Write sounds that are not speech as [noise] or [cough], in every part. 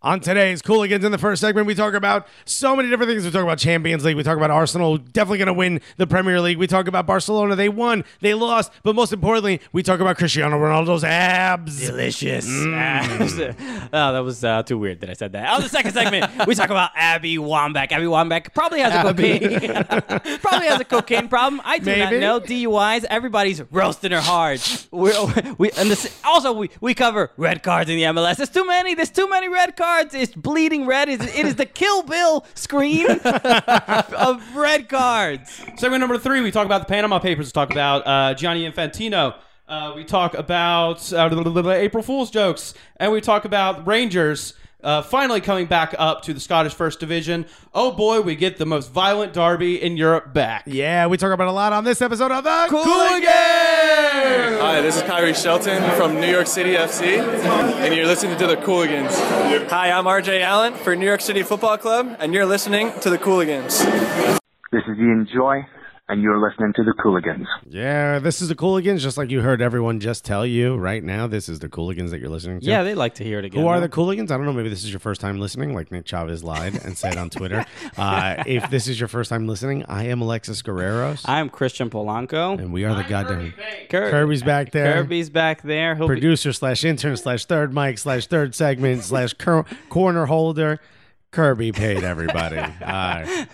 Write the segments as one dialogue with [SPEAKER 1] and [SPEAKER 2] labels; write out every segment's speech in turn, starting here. [SPEAKER 1] On today's Cooligans in the first segment, we talk about so many different things. We talk about Champions League. We talk about Arsenal definitely going to win the Premier League. We talk about Barcelona. They won, they lost. But most importantly, we talk about Cristiano Ronaldo's abs.
[SPEAKER 2] Delicious.
[SPEAKER 1] Mm.
[SPEAKER 2] Abs. [laughs] oh, that was uh, too weird that I said that. On the second segment, we talk about Abby Wambach. Abby Wambach probably has a cocaine. [laughs] probably has a cocaine problem. I do
[SPEAKER 1] Maybe.
[SPEAKER 2] not know. DUIs. Everybody's roasting her hard. We're, we and this, also we, we cover red cards in the MLS. There's too many. There's too many red cards. It's bleeding red. It's, it is the Kill Bill
[SPEAKER 1] [laughs]
[SPEAKER 2] screen of red cards.
[SPEAKER 3] Segment number three, we talk about the Panama Papers. We talk about uh, Gianni Infantino. Uh, we talk about uh, blah, blah, blah, blah, April Fool's jokes, and we talk about Rangers uh, finally coming back up to the Scottish First Division. Oh boy, we get the most violent derby in Europe back.
[SPEAKER 1] Yeah, we talk about a lot on this episode of the
[SPEAKER 3] Cooligans!
[SPEAKER 4] Hi, this is Kyrie Shelton from New York City FC, and you're listening to the Cooligans. Hi, I'm RJ Allen for New York City Football Club, and you're listening to the Cooligans.
[SPEAKER 5] This is Ian Joy, and you're listening to the Cooligans.
[SPEAKER 1] Yeah, this is the Cooligans, just like you heard everyone just tell you right now. This is the Cooligans that you're listening to.
[SPEAKER 2] Yeah, they like to hear it again.
[SPEAKER 1] Who are the Cooligans? I don't know. Maybe this is your first time listening, like Nick Chavez lied and said on Twitter. Uh, if this is your first time listening, I am Alexis Guerreros,
[SPEAKER 2] I'm Christian Polanco.
[SPEAKER 1] and we are the goddamn
[SPEAKER 2] Kirby.
[SPEAKER 1] Kirby's back there.
[SPEAKER 2] Kirby's back there. He'll be,
[SPEAKER 1] Producer slash intern slash third mic slash third segment slash cor- corner holder. Kirby paid
[SPEAKER 2] [laughs]
[SPEAKER 1] everybody. Uh,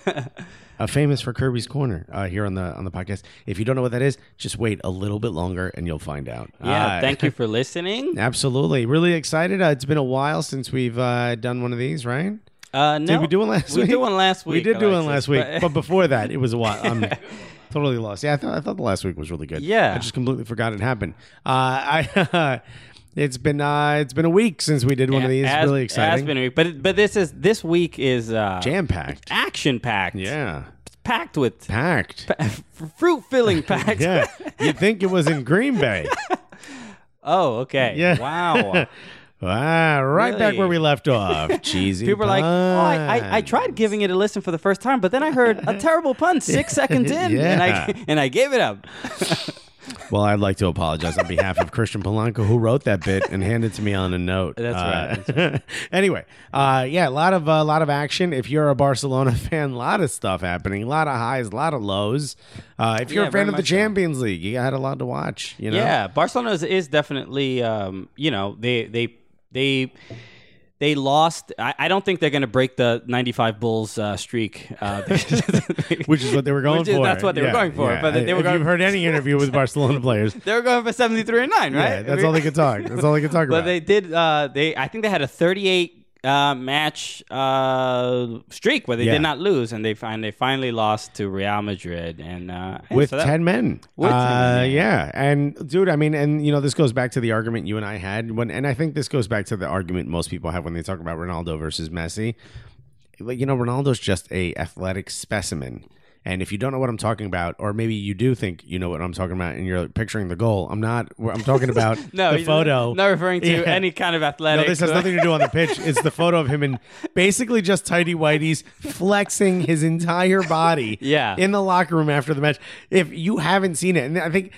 [SPEAKER 1] uh, famous for Kirby's Corner uh, here on the on the podcast. If you don't know what that is, just wait a little bit longer and you'll find out.
[SPEAKER 2] yeah,
[SPEAKER 1] Uh, [laughs]
[SPEAKER 2] thank you for listening.
[SPEAKER 1] Absolutely. Really excited. Uh, it's been a while since we've uh, done one of these, right?
[SPEAKER 2] Uh, no,
[SPEAKER 1] Did we do one last
[SPEAKER 2] we
[SPEAKER 1] week?
[SPEAKER 2] did one last
[SPEAKER 1] We
[SPEAKER 2] week,
[SPEAKER 1] did do one last
[SPEAKER 2] Alexis,
[SPEAKER 1] week.
[SPEAKER 2] but-
[SPEAKER 1] But before that, it was a while.
[SPEAKER 2] [laughs]
[SPEAKER 1] I'm totally lost. Yeah, I thought, I thought the last week was really good.
[SPEAKER 2] Yeah.
[SPEAKER 1] I just completely forgot it happened. Uh, I. [laughs] It's been uh, it's been a week since we did one of these.
[SPEAKER 2] [laughs] As-
[SPEAKER 1] really
[SPEAKER 2] Has
[SPEAKER 1] exciting,
[SPEAKER 2] been a week, but but this is this week is uh,
[SPEAKER 1] jam packed.
[SPEAKER 2] action packed.
[SPEAKER 1] Yeah,
[SPEAKER 2] packed with
[SPEAKER 1] packed.
[SPEAKER 2] fruit filling
[SPEAKER 1] [laughs]
[SPEAKER 2] packed.
[SPEAKER 1] Yeah, you'd think it was in Green
[SPEAKER 2] [laughs]
[SPEAKER 1] Bay.
[SPEAKER 2] Oh, okay.
[SPEAKER 1] Yeah. [laughs]
[SPEAKER 2] Wow.
[SPEAKER 1] Wow, right back
[SPEAKER 2] Really?
[SPEAKER 1] where we left off. Cheesy.
[SPEAKER 2] People are like, oh, I, I, I
[SPEAKER 1] puns.
[SPEAKER 2] tried giving it a listen for the first time, but then I heard
[SPEAKER 1] [laughs]
[SPEAKER 2] a terrible pun six seconds in, and
[SPEAKER 1] Yeah.
[SPEAKER 2] I [laughs] and I gave it up.
[SPEAKER 1] Well, I'd like to apologize on behalf of Christian Polanco, who wrote that bit and handed it to me on a note.
[SPEAKER 2] That's right,
[SPEAKER 1] right. [laughs] anyway, uh, yeah, a lot of a lot of action. If you're a Barcelona [laughs] fan, a lot of stuff happening, a lot of highs, a lot of lows. Uh, if you're
[SPEAKER 2] Yeah,
[SPEAKER 1] a fan
[SPEAKER 2] very
[SPEAKER 1] of the
[SPEAKER 2] much so.
[SPEAKER 1] Champions League, you had a lot to watch. You know,
[SPEAKER 2] Yeah, Barcelona is, is definitely, um, you know, they they they they lost. I, I don't think they're going to break the '95 Bulls uh, streak, uh, [laughs]
[SPEAKER 1] [laughs] which is what they were going
[SPEAKER 2] Which is-
[SPEAKER 1] for.
[SPEAKER 2] that's what they were going for, but they were
[SPEAKER 1] if
[SPEAKER 2] going-
[SPEAKER 1] you've heard
[SPEAKER 2] [laughs]
[SPEAKER 1] any interview with Barcelona players,
[SPEAKER 2] they were going for 73 and nine, right?
[SPEAKER 1] yeah, that's all they could talk. That's all they could talk
[SPEAKER 2] [laughs] But
[SPEAKER 1] about.
[SPEAKER 2] they did. Uh, they I think they had a 38 uh, match uh, streak where they
[SPEAKER 1] Yeah.
[SPEAKER 2] did not lose, and they find they finally lost to Real Madrid, and uh, yeah,
[SPEAKER 1] with
[SPEAKER 2] so that-
[SPEAKER 1] 10 men.
[SPEAKER 2] With 10
[SPEAKER 1] Uh,
[SPEAKER 2] men,
[SPEAKER 1] yeah. And dude, I mean, and you know, this goes back to the argument you and I had when, and I think this goes back to the argument most people have when they talk about Ronaldo versus Messi. Like, you know, Ronaldo's just a athletic specimen. And if you don't know what I'm talking about, or maybe you do think you know what I'm talking about, and you're picturing the goal, I'm not. I'm talking about
[SPEAKER 2] [laughs] No,
[SPEAKER 1] the
[SPEAKER 2] he's
[SPEAKER 1] photo.
[SPEAKER 2] Not referring to
[SPEAKER 1] [laughs] Yeah.
[SPEAKER 2] any kind of athletic.
[SPEAKER 1] No, this has nothing to do on the pitch. It's the photo of him in basically just tidy whities flexing his entire body.
[SPEAKER 2] Yeah.
[SPEAKER 1] In the locker room after the match. If you haven't seen it, and I think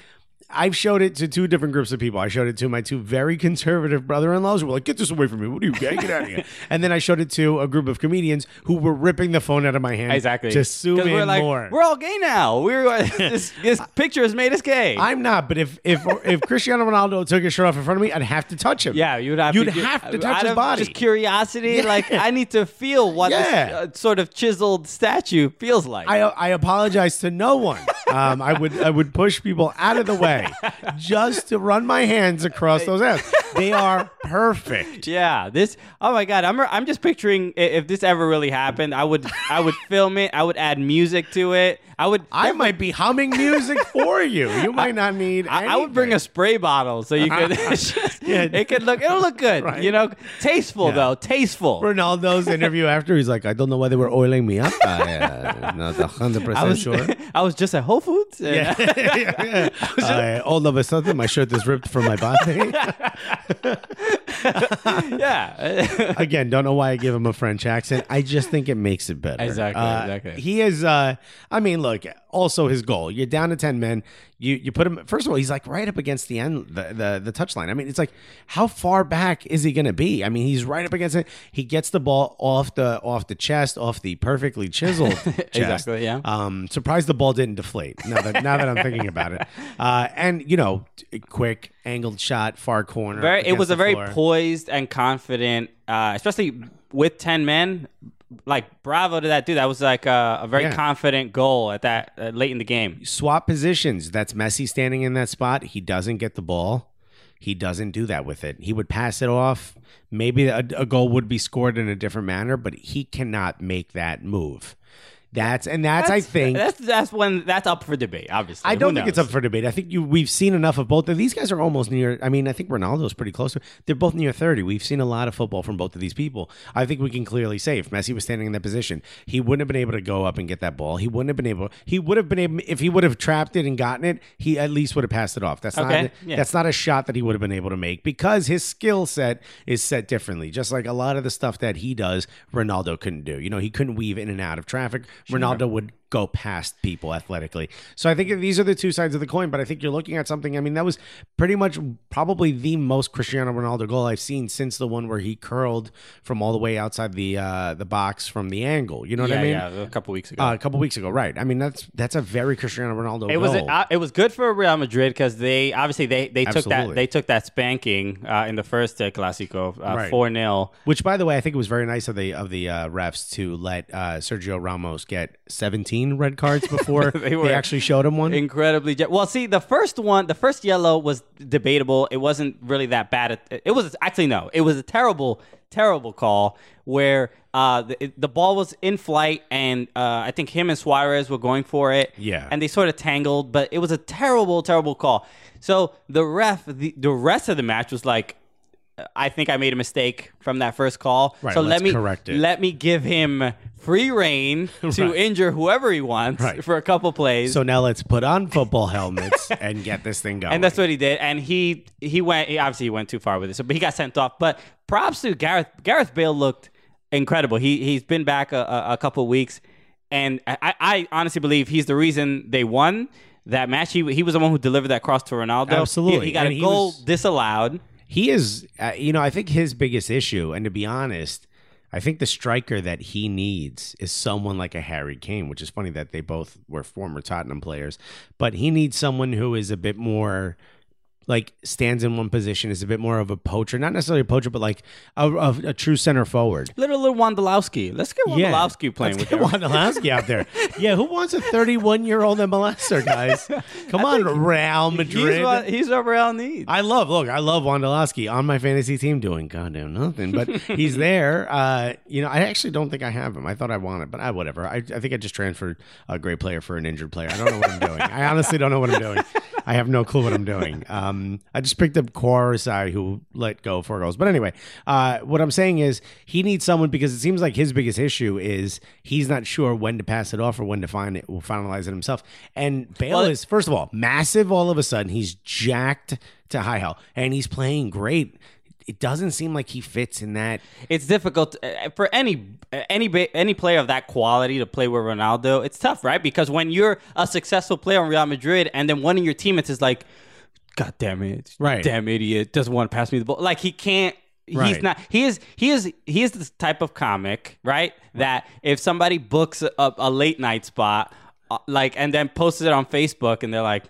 [SPEAKER 1] I've showed it to two different groups of people. I showed it to my two very conservative brother-in-laws who were like, "Get this away from me! What are you gay? Get out of here!" and then I showed it to a group of comedians who were ripping the phone out of my hand
[SPEAKER 2] Exactly.
[SPEAKER 1] to zoom
[SPEAKER 2] 'Cause
[SPEAKER 1] in
[SPEAKER 2] we're like,
[SPEAKER 1] more.
[SPEAKER 2] We're all gay now. We're
[SPEAKER 1] [laughs]
[SPEAKER 2] this, this picture has made us gay.
[SPEAKER 1] I'm not, but if if if Cristiano Ronaldo took his shirt off in front of me, I'd have to touch him.
[SPEAKER 2] yeah, you'd have
[SPEAKER 1] you'd
[SPEAKER 2] to, do-
[SPEAKER 1] have to
[SPEAKER 2] out
[SPEAKER 1] touch his
[SPEAKER 2] of
[SPEAKER 1] body.
[SPEAKER 2] Just curiosity,
[SPEAKER 1] Yeah.
[SPEAKER 2] like I need to feel what
[SPEAKER 1] Yeah.
[SPEAKER 2] this uh, sort of chiseled statue feels like.
[SPEAKER 1] I, I apologize to no one. Um, I would I would push people out of the way just to run my hands across those abs. They are perfect.
[SPEAKER 2] yeah, this. Oh my god, I'm I'm just picturing i- if this ever really happened, I would I
[SPEAKER 1] [laughs]
[SPEAKER 2] would film it. I would add music to it. I would
[SPEAKER 1] I might be humming music for you. You might not need.
[SPEAKER 2] I, I would bring a
[SPEAKER 1] anything.
[SPEAKER 2] spray bottle so you
[SPEAKER 1] [laughs]
[SPEAKER 2] could. [laughs] it's just-
[SPEAKER 1] Yeah.
[SPEAKER 2] It could look. It'll look good.
[SPEAKER 1] Right.
[SPEAKER 2] You know, tasteful
[SPEAKER 1] Yeah.
[SPEAKER 2] though. Tasteful.
[SPEAKER 1] Ronaldo's interview after. He's like, I don't know why they were oiling me up. I, uh, not hundred
[SPEAKER 2] I
[SPEAKER 1] percent
[SPEAKER 2] was [laughs]
[SPEAKER 1] sure.
[SPEAKER 2] I was just at Whole Foods. and-
[SPEAKER 1] I- all of a sudden, my shirt is ripped from my body.
[SPEAKER 2] [laughs] yeah.
[SPEAKER 1] [laughs] Again, don't know why I give him a French accent. I just think it makes it better.
[SPEAKER 2] Exactly,
[SPEAKER 1] Uh,
[SPEAKER 2] exactly.
[SPEAKER 1] He is. Uh, I mean, look. Also, his goal. You're down to ten men. You you put him. First of all, he's like right up against the end, the the, the touch line. I mean, it's like how far back is he going to be? I mean, he's right up against it. He gets the ball off the off the chest, off the perfectly chiseled chest.
[SPEAKER 2] [laughs] Exactly, yeah.
[SPEAKER 1] Um, surprised the ball didn't deflate. Now that now that I'm thinking about
[SPEAKER 2] [laughs]
[SPEAKER 1] it, uh, and you know, t- quick angled shot, far corner.
[SPEAKER 2] very, it
[SPEAKER 1] against
[SPEAKER 2] was a
[SPEAKER 1] the
[SPEAKER 2] very
[SPEAKER 1] floor.
[SPEAKER 2] poised and confident, uh, especially with ten men. Like bravo to that dude. That was like a, a very
[SPEAKER 1] Yeah.
[SPEAKER 2] confident goal at that uh, late in the game.
[SPEAKER 1] swap positions. That's Messi standing in that spot. He doesn't get the ball. He doesn't do that with it. He would pass it off. Maybe a, a goal would be scored in a different manner, but he cannot make that move. That's and that's, I think
[SPEAKER 2] that's that's when that's up for debate. Obviously,
[SPEAKER 1] I
[SPEAKER 2] Who
[SPEAKER 1] don't think it's
[SPEAKER 2] knows?
[SPEAKER 1] up for debate. I think you we've seen enough of both of these guys are almost near. I mean, I think Ronaldo's pretty close. to They're both near thirty. We've seen a lot of football from both of these people. I think we can clearly say if Messi was standing in that position, he wouldn't have been able to go up and get that ball. He wouldn't have been able. He would have been able if he would have trapped it and gotten it. He at least would have passed it off. That's
[SPEAKER 2] Okay,
[SPEAKER 1] not
[SPEAKER 2] yeah.
[SPEAKER 1] that's not a shot that he would have been able to make because his skill set is set differently. Just like a lot of the stuff that he does, Ronaldo couldn't do. You know, he couldn't weave in and out of traffic. Ronaldo would go past people athletically. So I think these are the two sides of the coin, but I think you're looking at something. I mean, that was pretty much probably the most Cristiano Ronaldo goal I've seen since the one where he curled from all the way outside the uh, the box from the angle. You know what
[SPEAKER 2] Yeah,
[SPEAKER 1] I mean?
[SPEAKER 2] yeah, a couple weeks ago.
[SPEAKER 1] Uh, a couple weeks ago, right? I mean, that's that's a very Cristiano Ronaldo.
[SPEAKER 2] It was
[SPEAKER 1] goal.
[SPEAKER 2] uh, it was good for Real Madrid because they obviously they, they took that
[SPEAKER 1] Absolutely.
[SPEAKER 2] they took that spanking uh, in the first uh, Clasico
[SPEAKER 1] Right.
[SPEAKER 2] four 0
[SPEAKER 1] Which, by the way, I think it was very nice of the of the uh, refs to let uh, Sergio Ramos get 17 red
[SPEAKER 2] [laughs]
[SPEAKER 1] cards before they,
[SPEAKER 2] were
[SPEAKER 1] actually showed him one.
[SPEAKER 2] Incredibly je- well. See, the first one, the first yellow was debatable. It wasn't really that bad. At, it was actually no. It was a terrible, terrible call where uh, the, it- the ball was in flight, and uh, I think him and Suarez were going for it.
[SPEAKER 1] Yeah.
[SPEAKER 2] and they sort of tangled, but it was a terrible, terrible call. So the ref, the, the rest of the match was like. uh, I think I made a mistake from that first call.
[SPEAKER 1] Right,
[SPEAKER 2] so let
[SPEAKER 1] let's
[SPEAKER 2] me
[SPEAKER 1] correct it.
[SPEAKER 2] let me give him free
[SPEAKER 1] [laughs]
[SPEAKER 2] reign to
[SPEAKER 1] Right.
[SPEAKER 2] injure whoever he wants
[SPEAKER 1] Right.
[SPEAKER 2] for a couple plays.
[SPEAKER 1] so now let's put on football
[SPEAKER 2] [laughs]
[SPEAKER 1] helmets and get this thing going.
[SPEAKER 2] And that's what he did. And he he went he obviously he went too far with it. So but he got sent off. But props to Gareth Gareth Bale looked incredible. He he's been back a, a, a couple weeks, and I, I honestly believe he's the reason they won that match. He he was the one who delivered that cross to Ronaldo.
[SPEAKER 1] Absolutely.
[SPEAKER 2] he, he got
[SPEAKER 1] And
[SPEAKER 2] a
[SPEAKER 1] he
[SPEAKER 2] goal
[SPEAKER 1] was-
[SPEAKER 2] disallowed.
[SPEAKER 1] he is. Uh, you know, I think his biggest issue, and to be honest, I think the striker that he needs is someone like a Harry Kane. Which is funny that they both were former Tottenham players, but he needs someone who is a bit more. like stands in one position is a bit more of a poacher, not necessarily a poacher, but like a, a, a true center forward.
[SPEAKER 2] Little little Wondolowski. Let's get Wondolowski playing
[SPEAKER 1] Let's
[SPEAKER 2] with
[SPEAKER 1] get Wondolowski out
[SPEAKER 2] [laughs]
[SPEAKER 1] there. Yeah, who wants a 31 year old MLSer, guys? Come on, Real Madrid.
[SPEAKER 2] He's what he's what Real needs.
[SPEAKER 1] [laughs] I love, look, I love Wondolowski on my fantasy team doing goddamn nothing, but he's there. Uh, you know, I actually don't think I have him. I thought I wanted, but I whatever. I, I think I just transferred a great player for an injured player. I don't know what I'm doing. I honestly don't know what I'm doing. I have no clue what I'm doing. Um, I just picked up Quarasai, who let go four goals. But anyway, uh, what I'm saying is he needs someone because it seems like his biggest issue is he's not sure when to pass it off or when to find it, finalize it himself. And Bale
[SPEAKER 2] Well,
[SPEAKER 1] is first of all massive. All of a sudden, he's jacked to high hell, and he's playing great. It doesn't seem like he fits in that.
[SPEAKER 2] it's difficult uh, for any any ba- any player of that quality to play with Ronaldo. It's tough, right? Because when you're a successful player on Real Madrid, and then one of your teammates is like, "God damn it,
[SPEAKER 1] Right.
[SPEAKER 2] Damn idiot, doesn't want to pass me the ball." Like he can't. He's
[SPEAKER 1] Right.
[SPEAKER 2] not. He is. He is. He is the type of comic, right? That if somebody books a, a late night spot, uh, like, and then posts it on Facebook, and they're like.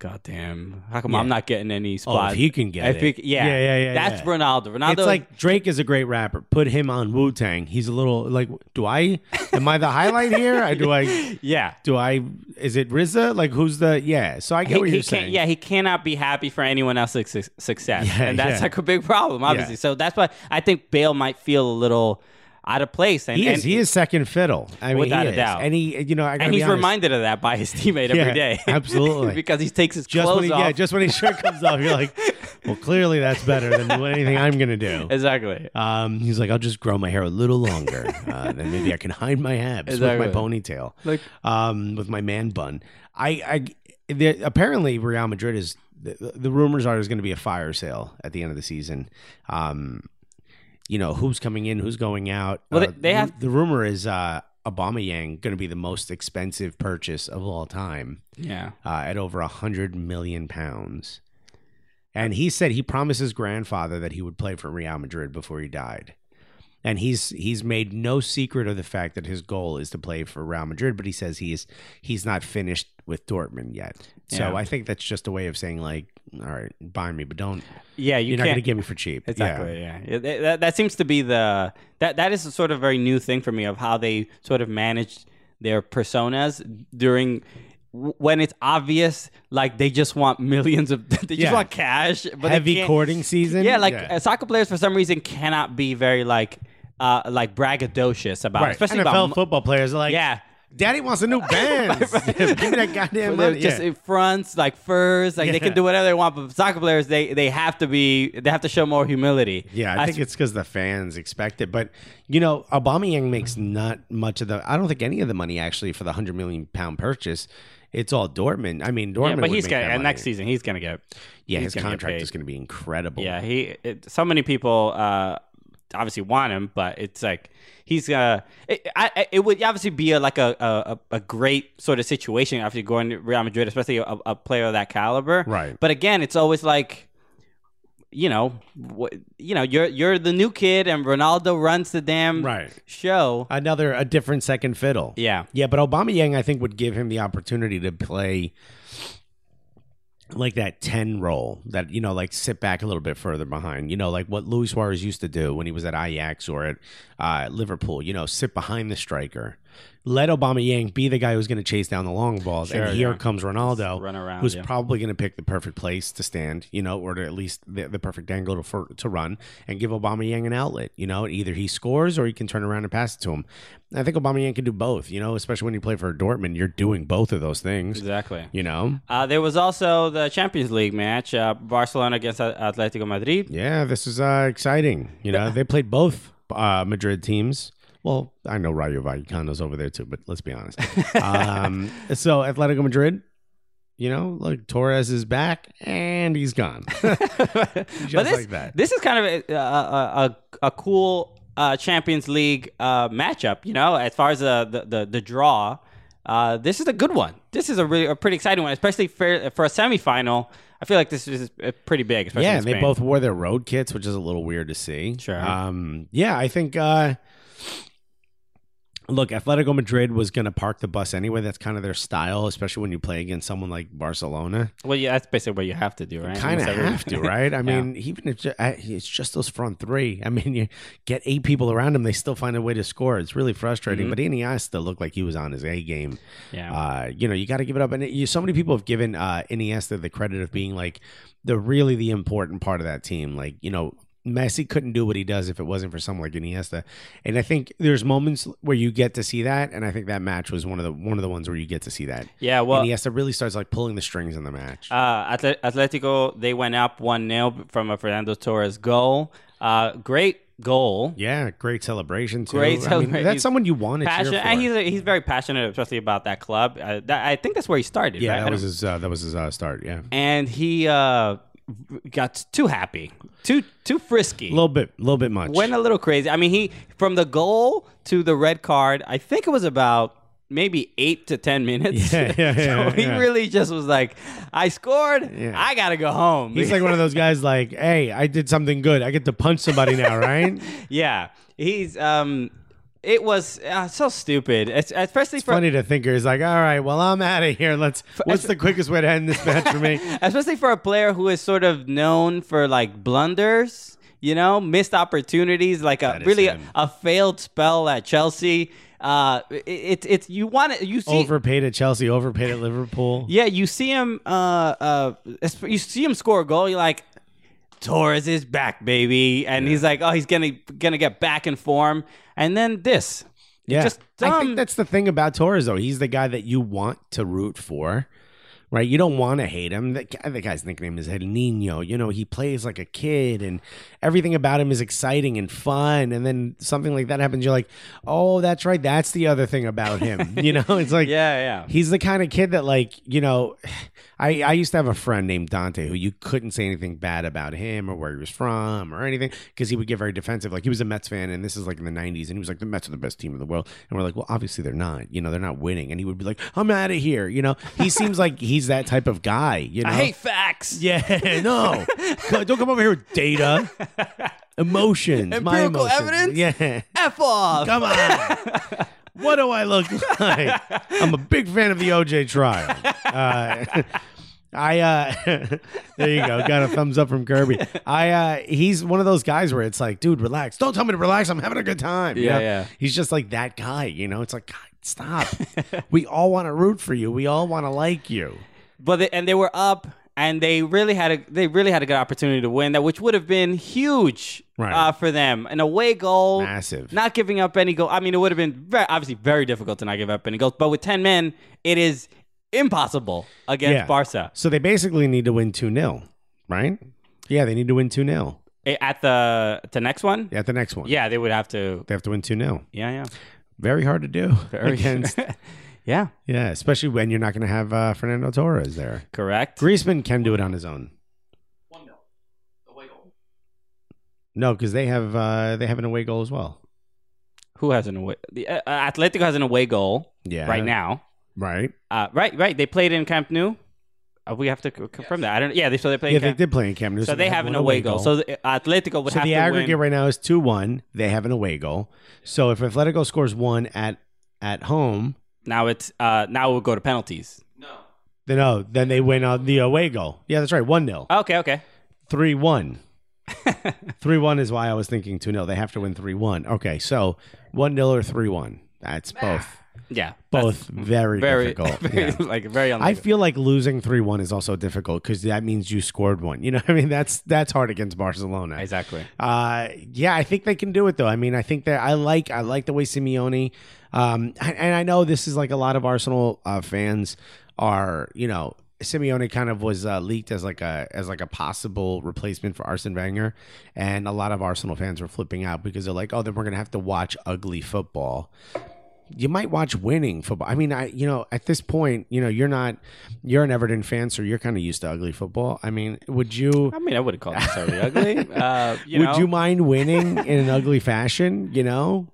[SPEAKER 2] God damn! How come I'm not getting any spots?
[SPEAKER 1] Oh, he can get
[SPEAKER 2] I
[SPEAKER 1] it.
[SPEAKER 2] think- yeah,
[SPEAKER 1] Yeah, yeah, yeah,
[SPEAKER 2] That's
[SPEAKER 1] yeah.
[SPEAKER 2] Ronaldo. Ronaldo.
[SPEAKER 1] it's like Drake is a great rapper. Put him on Wu Tang. He's a little like. Do I? Am I the highlight here? I do I?
[SPEAKER 2] yeah.
[SPEAKER 1] Do I? Is it RZA? Like who's the? Yeah. So I get
[SPEAKER 2] he,
[SPEAKER 1] what you're
[SPEAKER 2] he can't-
[SPEAKER 1] saying.
[SPEAKER 2] Yeah, he cannot be happy for anyone else's suc- success,
[SPEAKER 1] Yeah,
[SPEAKER 2] and that's
[SPEAKER 1] yeah.
[SPEAKER 2] like a big problem, obviously. So that's why I think Bale might feel a little out of place, and
[SPEAKER 1] He is.
[SPEAKER 2] and,
[SPEAKER 1] he is second fiddle. I mean,
[SPEAKER 2] Without
[SPEAKER 1] he
[SPEAKER 2] a
[SPEAKER 1] is.
[SPEAKER 2] doubt.
[SPEAKER 1] And he, you know, I gotta
[SPEAKER 2] and
[SPEAKER 1] be
[SPEAKER 2] he's
[SPEAKER 1] honest.
[SPEAKER 2] reminded of that by his teammate every
[SPEAKER 1] Yeah,
[SPEAKER 2] day, [laughs]
[SPEAKER 1] absolutely.
[SPEAKER 2] because he takes his
[SPEAKER 1] just
[SPEAKER 2] clothes
[SPEAKER 1] when he,
[SPEAKER 2] off.
[SPEAKER 1] yeah, just when his shirt comes off, you're like, well, clearly that's better
[SPEAKER 2] [laughs]
[SPEAKER 1] than anything I'm gonna do.
[SPEAKER 2] exactly.
[SPEAKER 1] Um, he's like, I'll just grow my hair a little
[SPEAKER 2] [laughs]
[SPEAKER 1] longer, uh, then maybe I can hide my abs with my
[SPEAKER 2] Exactly.
[SPEAKER 1] ponytail,
[SPEAKER 2] Like-
[SPEAKER 1] um, with my man bun. I, I, there- apparently Real Madrid is the, the rumors are there's going to be a fire sale at the end of the season. Um, you know who's coming in, who's going out.
[SPEAKER 2] Well, they-
[SPEAKER 1] Uh,
[SPEAKER 2] they have-
[SPEAKER 1] the rumor is uh, Obama Yang going to be the most expensive purchase of all time
[SPEAKER 2] Yeah.
[SPEAKER 1] uh, at over a hundred million pounds. And he said he promised his grandfather that he would play for Real Madrid before he died. And he's he's made no secret of the fact that his goal is to play for Real Madrid, but he says he's he's not finished with Dortmund yet.
[SPEAKER 2] Yeah.
[SPEAKER 1] So I think that's just a way of saying like, all right, buy me, but don't
[SPEAKER 2] Yeah, you
[SPEAKER 1] you are not
[SPEAKER 2] can't
[SPEAKER 1] going to get me for cheap. Yeah.
[SPEAKER 2] Exactly. Yeah. Yeah, that- That, that seems to be the that that is a sort of very new thing for me of how they sort of manage their personas during when it's obvious like they just want millions of [laughs] they just
[SPEAKER 1] Yeah.
[SPEAKER 2] want cash but they
[SPEAKER 1] Heavy
[SPEAKER 2] can't-
[SPEAKER 1] courting season.
[SPEAKER 2] yeah like uh, soccer players for some reason cannot be very like uh like braggadocious about
[SPEAKER 1] right.
[SPEAKER 2] especially
[SPEAKER 1] NFL
[SPEAKER 2] about mo-
[SPEAKER 1] football players are like,
[SPEAKER 2] yeah
[SPEAKER 1] Daddy wants a
[SPEAKER 2] [laughs]
[SPEAKER 1] new band. [laughs] Give me that goddamn
[SPEAKER 2] They're
[SPEAKER 1] money.
[SPEAKER 2] just
[SPEAKER 1] Yeah.
[SPEAKER 2] in fronts, like furs, like they can
[SPEAKER 1] Yeah.
[SPEAKER 2] do whatever they want. But soccer players, they they have to be, they have to show more humility.
[SPEAKER 1] Yeah, I think it's because the fans expect it. But you know, Aubameyang makes not much of the. I don't think any of the money actually for the hundred million pound purchase. It's all Dortmund. I mean, Dortmund.
[SPEAKER 2] Yeah, but
[SPEAKER 1] would
[SPEAKER 2] he's
[SPEAKER 1] make
[SPEAKER 2] gonna
[SPEAKER 1] that
[SPEAKER 2] and
[SPEAKER 1] money.
[SPEAKER 2] next season he's gonna get.
[SPEAKER 1] Yeah,
[SPEAKER 2] he's
[SPEAKER 1] his
[SPEAKER 2] gonna get
[SPEAKER 1] contract
[SPEAKER 2] paid.
[SPEAKER 1] is going to be incredible.
[SPEAKER 2] Yeah, he. It, so many people uh, obviously want him, but it's like he's uh, it, I, I- it would obviously be a, like a, a a great sort of situation after going to Real Madrid, especially a, a player of that caliber.
[SPEAKER 1] Right.
[SPEAKER 2] But again, it's always like. You know, what, you know, you're you're the new kid, and Ronaldo runs the damn
[SPEAKER 1] Right.
[SPEAKER 2] show.
[SPEAKER 1] another a different second fiddle.
[SPEAKER 2] Yeah.
[SPEAKER 1] yeah. But Aubameyang, I think, would give him the opportunity to play like that ten role that you know, like sit back a little bit further behind. You know, like what Luis Suarez used to do when he was at Ajax or at uh, Liverpool. You know, sit behind the striker. Let Aubameyang be the guy who's going to chase down the long balls,
[SPEAKER 2] Sure,
[SPEAKER 1] and here
[SPEAKER 2] yeah.
[SPEAKER 1] comes Ronaldo,
[SPEAKER 2] run around,
[SPEAKER 1] who's
[SPEAKER 2] yeah.
[SPEAKER 1] probably going to pick the perfect place to stand, you know, or to at least the, the perfect angle to for, to run and give Aubameyang an outlet. You know, either he scores or he can turn around and pass it to him. I think Aubameyang can do both. You know, especially when you play for Dortmund, you're doing both of those things.
[SPEAKER 2] Exactly.
[SPEAKER 1] You know,
[SPEAKER 2] Uh, there was also the Champions League match, uh, Barcelona against At- Atletico Madrid.
[SPEAKER 1] yeah, this is uh, exciting. You know, they played both uh, Madrid teams. Well, I know Rayo Vallecano's over there too, but let's be
[SPEAKER 2] [laughs]
[SPEAKER 1] honest. Um, so Atletico Madrid. You know, like Torres is back and he's gone. [laughs]
[SPEAKER 2] but
[SPEAKER 1] Just
[SPEAKER 2] this,
[SPEAKER 1] like that.
[SPEAKER 2] this is kind of a, a, a, a cool uh, Champions League uh, matchup. You know, as far as the the, the, the draw, uh, this is a good one. This is a really a pretty exciting one, especially for for a semifinal. I feel like this is uh, pretty big. Especially
[SPEAKER 1] Yeah,
[SPEAKER 2] in
[SPEAKER 1] and they
[SPEAKER 2] Spain.
[SPEAKER 1] both wore their road kits, which is a little weird to see.
[SPEAKER 2] Sure.
[SPEAKER 1] Um, yeah, I think. Uh, look, Atletico Madrid was going to park the bus anyway. That's kind of their style, especially when you play against someone like Barcelona.
[SPEAKER 2] Well, yeah, that's basically what you have to do, right?
[SPEAKER 1] Kind of
[SPEAKER 2] Almost every-
[SPEAKER 1] have to, right? I mean, even if ju- I- it's just those front three. I mean, you get eight people around them, they still find a way to score. It's really frustrating. But Iniesta looked like he was on his A game.
[SPEAKER 2] Yeah.
[SPEAKER 1] Uh, you know, you got to give it up. And it- you, so many people have given uh, Iniesta the credit of being like the really the important part of that team. Like, you know, Messi couldn't do what he does if it wasn't for someone like Iniesta. And I think there's moments where you get to see that. And I think that match was one of the one of the ones where you get to see that.
[SPEAKER 2] Yeah, well-
[SPEAKER 1] Iniesta really starts like pulling the strings in the match.
[SPEAKER 2] Uh, Atle- Atletico, they went up 1 0 from a Fernando Torres goal. Uh, great goal.
[SPEAKER 1] yeah, great celebration too.
[SPEAKER 2] Great
[SPEAKER 1] I mean,
[SPEAKER 2] celebration.
[SPEAKER 1] that's someone you want to
[SPEAKER 2] Passion,
[SPEAKER 1] cheer for.
[SPEAKER 2] and he's, he's very passionate, especially about that club. Uh, that, I think that's where he started.
[SPEAKER 1] yeah,
[SPEAKER 2] right?
[SPEAKER 1] that was his uh, that was his uh, start. Yeah,
[SPEAKER 2] and he uh, got too happy, too too frisky.
[SPEAKER 1] a little bit, a little bit much.
[SPEAKER 2] went a little crazy. I mean, he from the goal to the red card. I think it was about maybe eight to ten minutes.
[SPEAKER 1] Yeah, yeah, yeah,
[SPEAKER 2] [laughs] so he
[SPEAKER 1] yeah.
[SPEAKER 2] really just was like, "I scored.
[SPEAKER 1] Yeah.
[SPEAKER 2] I gotta go home."
[SPEAKER 1] He's like one of those guys like, hey, I did something good. I get to punch somebody
[SPEAKER 2] [laughs]
[SPEAKER 1] now, right?
[SPEAKER 2] [laughs] Yeah, he's um, it was uh, so stupid, Es- especially for
[SPEAKER 1] Funny to think he's like, all right, well, I'm out of here. Let's. What's the quickest way to end this match for
[SPEAKER 2] [laughs]
[SPEAKER 1] me?
[SPEAKER 2] especially for a player who is sort of known for like blunders, you know, missed opportunities, like a
[SPEAKER 1] That is
[SPEAKER 2] really a,
[SPEAKER 1] him.
[SPEAKER 2] failed spell at Chelsea. Uh, it- it's it's you want it, you see.
[SPEAKER 1] Overpaid at Chelsea, overpaid at Liverpool.
[SPEAKER 2] Yeah, you see him. Uh, uh, es- you see him score a goal. You're like, Torres is back, baby, and he's like, oh, he's gonna gonna get back in form. And then this,
[SPEAKER 1] Yeah.
[SPEAKER 2] just um,
[SPEAKER 1] I
[SPEAKER 2] dumb.
[SPEAKER 1] think that's the thing about Torres, though. He's the guy that you want to root for. right? You don't want to hate him. The, guy- the guy's nickname is El Nino. You know, he plays like a kid, and everything about him is exciting and fun. And then something like that happens, you're like, oh, that's right. That's the other thing about
[SPEAKER 2] [laughs]
[SPEAKER 1] him. you know, it's like,
[SPEAKER 2] Yeah, yeah.
[SPEAKER 1] He's the kind of kid that, like, you know, I, I used to have a friend named Dante who you couldn't say anything bad about him or where he was from or anything because he would get very defensive. Like, he was a Mets fan, and this is like in the 90s, and he was like, the Mets are the best team in the world. And we're like, well, obviously they're not. You know, they're not winning. And he would be like, I'm out of here. You know,
[SPEAKER 2] [laughs]
[SPEAKER 1] he seems like he's that type of guy, you know?
[SPEAKER 2] I hate [laughs] facts.
[SPEAKER 1] Uh-huh. [laughs] yeah, no. Co- Don't come over here with
[SPEAKER 2] [laughs]
[SPEAKER 1] data, emotions, my
[SPEAKER 2] Empirical
[SPEAKER 1] emotions.
[SPEAKER 2] evidence?
[SPEAKER 1] Yeah.
[SPEAKER 2] F off.
[SPEAKER 1] Come on. what do I look like? I'm a big fan of the OJ trial. Uh, [laughs] I uh [laughs] there you go. Got a thumbs up from Kirby. I uh he's one of those guys where it's like, dude, relax. Don't tell me to relax. I'm having a good time. you
[SPEAKER 3] Yeah,
[SPEAKER 1] know?
[SPEAKER 3] yeah.
[SPEAKER 1] He's just like that guy, you know? It's like, God, stop. we all want to root for you. We all want to like you.
[SPEAKER 2] but they, and they were up and they really had a they really had a good opportunity to win that which would have been huge
[SPEAKER 1] Right.
[SPEAKER 2] uh, for them an away goal
[SPEAKER 1] Massive.
[SPEAKER 2] not giving up any goal i mean it would have been very, obviously very difficult to not give up any goals but with 10 men it is impossible against
[SPEAKER 1] Yeah.
[SPEAKER 2] barca
[SPEAKER 1] So they basically need to win 2-0, right? Yeah, they need to win 2-0
[SPEAKER 2] A- at the the next one
[SPEAKER 1] at the next one.
[SPEAKER 2] yeah they would have to
[SPEAKER 1] They have to win 2-0.
[SPEAKER 2] yeah yeah
[SPEAKER 1] Very hard to do [laughs] against
[SPEAKER 2] [laughs] yeah
[SPEAKER 1] Yeah, especially when you're not going to have uh, Fernando Torres there.
[SPEAKER 2] correct
[SPEAKER 1] Griezmann can do it on his own. No, because they have uh, they have an away goal as well.
[SPEAKER 2] who has an away the uh, atletico has an away goal
[SPEAKER 1] Yeah,
[SPEAKER 2] right now
[SPEAKER 1] right?
[SPEAKER 2] uh, right right they played in camp nou uh, we have to c- confirm that i don't yeah they so they played
[SPEAKER 1] yeah,
[SPEAKER 2] in camp
[SPEAKER 1] they did play in Camp Nou.
[SPEAKER 2] So they have an away goal. So the- uh, Atletico would
[SPEAKER 1] So
[SPEAKER 2] have
[SPEAKER 1] the
[SPEAKER 2] to
[SPEAKER 1] aggregate
[SPEAKER 2] win.
[SPEAKER 1] right now is two one. They have an away goal. So if Atletico scores one at at home,
[SPEAKER 2] Now it's uh, now we'll go to penalties.
[SPEAKER 1] then oh, then they win on the away goal. Yeah, that's right. One 0
[SPEAKER 2] Okay, okay.
[SPEAKER 1] three one. [laughs] three one is why I was thinking two 0 They have to win three one. Okay, so one 0 or three one. That's both.
[SPEAKER 2] Yeah,
[SPEAKER 1] both very,
[SPEAKER 2] [laughs] very
[SPEAKER 1] difficult.
[SPEAKER 2] [laughs] very,
[SPEAKER 1] Yeah.
[SPEAKER 2] like very.
[SPEAKER 1] I
[SPEAKER 2] Unlikely.
[SPEAKER 1] feel like losing three one is also difficult because that means you scored one. You know, what I mean that's that's hard against Barcelona.
[SPEAKER 2] exactly.
[SPEAKER 1] Uh, yeah, I think they can do it though. I mean, I think that I like I like the way Simeone, um, and, and I know this is like a lot of Arsenal uh, fans are, you know, Simeone kind of was uh, leaked as like a as like a possible replacement for Arsene Wenger, and a lot of Arsenal fans were flipping out because they're like, oh, then we're gonna have to watch ugly football. You might watch winning football. I mean, I you know at this point, you know you're not you're an Everton fan, so you're kind of used to ugly football. I mean, would you?
[SPEAKER 2] I mean, I wouldn't call it
[SPEAKER 1] [laughs]
[SPEAKER 2] necessarily ugly. Uh, you
[SPEAKER 1] Would
[SPEAKER 2] know,
[SPEAKER 1] you mind winning in an ugly fashion? You know,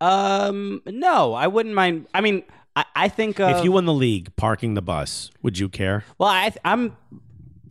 [SPEAKER 2] Um, no, I wouldn't mind. I mean, I, I think uh,
[SPEAKER 1] if you won the league, parking the bus, would you care?
[SPEAKER 2] Well, I, th- I'm.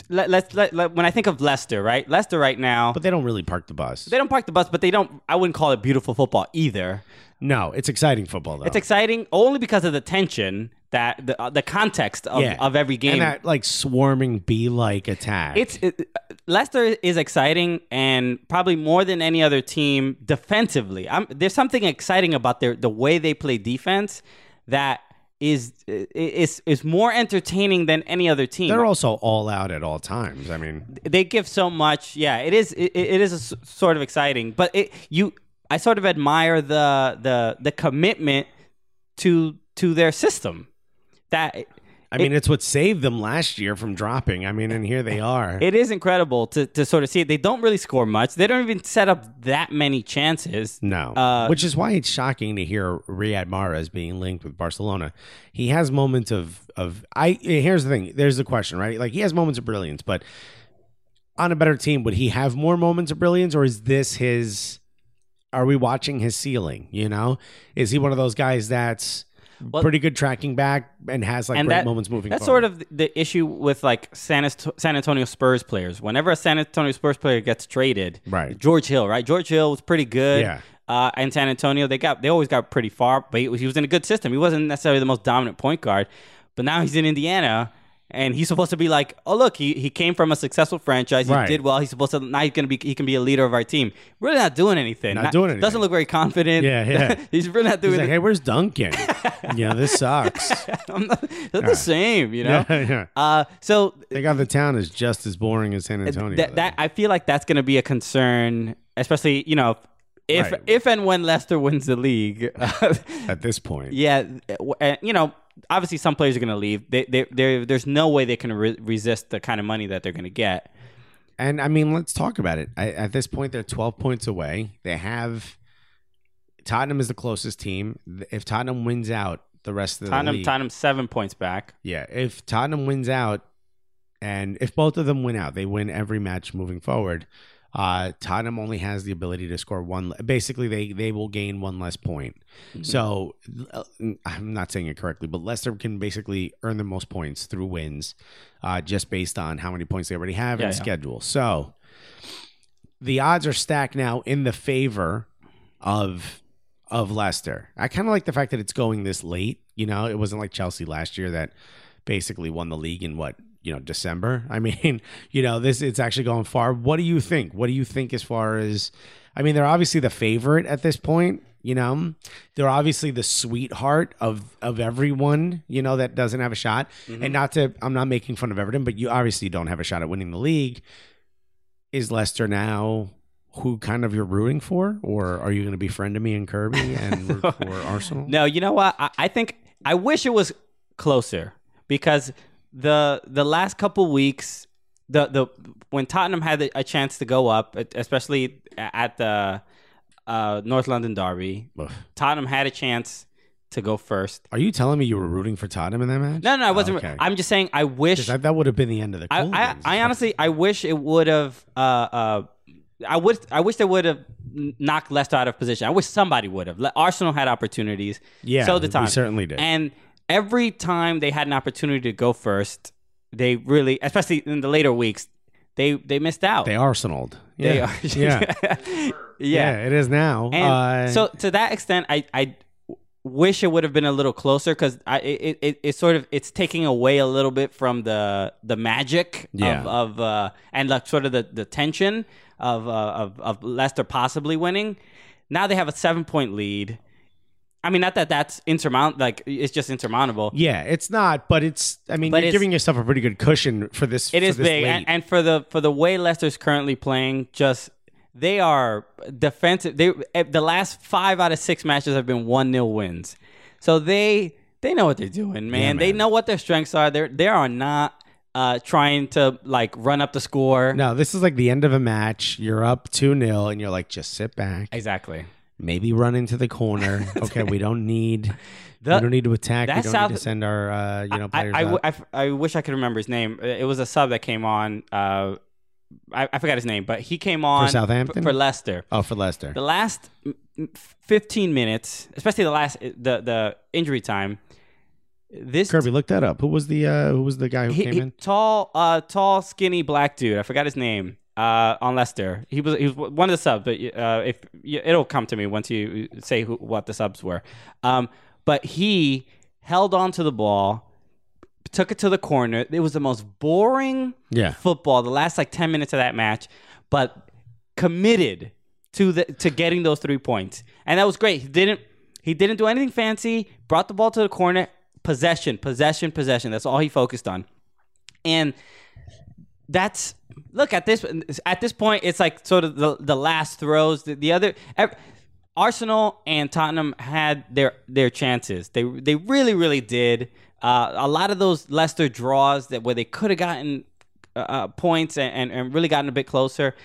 [SPEAKER 2] Let, let's let, let when I think of Leicester, right? Leicester right now.
[SPEAKER 1] But they don't really park the bus.
[SPEAKER 2] they don't park the bus, but they don't. I wouldn't call it beautiful football either.
[SPEAKER 1] No, it's exciting football though.
[SPEAKER 2] It's exciting only because of the tension that the uh, the context of, of every game.
[SPEAKER 1] and that like swarming bee-like attack.
[SPEAKER 2] It's it, Leicester is exciting and probably more than any other team defensively. I'm, there's something exciting about their the way they play defense that is is is more entertaining than any other team.
[SPEAKER 1] they're also all out at all times. I mean,
[SPEAKER 2] they give so much. Yeah, it is it, it is a s- sort of exciting, but it you I sort of admire the the the commitment to to their system that
[SPEAKER 1] I mean, it's what saved them last year from dropping. I mean, and here they are.
[SPEAKER 2] it is incredible to, to sort of see it. They don't really score much. They don't even set up that many chances.
[SPEAKER 1] No,
[SPEAKER 2] Uh,
[SPEAKER 1] which is why it's shocking to hear Riyad Mahrez being linked with Barcelona. He has moments of of I. Here's the thing. There's the question, right? Like he has moments of brilliance, but on a better team, would he have more moments of brilliance, or is this his? Are we watching his ceiling? You know, is he one of those guys that's
[SPEAKER 2] Well-
[SPEAKER 1] pretty good tracking back and has like
[SPEAKER 2] and
[SPEAKER 1] great
[SPEAKER 2] that,
[SPEAKER 1] moments moving?
[SPEAKER 2] That's
[SPEAKER 1] forward?
[SPEAKER 2] sort of the- the issue with like San, Est- San Antonio Spurs players. Whenever a San Antonio Spurs player gets traded,
[SPEAKER 1] Right.
[SPEAKER 2] George Hill, right? George Hill was pretty good.
[SPEAKER 1] Yeah.
[SPEAKER 2] Uh, in San Antonio, they got they always got pretty far, but he was, he was in a good system. He wasn't necessarily the most dominant point guard, but now he's in Indiana, and he's supposed to be like, oh look, he, he came from a successful franchise, he
[SPEAKER 1] Right.
[SPEAKER 2] did well. He's supposed to now he's gonna be he can be a leader of our team. Really not doing anything.
[SPEAKER 1] Not doing anything.
[SPEAKER 2] Doesn't look very confident.
[SPEAKER 1] Yeah, yeah.
[SPEAKER 2] [laughs] he's really not doing.
[SPEAKER 1] He's like,
[SPEAKER 2] it-
[SPEAKER 1] hey, where's Duncan? yeah, this sucks.
[SPEAKER 2] [laughs] I'm not, they're the same, you know.
[SPEAKER 1] Yeah, [laughs] yeah.
[SPEAKER 2] Uh, so
[SPEAKER 1] They got the town is just as boring as San Antonio.
[SPEAKER 2] that,
[SPEAKER 1] though.
[SPEAKER 2] that I feel like that's going to be a concern, especially you know if
[SPEAKER 1] Right. [laughs]
[SPEAKER 2] if and when Leicester wins the league. [laughs]
[SPEAKER 1] at this point,
[SPEAKER 2] yeah, w- and, you know obviously some players are going to leave. They, they, they're- there's no way they can re- resist the kind of money that they're going to get.
[SPEAKER 1] And I mean, let's talk about it. I, at this point, they're 12 points away. They have Tottenham is the closest team. If Tottenham wins out, the rest of the
[SPEAKER 2] Tottenham,
[SPEAKER 1] league-
[SPEAKER 2] Tottenham seven points back.
[SPEAKER 1] yeah. If Tottenham wins out, and if both of them win out, they win every match moving forward. Uh, Tottenham only has the ability to score one. Basically, they they will gain one less point.
[SPEAKER 2] Mm-hmm.
[SPEAKER 1] So uh, I'm not saying it correctly, but Leicester can basically earn the most points through wins, uh, just based on how many points they already have
[SPEAKER 2] Yeah,
[SPEAKER 1] in the
[SPEAKER 2] yeah.
[SPEAKER 1] schedule. So the odds are stacked now in the favor of of Leicester. I kind of like the fact that it's going this late. You know, it wasn't like Chelsea last year that basically won the league in what you know December. [laughs] I mean, you know, this it's actually going far. What do you think? What do you think as far as? I mean, they're obviously the favorite at this point. You know, they're obviously the sweetheart of of everyone. You know that doesn't have a shot. And not to, I'm not making fun of Everton, but you obviously don't have a shot at winning the league. Is Leicester now? Who kind of you're rooting for, or are you going to be friend of me and Kirby and root for Arsenal?
[SPEAKER 2] No, you know what? I, I think I wish it was closer because the the last couple weeks, the the when Tottenham had a chance to go up, e-, especially at the uh, North London Derby,
[SPEAKER 1] Ugh.
[SPEAKER 2] Tottenham had a chance to go first.
[SPEAKER 1] Are you telling me you were rooting for Tottenham in that match?
[SPEAKER 2] No, no, I wasn't.
[SPEAKER 1] Okay.
[SPEAKER 2] I'm just saying I wish
[SPEAKER 1] 'Cause that, that would have been the end of the.
[SPEAKER 2] I,
[SPEAKER 1] Cool
[SPEAKER 2] I,
[SPEAKER 1] Games.
[SPEAKER 2] I honestly, I wish it would have. Uh, uh, I would. I wish they would have knocked Leicester out of position. I wish somebody would have. Le- Arsenal had opportunities.
[SPEAKER 1] Yeah,
[SPEAKER 2] so did
[SPEAKER 1] we
[SPEAKER 2] Tottenham.
[SPEAKER 1] certainly did.
[SPEAKER 2] And every time they had an opportunity to go first, they really, especially in the later weeks, they they missed out.
[SPEAKER 1] They Arsenaled. Yeah.
[SPEAKER 2] They are. [laughs]
[SPEAKER 1] yeah.
[SPEAKER 2] yeah.
[SPEAKER 1] Yeah, it is now.
[SPEAKER 2] And
[SPEAKER 1] uh,
[SPEAKER 2] so to that extent, I I wish it would have been a little closer because I it, it it sort of it's taking away a little bit from the the magic
[SPEAKER 1] Yeah.
[SPEAKER 2] of of uh, and like sort of the the tension of uh, of of Leicester possibly winning. Now they have a seven point lead. I mean, not that that's insurmount like it's just insurmountable.
[SPEAKER 1] yeah, it's not, but it's. I mean,
[SPEAKER 2] But
[SPEAKER 1] you're
[SPEAKER 2] it's-
[SPEAKER 1] giving yourself a pretty good cushion for this.
[SPEAKER 2] It
[SPEAKER 1] for
[SPEAKER 2] is
[SPEAKER 1] this
[SPEAKER 2] big, and,
[SPEAKER 1] late.
[SPEAKER 2] and for the for the way Leicester's currently playing, just they are defensive. They eh, the last five out of six matches have been one 0 wins, so they they know what they're doing, man. They know what their strengths are. They they are not uh, trying to like run up the score.
[SPEAKER 1] no, this is like the end of a match. You're up two 0 and you're like, just sit back,
[SPEAKER 2] exactly.
[SPEAKER 1] maybe run into the
[SPEAKER 2] [laughs]
[SPEAKER 1] corner. okay, we don't need.
[SPEAKER 2] The-
[SPEAKER 1] we don't need to attack. We
[SPEAKER 2] that
[SPEAKER 1] don't
[SPEAKER 2] South-
[SPEAKER 1] need to send our uh, you know
[SPEAKER 2] I,
[SPEAKER 1] players.
[SPEAKER 2] I, w-
[SPEAKER 1] up.
[SPEAKER 2] I f- I wish I could remember his name. Uh, It was a sub that came on. Uh, I, I forgot his name, but he came on
[SPEAKER 1] Southampton?
[SPEAKER 2] for Leicester.
[SPEAKER 1] oh, for Leicester.
[SPEAKER 2] the last m- m- 15 minutes, especially the last the the injury time, this
[SPEAKER 1] Kirby, look that up. Who was the uh, who was the guy who
[SPEAKER 2] he-
[SPEAKER 1] came
[SPEAKER 2] he-
[SPEAKER 1] in?
[SPEAKER 2] tall uh tall skinny black dude, I forgot his name. Uh, on Lester, he was he was one of the subs, but uh, if you, it'll come to me once you say who, what the subs were. Um, but he held on to the ball, took it to the corner. It was the most boring
[SPEAKER 1] Yeah.
[SPEAKER 2] football. The last like ten minutes of that match, but committed to the to getting those three points, and that was great. He didn't he didn't do anything fancy. Brought the ball to the corner, possession, possession, possession. That's all he focused on, and that's look at this at this point it's like sort of the the last throws the, the other ev- Arsenal and Tottenham had their their chances they they really really did uh, a lot of those Leicester draws that where they could have gotten uh, uh, points and, and and really gotten a bit closer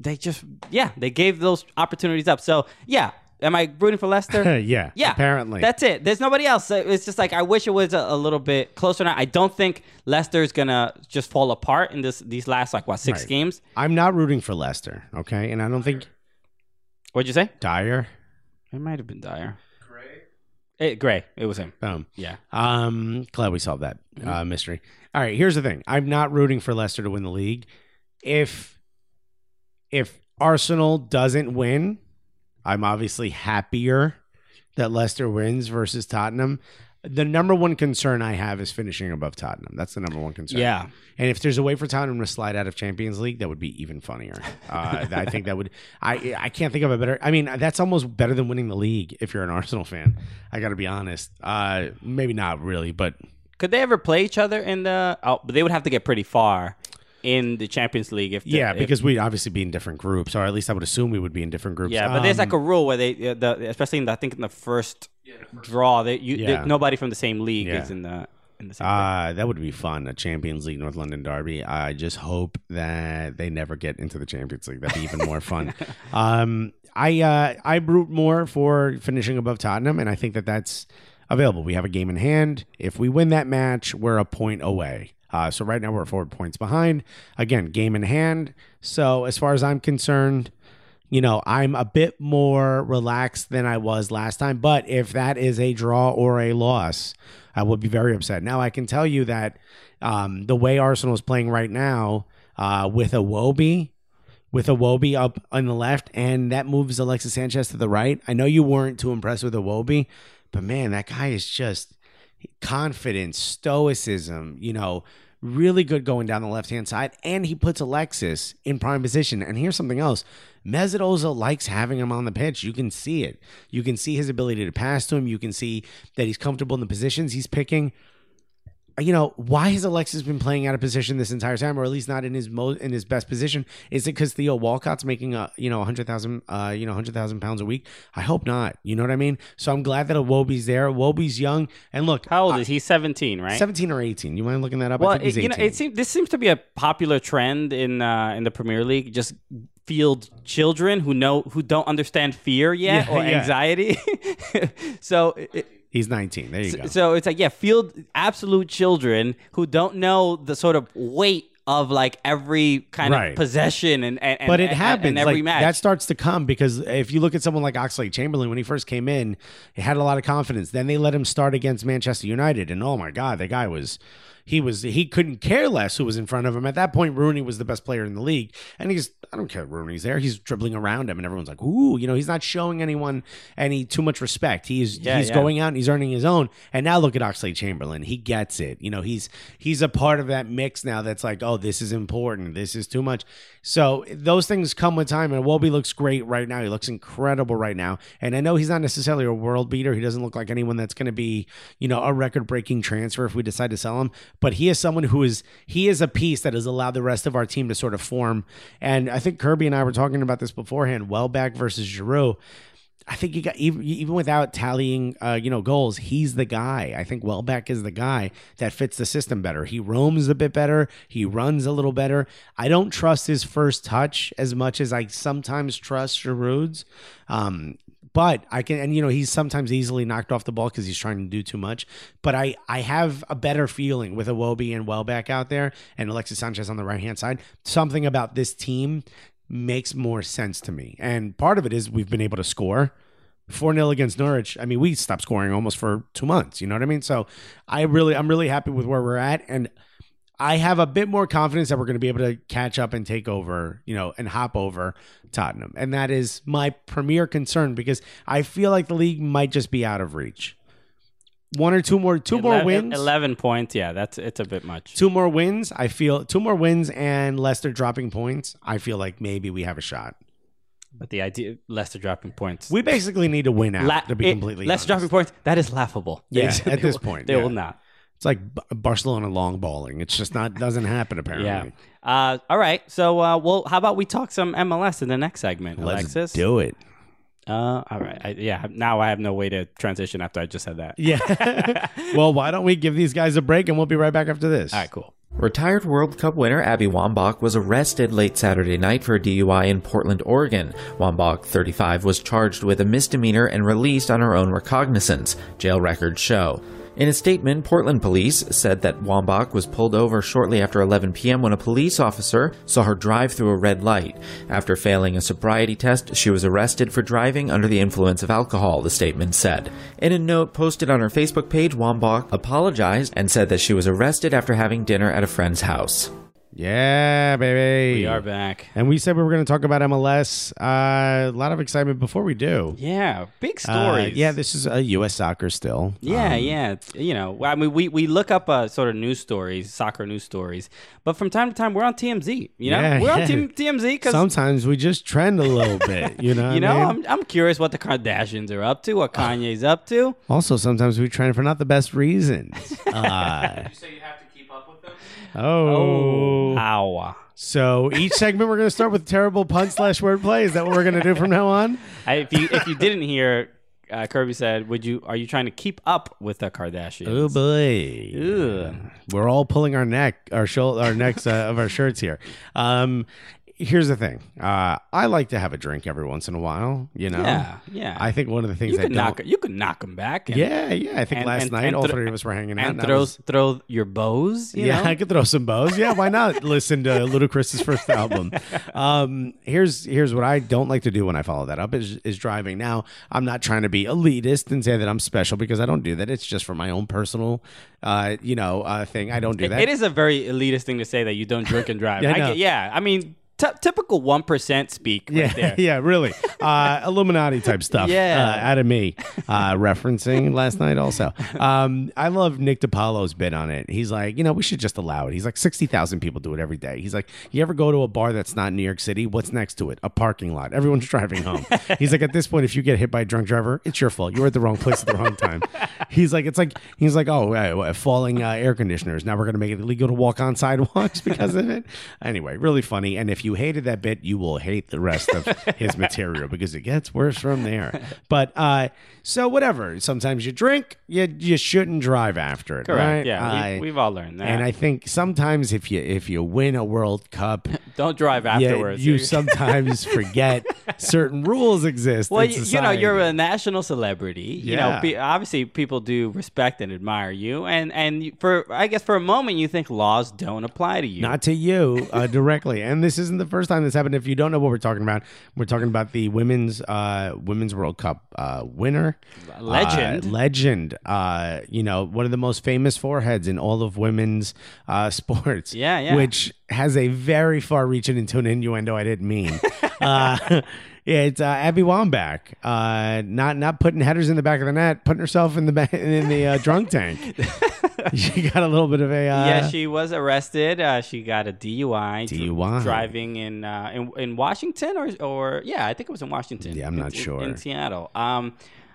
[SPEAKER 2] they just yeah they gave those opportunities up so yeah am I rooting for Leicester
[SPEAKER 1] [laughs] yeah.
[SPEAKER 2] yeah.
[SPEAKER 1] Apparently.
[SPEAKER 2] That's it. There's nobody else. So It's just like I wish it was a, a little bit closer. Now I don't think Leicester's gonna just fall apart in this these last like what six
[SPEAKER 1] Right.
[SPEAKER 2] games.
[SPEAKER 1] I'm not rooting for Leicester. Okay, and I don't think
[SPEAKER 2] What'd you say?
[SPEAKER 1] Dyer.
[SPEAKER 2] It might have been Dyer. Gray. It, Gray. It was him.
[SPEAKER 1] Boom.
[SPEAKER 2] Yeah.
[SPEAKER 1] Um, glad we solved that uh, mystery. All right, here's the thing: I'm not rooting for Leicester to win the league. If if Arsenal doesn't win, I'm obviously happier that Leicester wins versus Tottenham. The number one concern I have is finishing above Tottenham. That's the number one concern.
[SPEAKER 2] Yeah.
[SPEAKER 1] And if there's a way for Tottenham to slide out of Champions League, that would be even funnier. Uh, [laughs] I think that would. I I can't think of a better. I mean, that's almost better than winning the league if you're an Arsenal fan. I got to be honest. Uh, maybe not really, but
[SPEAKER 2] Could they ever play each other in the? Oh, but they would have to get pretty far in the Champions League if. The,
[SPEAKER 1] yeah,
[SPEAKER 2] if-
[SPEAKER 1] because we'd obviously be in different groups, or at least I would assume we would be in different groups.
[SPEAKER 2] yeah, but there's
[SPEAKER 1] Um,
[SPEAKER 2] like a rule where they, uh, the, especially in the, I think in the first draw. They, you,
[SPEAKER 1] Yeah.
[SPEAKER 2] they- nobody from the same league
[SPEAKER 1] Yeah.
[SPEAKER 2] is in the in the same.
[SPEAKER 1] Uh, that would be fun. A Champions League North London derby. I just hope that they never get into the Champions League. That'd be even more
[SPEAKER 2] [laughs]
[SPEAKER 1] fun. Um, I uh, I root more for finishing above Tottenham, and I think that that's available. We have a game in hand. If we win that match, we're a point away. Uh, so right now we're four points behind. Again, game in hand. So as far as I'm concerned, you know, I'm a bit more relaxed than I was last time. But if that is a draw or a loss, I would be very upset. Now, I can tell you that um, the way Arsenal is playing right now uh, with a Wobie, with a Wobie up on the left, and that moves Alexis Sanchez to the right. I know you weren't too impressed with a Wobie, but man, that guy is just confidence, stoicism, you know, really good going down the left hand side. And he puts Alexis in prime position. And here's something else Mesut Ozil likes having him on the pitch. You can see it. You can see his ability to pass to him. You can see that he's comfortable in the positions he's picking. You know why has Alexis been playing out of position this entire time, or at least not in his mo- in his best position? Is it because Theo Walcott's making a you know hundred thousand uh you know hundred thousand pounds a week? I hope not. You know what I mean. So I'm glad that a Wobie's there. Wobie's young, and look,
[SPEAKER 2] How old is he? Seventeen, right?
[SPEAKER 1] 17 or 18. You mind looking that up? I
[SPEAKER 2] Well,
[SPEAKER 1] think he's
[SPEAKER 2] it,
[SPEAKER 1] 18.
[SPEAKER 2] you know, it seems this seems to be a popular trend in uh, in the Premier League. Just field children who know who don't understand fear yet
[SPEAKER 1] Yeah,
[SPEAKER 2] or
[SPEAKER 1] yeah.
[SPEAKER 2] anxiety. [laughs] so. It,
[SPEAKER 1] he's 19. There you go.
[SPEAKER 2] so it's like yeah field absolute children who don't know the sort of weight of like every kind
[SPEAKER 1] Right.
[SPEAKER 2] of possession and, and and-
[SPEAKER 1] but it
[SPEAKER 2] and-
[SPEAKER 1] happens.
[SPEAKER 2] and every
[SPEAKER 1] like,
[SPEAKER 2] match
[SPEAKER 1] That starts to come because if you look at someone like Oxley Chamberlain when he first came in, he had a lot of confidence. Then they let him start against Manchester United, and oh my God, the guy was. He was he couldn't care less who was in front of him. At that point, Rooney was the best player in the league. And he's I don't care Rooney's there. He's dribbling around him and everyone's like, ooh, you know, he's not showing anyone any too much respect. He's
[SPEAKER 2] Yeah,
[SPEAKER 1] he's
[SPEAKER 2] yeah.
[SPEAKER 1] going out and he's earning his own. And now look at Oxley Chamberlain. He gets it. You know, he's he's a part of that mix now that's like, oh, this is important. This is too much. So those things come with time. And Wobie looks great right now. He looks incredible right now. And I know he's not necessarily a world beater. He doesn't look like anyone that's going to be, you know, a record breaking transfer if we decide to sell him. But he is someone who is he is a piece that has allowed the rest of our team to sort of form. And I think Kirby and I were talking about this beforehand. Welbeck versus Giroux. I think you got even, even without tallying, uh, you know, goals. He's the guy. I think Welbeck is the guy that fits the system better. He roams a bit better. He runs a little better. I don't trust his first touch as much as I sometimes trust Giroud's. Um, but I can, and you know, he's sometimes easily knocked off the ball because he's trying to do too much. But I, I have a better feeling with Awobi and Welbeck out there, and Alexis Sanchez on the right hand side. Something about this team makes more sense to me. And part of it is we've been able to score. 4 0 against Norwich. I mean, we stopped scoring almost for two months. You know what I mean? So I really, I'm really happy with where we're at. And I have a bit more confidence that we're going to be able to catch up and take over, you know, and hop over Tottenham. And that is my premier concern because I feel like the league might just be out of reach. One or two more, two more
[SPEAKER 2] 11
[SPEAKER 1] wins.
[SPEAKER 2] eleven points yeah that's it's a bit much
[SPEAKER 1] Two more wins. I feel two more wins and Leicester dropping points. I feel like maybe we have a shot.
[SPEAKER 2] but the idea Leicester dropping points
[SPEAKER 1] We basically need to win out
[SPEAKER 2] La-
[SPEAKER 1] to be
[SPEAKER 2] it-
[SPEAKER 1] completely
[SPEAKER 2] Leicester
[SPEAKER 1] honest.
[SPEAKER 2] dropping points that is laughable They-
[SPEAKER 1] Yeah,
[SPEAKER 2] [laughs] they
[SPEAKER 1] at this
[SPEAKER 2] will-
[SPEAKER 1] point,
[SPEAKER 2] they
[SPEAKER 1] yeah.
[SPEAKER 2] will not
[SPEAKER 1] It's like B- Barcelona long balling. It's just not doesn't happen apparently.
[SPEAKER 2] [laughs] yeah uh, all right so uh, well how about we talk some MLS in the next segment
[SPEAKER 1] Let's
[SPEAKER 2] Alexis
[SPEAKER 1] do it.
[SPEAKER 2] uh, all right I, yeah now I have no way to transition after I just said that
[SPEAKER 1] Yeah. well, why don't we give these guys a break and we'll be right back after this.
[SPEAKER 2] all right cool
[SPEAKER 6] Retired World Cup winner Abby Wambach was arrested late Saturday night for a DUI in Portland, Oregon. Wambach, 35, was charged with a misdemeanor and released on her own recognizance, jail records show. In a statement, Portland police said that Wambach was pulled over shortly after 11 p.m. when a police officer saw her drive through a red light. After failing a sobriety test, she was arrested for driving under the influence of alcohol, the statement said. In a note posted on her Facebook page, Wambach apologized and said that she was arrested after having dinner at a friend's house.
[SPEAKER 1] Yeah, baby.
[SPEAKER 2] we are back
[SPEAKER 1] And we said we were going to talk about MLS. Uh, a lot of excitement before we do.
[SPEAKER 2] yeah big
[SPEAKER 1] Uh,
[SPEAKER 2] stories
[SPEAKER 1] yeah, this um, is a U.S. soccer still.
[SPEAKER 2] Yeah, yeah. It's, you know, well, I mean, we, we look up uh, sort of news stories, soccer news stories, but from time to time we're on TMZ. You know,
[SPEAKER 1] Yeah,
[SPEAKER 2] we're
[SPEAKER 1] yeah.
[SPEAKER 2] on team, TMZ because
[SPEAKER 1] Sometimes we just trend a
[SPEAKER 2] [laughs]
[SPEAKER 1] little bit, you know. what I
[SPEAKER 2] you know
[SPEAKER 1] mean? Ah.
[SPEAKER 2] I'm I'm curious what the Kardashians are up to, what Kanye's up to.
[SPEAKER 1] also sometimes we trend for not the best
[SPEAKER 2] [laughs]
[SPEAKER 1] reasons. Uh,
[SPEAKER 3] So you have to keep up with them.
[SPEAKER 1] oh,
[SPEAKER 2] Ow.
[SPEAKER 1] so each segment we're going to start with terrible pun slash wordplay. Is that what we're going to do from now on?
[SPEAKER 2] I, if you if you didn't hear. uh, Kirby said, "Would you? Are you trying to keep up with the Kardashians?"
[SPEAKER 1] Oh boy.
[SPEAKER 2] Ew.
[SPEAKER 1] We're all pulling our neck, our shoulder, our necks uh, of our shirts here. Um, here's the thing. Uh, I like to have a drink every once in a while. You know.
[SPEAKER 2] Yeah, yeah.
[SPEAKER 1] I think one of the things
[SPEAKER 2] you
[SPEAKER 1] I
[SPEAKER 2] could
[SPEAKER 1] don't.
[SPEAKER 2] knock. You could knock them back. and-
[SPEAKER 1] yeah, yeah. I think
[SPEAKER 2] and-
[SPEAKER 1] last
[SPEAKER 2] and-
[SPEAKER 1] night
[SPEAKER 2] and
[SPEAKER 1] all
[SPEAKER 2] thro-
[SPEAKER 1] three of us were hanging out.
[SPEAKER 2] and
[SPEAKER 1] I
[SPEAKER 2] throw
[SPEAKER 1] was-
[SPEAKER 2] throw your bows. You
[SPEAKER 1] yeah, [laughs]
[SPEAKER 2] know?
[SPEAKER 1] I could throw some bows. Yeah, why not [laughs] listen to Ludacris's first album? Um, here's here's what I don't like to do when I follow that up is is driving. Now I'm not trying to be elitist and say that I'm special because I don't do that. It's just for my own personal, uh, you know, uh, thing. I don't do that.
[SPEAKER 2] It is a very elitist thing to say that you don't drink and
[SPEAKER 1] [laughs]
[SPEAKER 2] drive.
[SPEAKER 1] Yeah, I
[SPEAKER 2] I
[SPEAKER 1] know.
[SPEAKER 2] get- yeah. I mean, t- typical one percent speak. Right
[SPEAKER 1] yeah,
[SPEAKER 2] there.
[SPEAKER 1] yeah, really, uh, Illuminati type stuff.
[SPEAKER 2] Yeah.
[SPEAKER 1] uh, out of me, uh, referencing last night. Also, um, I love Nick DiPaolo's bit on it. He's like, you know, we should just allow it. He's like, sixty thousand people do it every day. He's like, you ever go to a bar that's not in New York City? What's next to it? A parking lot. Everyone's [laughs] driving home. He's like, at this point, if you get hit by a drunk driver, it's your fault. You were at the wrong place at the wrong time. He's like, it's like he's like, oh, uh, uh, falling uh, air conditioners. Now we're gonna make it illegal to walk on sidewalks [laughs] because of it. Anyway, really funny. And if you hated that bit, you will hate the rest of
[SPEAKER 2] [laughs]
[SPEAKER 1] his material because it gets worse from there. But uh, so whatever. Sometimes you drink, you you shouldn't drive after it.
[SPEAKER 2] Correct.
[SPEAKER 1] [laughs] right?
[SPEAKER 2] Yeah.
[SPEAKER 1] I-
[SPEAKER 2] we, have all learned that.
[SPEAKER 1] and I think sometimes if you if you win a World Cup,
[SPEAKER 2] don't drive [laughs] afterwards. [laughs]
[SPEAKER 1] you sometimes forget certain rules exist.
[SPEAKER 2] Well,
[SPEAKER 1] in
[SPEAKER 2] you, you know, you're
[SPEAKER 1] society.
[SPEAKER 2] a national celebrity. You know,
[SPEAKER 1] Yeah.
[SPEAKER 2] pe- obviously people do respect and admire you, and and you- for I guess for a moment you think laws don't apply to you.
[SPEAKER 1] Not to you uh, [laughs] directly, and this isn't the first time this happened. If you don't know what we're talking about, we're talking about the women's uh, women's World Cup uh, winner,
[SPEAKER 2] Legend.
[SPEAKER 1] uh, legend. Uh, you know, one of the most famous foreheads in all of women's uh, [laughs] sports.
[SPEAKER 2] Yeah, yeah.
[SPEAKER 1] Which has a very far-reaching into an innuendo I didn't
[SPEAKER 2] [laughs]
[SPEAKER 1] mean. uh, It's uh, Abby Wambach, uh, not not putting headers in the back of the net, putting herself in the ba- in the uh, drunk
[SPEAKER 2] [laughs]
[SPEAKER 1] tank. she got a little bit of a uh,
[SPEAKER 2] yeah, she was arrested. Uh, she got a DUI. dr-
[SPEAKER 1] DUI.
[SPEAKER 2] driving in, uh, in in Washington or or yeah, I think it was in Washington.
[SPEAKER 1] Yeah, I'm not
[SPEAKER 2] In- in-
[SPEAKER 1] sure.
[SPEAKER 2] In Seattle. Um,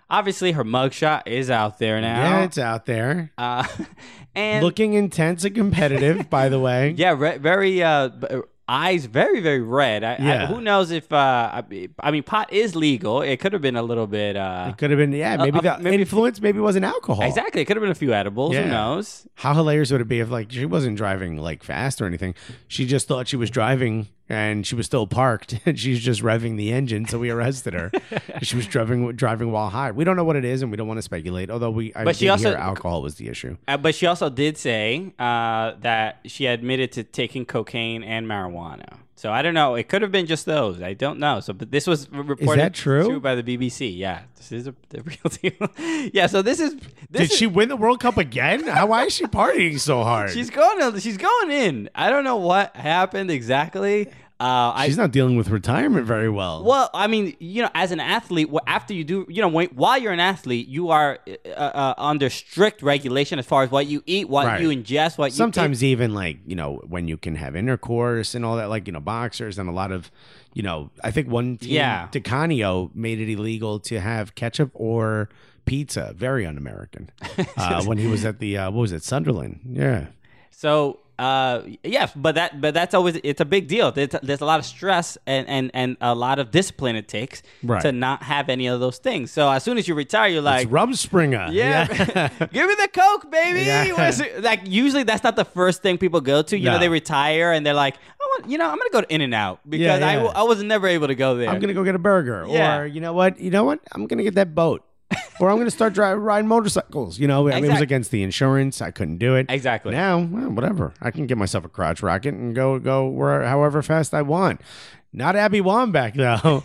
[SPEAKER 2] obviously her mugshot is out there now.
[SPEAKER 1] yeah, it's out there.
[SPEAKER 2] uh, and
[SPEAKER 1] Looking intense and competitive, by the way.
[SPEAKER 2] [laughs] Yeah, re- very uh, b- uh, eyes very very red. I, I,
[SPEAKER 1] Yeah.
[SPEAKER 2] who knows if uh, I, be- I mean pot is legal. It could have been a little bit. Uh,
[SPEAKER 1] Could have been, yeah, maybe
[SPEAKER 2] uh,
[SPEAKER 1] the
[SPEAKER 2] maybe-
[SPEAKER 1] influence maybe wasn't alcohol.
[SPEAKER 2] exactly, it could have been a few edibles. Who
[SPEAKER 1] Yeah.
[SPEAKER 2] knows?
[SPEAKER 1] How hilarious would it be if, like, she wasn't driving, like, fast or anything? She just thought she was driving and she was still parked [laughs] and she's just revving the engine. So we arrested
[SPEAKER 2] [laughs]
[SPEAKER 1] her. she was driving driving while high. We don't know what it is and we don't want to speculate, although we, I
[SPEAKER 2] But
[SPEAKER 1] but
[SPEAKER 2] she
[SPEAKER 1] she
[SPEAKER 2] also-
[SPEAKER 1] hear alcohol was the issue.
[SPEAKER 2] Uh, but she also did say uh, that she admitted to taking cocaine and marijuana. So I don't know. It could have been just those. I don't know. So, but this was re- reported
[SPEAKER 1] that true?
[SPEAKER 2] by the BBC. Yeah, this is a, the [laughs] real deal. yeah. So this is this
[SPEAKER 1] Did
[SPEAKER 2] is,
[SPEAKER 1] she win the World Cup again? How, why is she partying so hard?
[SPEAKER 2] She's
[SPEAKER 1] She's,
[SPEAKER 2] going. To, she's going in. I don't know what happened exactly. Uh, I,
[SPEAKER 1] not dealing with retirement very well.
[SPEAKER 2] Well, I mean, you know, as an athlete, wh- after you do, you know, when, while you're an athlete, you are uh, uh, under strict regulation as far as what you eat, what
[SPEAKER 1] Right.
[SPEAKER 2] you ingest, what
[SPEAKER 1] sometimes even like you know when you can have intercourse and all that like you know boxers and a lot of you know i think one team
[SPEAKER 2] Yeah.
[SPEAKER 1] decanio made it illegal to have ketchup or pizza very
[SPEAKER 2] [laughs]
[SPEAKER 1] un-american uh, when he was at the uh, what was it sunderland yeah
[SPEAKER 2] you eat. So, uh, yeah, but that, but that's always it's a big deal. There's, there's a lot of stress and and and a lot of discipline it takes
[SPEAKER 1] Right.
[SPEAKER 2] to not have any of those things. So as soon as you retire, you're like.
[SPEAKER 1] it's rumspringer
[SPEAKER 2] Yeah, [laughs]
[SPEAKER 1] [laughs]
[SPEAKER 2] give me the coke, baby. [laughs]
[SPEAKER 1] Yeah.
[SPEAKER 2] Where's it- Like usually, that's not the first thing people go to. You know,
[SPEAKER 1] No.
[SPEAKER 2] they retire and they're like, I want, you know, I'm gonna go to In and Out because I
[SPEAKER 1] yeah.
[SPEAKER 2] w I I, was never able to go there.
[SPEAKER 1] i'm gonna go get a burger
[SPEAKER 2] Yeah.
[SPEAKER 1] or you know what you know what i'm gonna get that boat or I'm going to start driving, riding motorcycles. You know, I mean, it was
[SPEAKER 2] Exact-
[SPEAKER 1] against the insurance. I couldn't do it.
[SPEAKER 2] Exactly.
[SPEAKER 1] Now, well, whatever. I can get myself a crotch rocket and go go where however fast I want. Not Abby Wambach
[SPEAKER 2] [laughs]
[SPEAKER 1] though.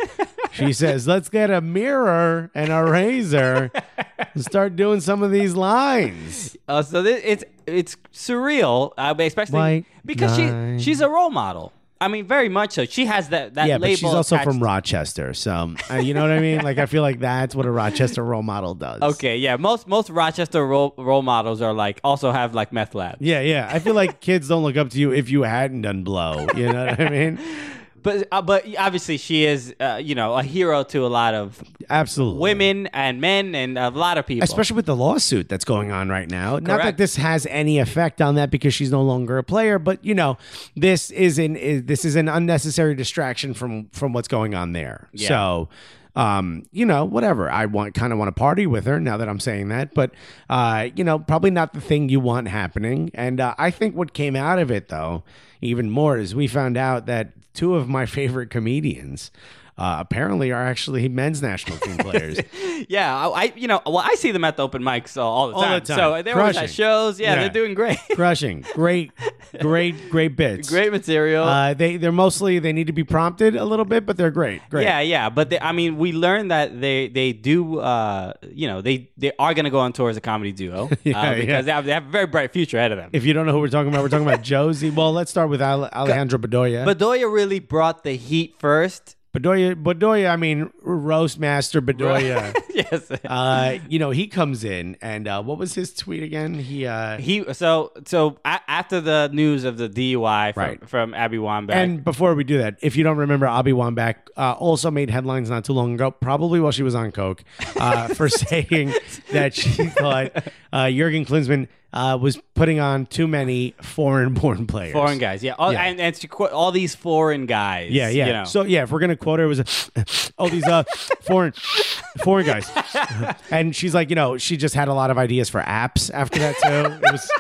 [SPEAKER 1] she says, "Let's get a mirror and a razor and start doing some of these lines."
[SPEAKER 2] Uh, so thi- it's it's surreal, uh, but especially
[SPEAKER 1] White
[SPEAKER 2] because she
[SPEAKER 1] line.
[SPEAKER 2] she's a role model. I mean, very much so. She has that that
[SPEAKER 1] yeah,
[SPEAKER 2] label.
[SPEAKER 1] but she's also
[SPEAKER 2] attached-
[SPEAKER 1] from Rochester, so uh, you know what I mean. Like, I feel like that's what a Rochester role model does.
[SPEAKER 2] [laughs] Okay, yeah. Most most Rochester role, role models are like also have like meth labs.
[SPEAKER 1] Yeah, yeah. I feel like kids don't look up to you if you hadn't done blow. You know what I mean?
[SPEAKER 2] But uh, but obviously she is uh, you know a hero to a lot of
[SPEAKER 1] Absolutely.
[SPEAKER 2] women and men and a lot of people.
[SPEAKER 1] Especially with the lawsuit that's going on right now. Not
[SPEAKER 2] Correct.
[SPEAKER 1] that this has any effect on that because she's no longer a player, but you know, this is an is, this is an unnecessary distraction from from what's going on there. So um, you know, whatever. I want kind of want to party with her now that I'm saying that, but uh, you know, probably not the thing you want happening. And uh, I think what came out of it though, even more, is we found out that two of my [laughs] favorite comedians. Uh, apparently, are actually men's national
[SPEAKER 2] [laughs]
[SPEAKER 1] team players.
[SPEAKER 2] Yeah, I, I you know, well, I see them at the open mics all, all the
[SPEAKER 1] All
[SPEAKER 2] time.
[SPEAKER 1] the time.
[SPEAKER 2] So they're always at
[SPEAKER 1] Crushing.
[SPEAKER 2] shows. Yeah,
[SPEAKER 1] Yeah.
[SPEAKER 2] they're doing great. [laughs]
[SPEAKER 1] Crushing, great, great, great bits.
[SPEAKER 2] great material.
[SPEAKER 1] Uh, they they're mostly they need to be prompted a little bit, but they're great. Great.
[SPEAKER 2] Yeah, yeah, but they, I mean, we learned that they they do, uh, you know, they they are going to go on tour as a
[SPEAKER 1] [laughs]
[SPEAKER 2] comedy duo uh,
[SPEAKER 1] Yeah,
[SPEAKER 2] because
[SPEAKER 1] yeah.
[SPEAKER 2] They, have, they have a very bright future ahead of them.
[SPEAKER 1] If you don't know who we're talking about, we're
[SPEAKER 2] [laughs]
[SPEAKER 1] talking about Josie. Well, let's start with Ale- Alejandro [laughs] Bedoya.
[SPEAKER 2] Bedoya really brought the heat first.
[SPEAKER 1] Bedoya, Bedoya, I mean roast master Bedoya.
[SPEAKER 2] [laughs] yes.
[SPEAKER 1] uh, you know he comes in, and uh, what was his tweet again? He uh,
[SPEAKER 2] he so so a- after the news of the DUI from,
[SPEAKER 1] Right.
[SPEAKER 2] from Abby Wambach.
[SPEAKER 1] and before we do that, if you don't remember, Abi Wambach uh, also made headlines not too long ago, probably while she was on coke,
[SPEAKER 2] [laughs]
[SPEAKER 1] uh, for saying that she thought uh, Jurgen Klinsmann uh, was putting on too many foreign-born players.
[SPEAKER 2] Foreign guys, yeah, all,
[SPEAKER 1] Yeah.
[SPEAKER 2] and and she qu- all these foreign guys,
[SPEAKER 1] Yeah, yeah.
[SPEAKER 2] You know.
[SPEAKER 1] So yeah, if we're gonna quote her, it was uh, [laughs] all these uh, foreign foreign
[SPEAKER 2] [laughs]
[SPEAKER 1] guys, and she's like, you know, she just had a lot of ideas for apps after that too. It was.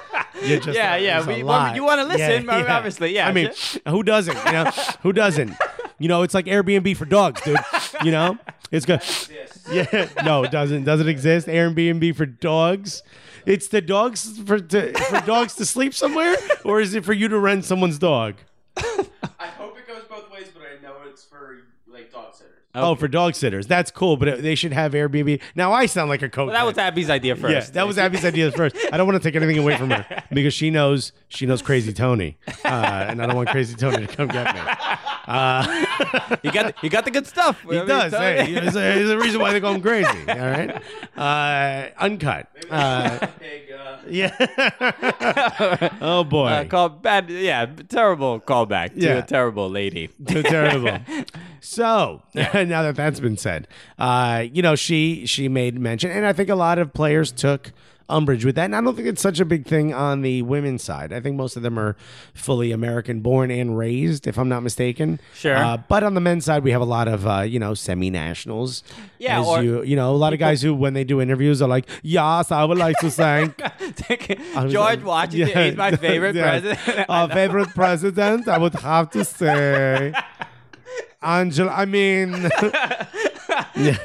[SPEAKER 1] you just-
[SPEAKER 2] Yeah,
[SPEAKER 1] it
[SPEAKER 2] yeah,
[SPEAKER 1] was a
[SPEAKER 2] we- well,
[SPEAKER 1] lot.
[SPEAKER 2] you wanna listen, obviously, yeah.
[SPEAKER 1] I mean, who doesn't? You know, who doesn't? You know, it's like Airbnb for dogs, dude. You know, it's good. Yeah, no, it doesn't. Doesn't exist. Airbnb for dogs. It's the dogs for to, for dogs to sleep somewhere, or is it for you to rent someone's dog?
[SPEAKER 3] I hope it goes both ways, but I know it's for like dog sitters.
[SPEAKER 1] Oh, for dog sitters. That's cool, but it- they should have Airbnb. Now I sound like a coach.
[SPEAKER 2] Well, that was Abby's idea first.
[SPEAKER 1] Yeah, that was Abby's idea first. I don't want to take anything away from
[SPEAKER 2] [laughs]
[SPEAKER 1] her because she knows she knows Crazy Tony, uh, and I don't want Crazy Tony to come
[SPEAKER 2] [laughs]
[SPEAKER 1] get me.
[SPEAKER 2] you got you got the good stuff.
[SPEAKER 1] [laughs] He does. Hey, there's a, there's a reason why they call him Crazy. All right, uh, uncut. Uh, yeah. [laughs] oh boy.
[SPEAKER 2] [laughs] uh, call bad, yeah, terrible callback to
[SPEAKER 1] Yeah.
[SPEAKER 2] a terrible lady.
[SPEAKER 1] so
[SPEAKER 2] [laughs]
[SPEAKER 1] terrible. So [laughs] now that that's been said, uh, you know she she made mention, and I think a lot of players took umbrage with that. And I don't think it's such a big thing on the women's side. I think most of them are fully American born and raised, if I'm not mistaken.
[SPEAKER 2] Sure.
[SPEAKER 1] Uh, but on the men's side, we have a lot of uh, you know semi nationals.
[SPEAKER 2] Yeah,
[SPEAKER 1] As
[SPEAKER 2] or-
[SPEAKER 1] you you know a lot of guys who when they do interviews are like, yes, I would like to thank
[SPEAKER 2] George Washington
[SPEAKER 1] yeah, [laughs]
[SPEAKER 2] is my favorite
[SPEAKER 1] yeah. [laughs]
[SPEAKER 2] president.
[SPEAKER 1] Our favorite president, I would have to say. Angela, I mean, [laughs] Yeah.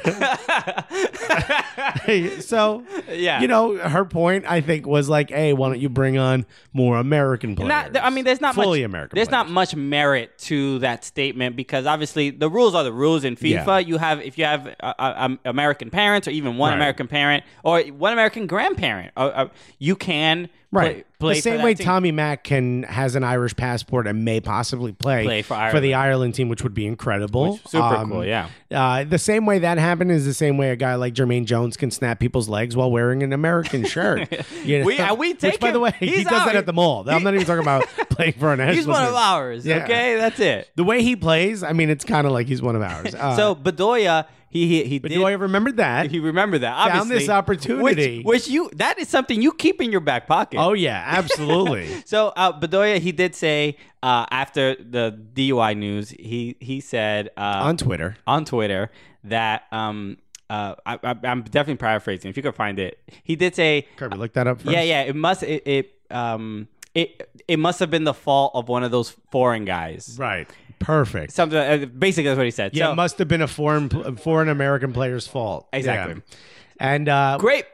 [SPEAKER 1] so
[SPEAKER 2] Yeah.
[SPEAKER 1] you know, her point I think was like, "Hey, why don't you bring on more American players?"
[SPEAKER 2] [laughs] Not, I mean, there's not
[SPEAKER 1] fully
[SPEAKER 2] much,
[SPEAKER 1] American.
[SPEAKER 2] There's
[SPEAKER 1] players.
[SPEAKER 2] not much merit to that statement because obviously the rules are the rules in FIFA.
[SPEAKER 1] Yeah.
[SPEAKER 2] You have if you have uh, uh, um, American parents or even one
[SPEAKER 1] Right.
[SPEAKER 2] American parent or one American grandparent, uh, uh, you can
[SPEAKER 1] right.
[SPEAKER 2] play, play
[SPEAKER 1] the
[SPEAKER 2] for
[SPEAKER 1] same
[SPEAKER 2] that
[SPEAKER 1] way
[SPEAKER 2] team.
[SPEAKER 1] Tommy Mack can has an Irish passport and may possibly play,
[SPEAKER 2] Play for
[SPEAKER 1] the Ireland team, which would be incredible.
[SPEAKER 2] super cool, yeah.
[SPEAKER 1] Uh, the same way that happened is the same way a guy like Jermaine Jones can snap people's legs while wearing an American
[SPEAKER 2] [laughs]
[SPEAKER 1] shirt. You
[SPEAKER 2] We- and we
[SPEAKER 1] [laughs]
[SPEAKER 2] take
[SPEAKER 1] which, by the
[SPEAKER 2] him.
[SPEAKER 1] way, he
[SPEAKER 2] He's
[SPEAKER 1] does that
[SPEAKER 2] our-
[SPEAKER 1] at the mall. I'm not even talking about
[SPEAKER 2] [laughs]
[SPEAKER 1] playing for an.
[SPEAKER 2] He's one of ours.
[SPEAKER 1] Yeah.
[SPEAKER 2] Okay, that's it.
[SPEAKER 1] The way he plays, I mean, it's kind of like he's one of
[SPEAKER 2] [laughs]
[SPEAKER 1] ours. Uh,
[SPEAKER 2] so Bedoya, he he, he
[SPEAKER 1] but
[SPEAKER 2] did.
[SPEAKER 1] do I remember
[SPEAKER 2] [laughs]
[SPEAKER 1] that?
[SPEAKER 2] he remembered that. Obviously,
[SPEAKER 1] Found this opportunity.
[SPEAKER 2] which, which you that is something you keep in your back pocket.
[SPEAKER 1] oh yeah,
[SPEAKER 2] [laughs]
[SPEAKER 1] absolutely.
[SPEAKER 2] So uh, Bedoya, he did say uh, after the DUI news, he he said uh,
[SPEAKER 1] On Twitter,
[SPEAKER 2] on Twitter that um uh I, I, I'm definitely paraphrasing. If you could find it, he did say,
[SPEAKER 1] Kirby, look that up. First.
[SPEAKER 2] yeah, yeah, it must it, it um it it must have been the fault of one of those foreign guys.
[SPEAKER 1] Right. Perfect.
[SPEAKER 2] Something uh, basically that's what he said.
[SPEAKER 1] Yeah,
[SPEAKER 2] so,
[SPEAKER 1] it must have been a foreign foreign American player's fault.
[SPEAKER 2] Exactly.
[SPEAKER 1] Yeah. And uh,
[SPEAKER 2] great,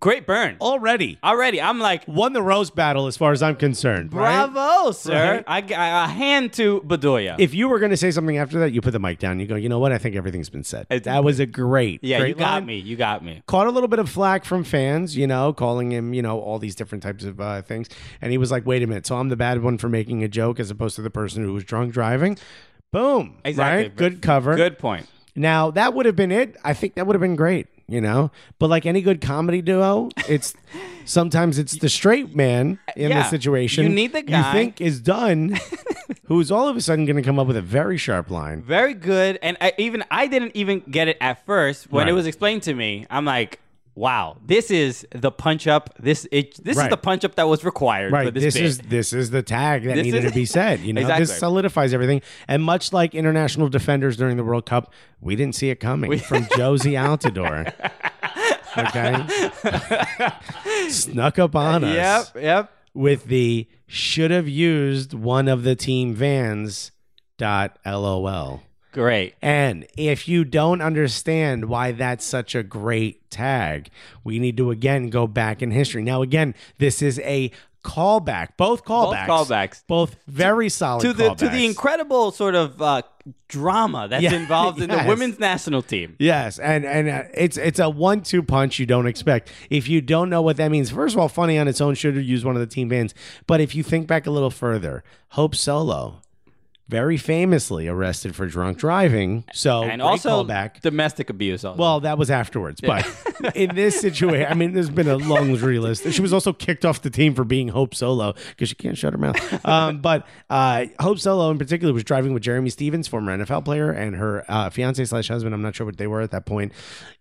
[SPEAKER 2] great burn
[SPEAKER 1] Oh. already
[SPEAKER 2] already. I'm like.
[SPEAKER 1] won the rose battle as far as I'm concerned. right?
[SPEAKER 2] Bravo, sir!
[SPEAKER 1] Right.
[SPEAKER 2] I g I a hand to Bedoya.
[SPEAKER 1] If you were going to say something after that, you put the mic down. You go, you know what? I think everything's been said.
[SPEAKER 2] It's-
[SPEAKER 1] that was a great,
[SPEAKER 2] yeah,
[SPEAKER 1] great
[SPEAKER 2] you got
[SPEAKER 1] line.
[SPEAKER 2] me. You got me.
[SPEAKER 1] Caught a little bit of flack from fans, you know, calling him, you know, all these different types of uh, things. And he was like, wait a minute. So I'm the bad one for making a joke as opposed to the person who was drunk driving. Boom.
[SPEAKER 2] Exactly.
[SPEAKER 1] Right? Good cover.
[SPEAKER 2] Good point.
[SPEAKER 1] Now that would have been it. I think that would have been great, you know. But like any good comedy duo,
[SPEAKER 2] [laughs]
[SPEAKER 1] it's sometimes it's the straight man in
[SPEAKER 2] Yeah.
[SPEAKER 1] the situation.
[SPEAKER 2] You need the guy-
[SPEAKER 1] you think is
[SPEAKER 2] [laughs]
[SPEAKER 1] done, who's all of a sudden going to come up with a very sharp line.
[SPEAKER 2] very good and I, even i didn't even get it at first when it
[SPEAKER 1] Right.
[SPEAKER 2] was explained to me i'm like wow, this is the punch up. This it, this is
[SPEAKER 1] Right.
[SPEAKER 2] the punch up that was required for
[SPEAKER 1] Right.
[SPEAKER 2] this,
[SPEAKER 1] This
[SPEAKER 2] bit.
[SPEAKER 1] is this is the tag that
[SPEAKER 2] This
[SPEAKER 1] needed
[SPEAKER 2] is- [laughs]
[SPEAKER 1] to be said. You know,
[SPEAKER 2] Exactly.
[SPEAKER 1] this solidifies everything. And much like international defenders during the World Cup, we didn't see it coming from
[SPEAKER 2] [laughs]
[SPEAKER 1] Josie Altidore. Okay,
[SPEAKER 2] [laughs]
[SPEAKER 1] snuck up on us
[SPEAKER 2] Yep, yep.
[SPEAKER 1] with the should have used one of the team vans. Dot lol.
[SPEAKER 2] Great.
[SPEAKER 1] And if you don't understand why that's such a great tag, we need to again go back in history. Now, again, this is a callback. Both callbacks.
[SPEAKER 2] callbacks.
[SPEAKER 1] Both very solid
[SPEAKER 2] to the to the
[SPEAKER 1] callbacks.
[SPEAKER 2] incredible sort of uh, drama that's
[SPEAKER 1] Yeah, [laughs]
[SPEAKER 2] involved in
[SPEAKER 1] yes.
[SPEAKER 2] the women's national team.
[SPEAKER 1] [laughs] Yes, and and uh, it's it's a one-two punch you don't expect. If you don't know what that means, first of all, funny on its own should use one of the team bands. But if you think back a little further, Hope Solo, very famously arrested for drunk driving, so
[SPEAKER 2] and
[SPEAKER 1] Oh, great
[SPEAKER 2] also
[SPEAKER 1] callback.
[SPEAKER 2] domestic abuse. Also.
[SPEAKER 1] Well, that was afterwards, but in this situation, I mean, there's been a long laundry list. She was also kicked off the team for being Hope Solo because she can't shut her mouth. Um, but uh, Hope Solo, in particular, was driving with Jeremy Stevens, former NFL player, and her uh, fiance slash husband. I'm not sure what they were at that point.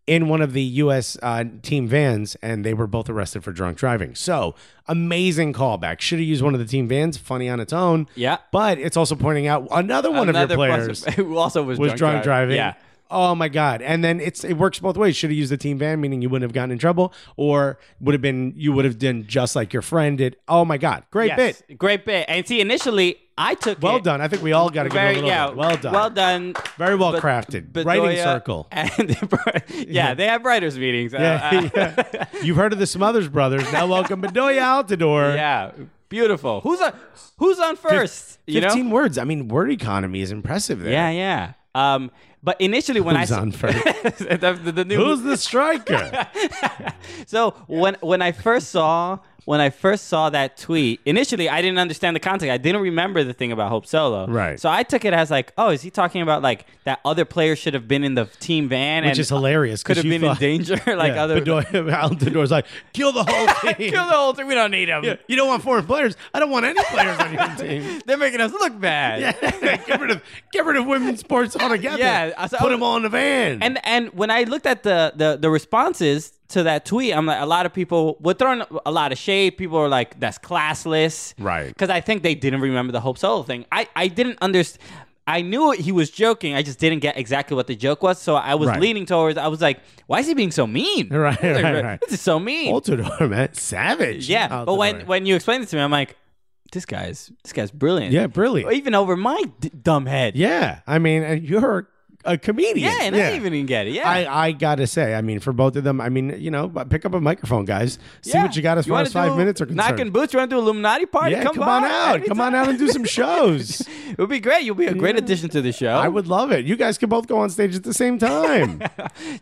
[SPEAKER 1] In one of the U.S. Uh, team vans, and they were both arrested for drunk driving. So amazing callback. Should have used one of the team vans. Funny on its own.
[SPEAKER 2] Yeah.
[SPEAKER 1] But it's also pointing out another one
[SPEAKER 2] Another
[SPEAKER 1] of your players
[SPEAKER 2] [laughs] person who also was,
[SPEAKER 1] was
[SPEAKER 2] drunk,
[SPEAKER 1] drunk driving.
[SPEAKER 2] driving. Yeah.
[SPEAKER 1] Oh my god! And then it's it works both ways. Should have used the team van, meaning you wouldn't have gotten in trouble, or would have been you would have done just like your friend did. Oh my god! Great
[SPEAKER 2] Yes,
[SPEAKER 1] bit.
[SPEAKER 2] Great bit. And see, initially I took
[SPEAKER 1] Well
[SPEAKER 2] it
[SPEAKER 1] done. I think we all got to give it a
[SPEAKER 2] Very
[SPEAKER 1] little
[SPEAKER 2] yeah.
[SPEAKER 1] bit. well done.
[SPEAKER 2] Well done.
[SPEAKER 1] Very well
[SPEAKER 2] Be-
[SPEAKER 1] crafted.
[SPEAKER 2] Bedoya
[SPEAKER 1] Writing circle.
[SPEAKER 2] [laughs] And
[SPEAKER 1] [laughs]
[SPEAKER 2] yeah, they have writers meetings. Uh,
[SPEAKER 1] Yeah, [laughs]
[SPEAKER 2] Yeah. [laughs]
[SPEAKER 1] yeah. You've heard of the Smothers Brothers. Now welcome Bedoya Altador.
[SPEAKER 2] yeah. Beautiful. Who's on Who's on first? you know.
[SPEAKER 1] Fifteen words. I mean, word economy is impressive. There.
[SPEAKER 2] Yeah, yeah. Um, but initially when
[SPEAKER 1] Who's
[SPEAKER 2] I s- [laughs]
[SPEAKER 1] on first?
[SPEAKER 2] the, the- the new
[SPEAKER 1] Who's the
[SPEAKER 2] [laughs]
[SPEAKER 1] striker?
[SPEAKER 2] So when when I first saw when I first saw that tweet, initially I didn't understand the context. I didn't remember the thing about Hope Solo.
[SPEAKER 1] Right.
[SPEAKER 2] So I took it as like, oh, is he talking about like that other player should have been in the team van
[SPEAKER 1] Which
[SPEAKER 2] and
[SPEAKER 1] is hilarious. 'cause
[SPEAKER 2] could have
[SPEAKER 1] you
[SPEAKER 2] been
[SPEAKER 1] thought-
[SPEAKER 2] in danger [laughs] like
[SPEAKER 1] yeah,
[SPEAKER 2] other
[SPEAKER 1] Bedoya
[SPEAKER 2] [laughs]
[SPEAKER 1] Altador's like kill the whole team.
[SPEAKER 2] Kill the whole team. We don't need him.
[SPEAKER 1] Yeah, you don't want foreign players. I don't want any players on your
[SPEAKER 2] [laughs]
[SPEAKER 1] team. [laughs]
[SPEAKER 2] They're making us look bad.
[SPEAKER 1] get rid of get rid of women's sports altogether.
[SPEAKER 2] Yeah, I saw- oh,
[SPEAKER 1] put them all in the van.
[SPEAKER 2] And and when I looked at the, the the responses to that tweet, I'm like, a lot of people were throwing a lot of shade. People are like, that's classless,
[SPEAKER 1] Right.
[SPEAKER 2] Because I think they didn't remember the Hope Solo thing. I I didn't understand. I knew he was joking. I just didn't get exactly what the joke was. So I was
[SPEAKER 1] Right.
[SPEAKER 2] leaning towards. I was like, why is he being so mean?
[SPEAKER 1] Right,
[SPEAKER 2] I was like,
[SPEAKER 1] right, right.
[SPEAKER 2] This is so mean.
[SPEAKER 1] Altidore, [laughs] man, savage.
[SPEAKER 2] yeah. But when
[SPEAKER 1] Altidore.
[SPEAKER 2] when you explained it to me, I'm like, this guy's this guy's brilliant.
[SPEAKER 1] yeah, brilliant.
[SPEAKER 2] Even over my d- dumb head.
[SPEAKER 1] Yeah, I mean, and you're a comedian.
[SPEAKER 2] Yeah, and I didn't even get it. Yeah.
[SPEAKER 1] I, I gotta say, I mean, for both of them, I mean, you know, pick up a microphone, guys. See
[SPEAKER 2] Yeah.
[SPEAKER 1] what you got as far
[SPEAKER 2] wanna
[SPEAKER 1] as five
[SPEAKER 2] do
[SPEAKER 1] minutes are concerned.
[SPEAKER 2] Knocking boots, you want to do Illuminati party?
[SPEAKER 1] yeah,
[SPEAKER 2] come,
[SPEAKER 1] come, on out, come on out and do some
[SPEAKER 2] [laughs]
[SPEAKER 1] shows.
[SPEAKER 2] It would be great. You'll be a great addition to the show.
[SPEAKER 1] I would love it. You guys could both go on stage at the same time.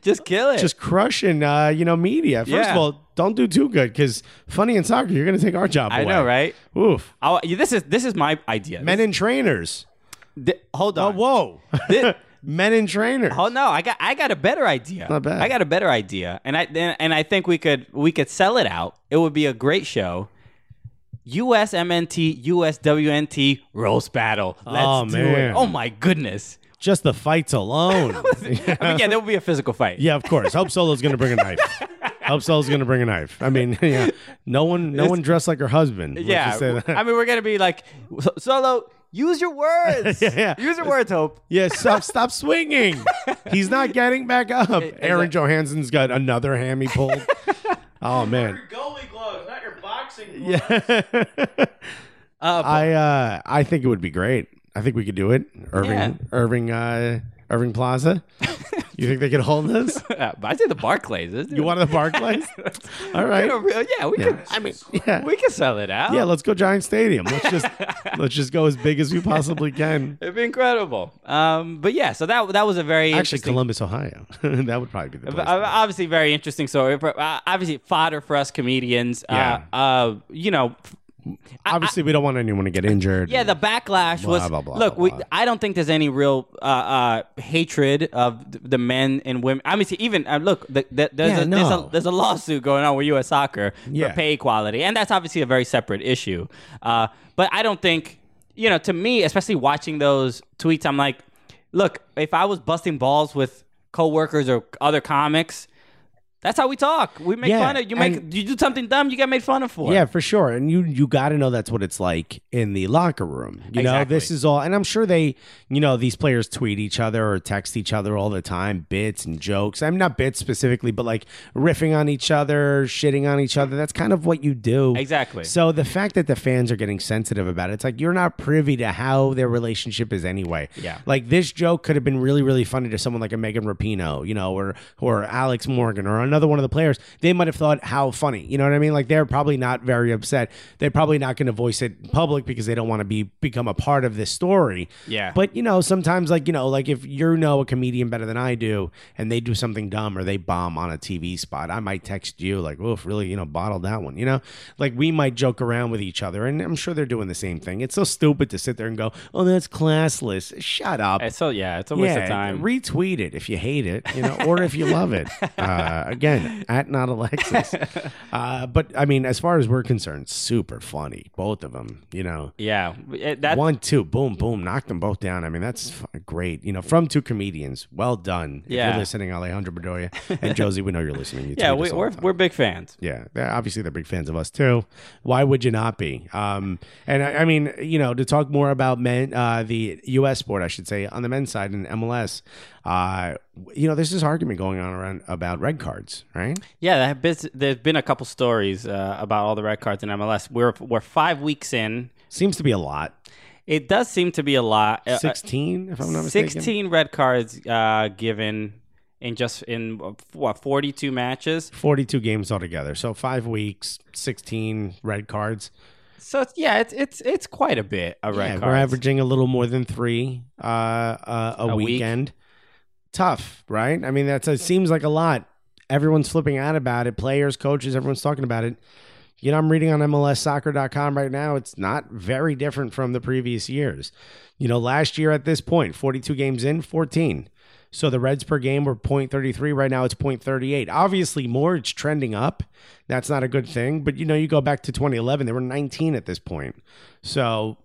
[SPEAKER 2] just kill it.
[SPEAKER 1] just crushing uh, you know media. First
[SPEAKER 2] Yeah.
[SPEAKER 1] of all, don't do too good because funny in soccer, you're going to take our job.
[SPEAKER 2] I
[SPEAKER 1] away.
[SPEAKER 2] know, right?
[SPEAKER 1] Oof.
[SPEAKER 2] I, this is this is my idea.
[SPEAKER 1] Men
[SPEAKER 2] This-
[SPEAKER 1] in trainers.
[SPEAKER 2] th- hold
[SPEAKER 1] Oh,
[SPEAKER 2] on. [laughs]
[SPEAKER 1] whoa.
[SPEAKER 2] Thi-
[SPEAKER 1] Men in trainers.
[SPEAKER 2] Oh no, I got I got a better idea.
[SPEAKER 1] Not bad.
[SPEAKER 2] I got a better idea, and I and, and I think we could we could sell it out. It would be a great show. USMNT USWNT roast battle. Let's
[SPEAKER 1] Oh,
[SPEAKER 2] do
[SPEAKER 1] man.
[SPEAKER 2] it. Oh
[SPEAKER 1] [laughs]
[SPEAKER 2] my goodness.
[SPEAKER 1] Just the fights
[SPEAKER 2] [laughs]
[SPEAKER 1] alone.
[SPEAKER 2] I mean, yeah, there will be a physical fight.
[SPEAKER 1] yeah, of course. Hope Solo's going to bring a
[SPEAKER 2] [laughs]
[SPEAKER 1] knife. Hope Solo's going to bring a knife. I mean, [laughs] yeah. No one, no one dressed like her husband. Let's
[SPEAKER 2] Yeah,
[SPEAKER 1] just say that.
[SPEAKER 2] I mean, we're gonna be like "So- Solo. Use your
[SPEAKER 1] [laughs]
[SPEAKER 2] words.
[SPEAKER 1] Yeah, yeah.
[SPEAKER 2] Use your
[SPEAKER 1] [laughs]
[SPEAKER 2] words, Hope.
[SPEAKER 1] [laughs] Yeah, stop, stop swinging. He's not getting back
[SPEAKER 2] [laughs]
[SPEAKER 1] up. Aaron Johansson's got another hammy pulled. Oh man.
[SPEAKER 3] goalie gloves, not your boxing gloves.
[SPEAKER 2] [laughs] Uh,
[SPEAKER 1] Yeah. I uh, I think it would be great. I think we could do it. Irving
[SPEAKER 2] Yeah.
[SPEAKER 1] Irving uh, Irving Plaza. you think they could hold
[SPEAKER 2] [laughs]
[SPEAKER 1] this?
[SPEAKER 2] Uh, but I say the Barclays. Let's do
[SPEAKER 1] You
[SPEAKER 2] it.
[SPEAKER 1] want the
[SPEAKER 2] [laughs]
[SPEAKER 1] Barclays? All
[SPEAKER 2] We
[SPEAKER 1] right.
[SPEAKER 2] don't really- yeah, we
[SPEAKER 1] Yeah.
[SPEAKER 2] can. I mean,
[SPEAKER 1] Yeah.
[SPEAKER 2] we can sell it out.
[SPEAKER 1] Yeah, let's go Giant Stadium. Let's
[SPEAKER 2] [laughs]
[SPEAKER 1] just let's just go as big as we possibly can.
[SPEAKER 2] it'd be incredible. Um, but yeah, so that that was a very
[SPEAKER 1] Actually,
[SPEAKER 2] interesting-
[SPEAKER 1] Columbus, Ohio. [laughs] that would probably be the place.
[SPEAKER 2] Uh, obviously very interesting story. but, uh, Obviously fodder for us comedians.
[SPEAKER 1] Yeah.
[SPEAKER 2] Uh, uh, you know,
[SPEAKER 1] Obviously, we don't want anyone to get injured.
[SPEAKER 2] Yeah, the backlash
[SPEAKER 1] Blah,
[SPEAKER 2] was.
[SPEAKER 1] blah, blah,
[SPEAKER 2] look,
[SPEAKER 1] blah,
[SPEAKER 2] we,
[SPEAKER 1] blah.
[SPEAKER 2] I don't think there's any real uh, uh, hatred of th- the men and women. I mean, see, even uh, look, the, the, there's,
[SPEAKER 1] Yeah,
[SPEAKER 2] a, there's, a,
[SPEAKER 1] no.
[SPEAKER 2] there's a lawsuit going on with U.S. Soccer
[SPEAKER 1] Yeah.
[SPEAKER 2] for pay equality, and that's obviously a very separate issue. Uh, but I don't think, you know, to me, especially watching those tweets, I'm like, look, if I was busting balls with coworkers or other comics. That's how we talk. We make
[SPEAKER 1] Yeah,
[SPEAKER 2] fun of you. Make
[SPEAKER 1] and-
[SPEAKER 2] you do something dumb, you get made fun of for.
[SPEAKER 1] Yeah, for sure. And you you got to know that's what it's like in the locker room. You know,
[SPEAKER 2] Exactly.
[SPEAKER 1] this is all. And I'm sure they, you know, these players tweet each other or text each other all the time, bits and jokes. I'm mean, not bits specifically, but like riffing on each other, shitting on each other. That's kind of what you do.
[SPEAKER 2] Exactly.
[SPEAKER 1] So the fact that the fans are getting sensitive about it, it's like you're not privy to how their relationship is anyway.
[SPEAKER 2] Yeah.
[SPEAKER 1] Like this joke could have been really, really funny to someone like a Megan Rapino, you know, or or Alex Morgan or another one of the players. They might have thought how funny. You know what I mean? Like they're probably not very upset. They're probably not going to voice it in public because they don't want to be become a part of this story.
[SPEAKER 2] Yeah.
[SPEAKER 1] But you know, sometimes like, you know, like if you know a comedian better than I do and they do something dumb or they bomb on a TV spot, I might text you like, oof, really, you know, bottled that one. You know? Like we might joke around with each other and I'm sure they're doing the same thing. It's so stupid to sit there and go, Oh, that's classless. Shut up.
[SPEAKER 2] It's so yeah, it's a waste
[SPEAKER 1] yeah,
[SPEAKER 2] of time.
[SPEAKER 1] retweet it if you hate it, you know, or if you love
[SPEAKER 2] [laughs]
[SPEAKER 1] it. Uh, again, at not Alexis. Uh, but I mean, as far as we're concerned, super funny, both of them. You know,
[SPEAKER 2] yeah, it- that
[SPEAKER 1] one two boom boom knocked them both down i mean that's f- great you know from two comedians well done if
[SPEAKER 2] Yeah.
[SPEAKER 1] you're listening alejandro
[SPEAKER 2] [laughs]
[SPEAKER 1] bedoya and josie we know you're listening you
[SPEAKER 2] yeah,
[SPEAKER 1] tweet
[SPEAKER 2] we,
[SPEAKER 1] us all
[SPEAKER 2] we're
[SPEAKER 1] the time.
[SPEAKER 2] we're big fans.
[SPEAKER 1] yeah they're, obviously they're big fans of us too why would you not be um and i, I mean you know to talk more about men uh the us sport i should say on the men's side in mls uh you know there's this argument going on around about red cards right
[SPEAKER 2] Yeah, there have been, there's been a couple stories uh, about all the red cards in MLS. We're we're five weeks in.
[SPEAKER 1] seems to be a lot
[SPEAKER 2] It does seem to be a lot. Uh,
[SPEAKER 1] 16 if i'm not mistaken
[SPEAKER 2] 16 red cards uh, given in just in uh, what 42 matches
[SPEAKER 1] 42 games altogether so five weeks 16 red cards
[SPEAKER 2] so it's, yeah it's it's it's quite a bit of red
[SPEAKER 1] Yeah,
[SPEAKER 2] cards
[SPEAKER 1] We're averaging a little more than three uh, uh, a,
[SPEAKER 2] A week.
[SPEAKER 1] weekend. Tough, right? I mean, that's it seems like a lot. Everyone's flipping out about it. Players, coaches, everyone's talking about it. You know, I'm reading on MLSsoccer.com right now. It's not very different from the previous years. You know, last year at this point, 42 games in, 14. So the Reds per game were 0.33. Right now it's 0.38. Obviously, more, it's trending up. That's not a good thing. But, you know, you go back to 2011, they were 19 at this point. So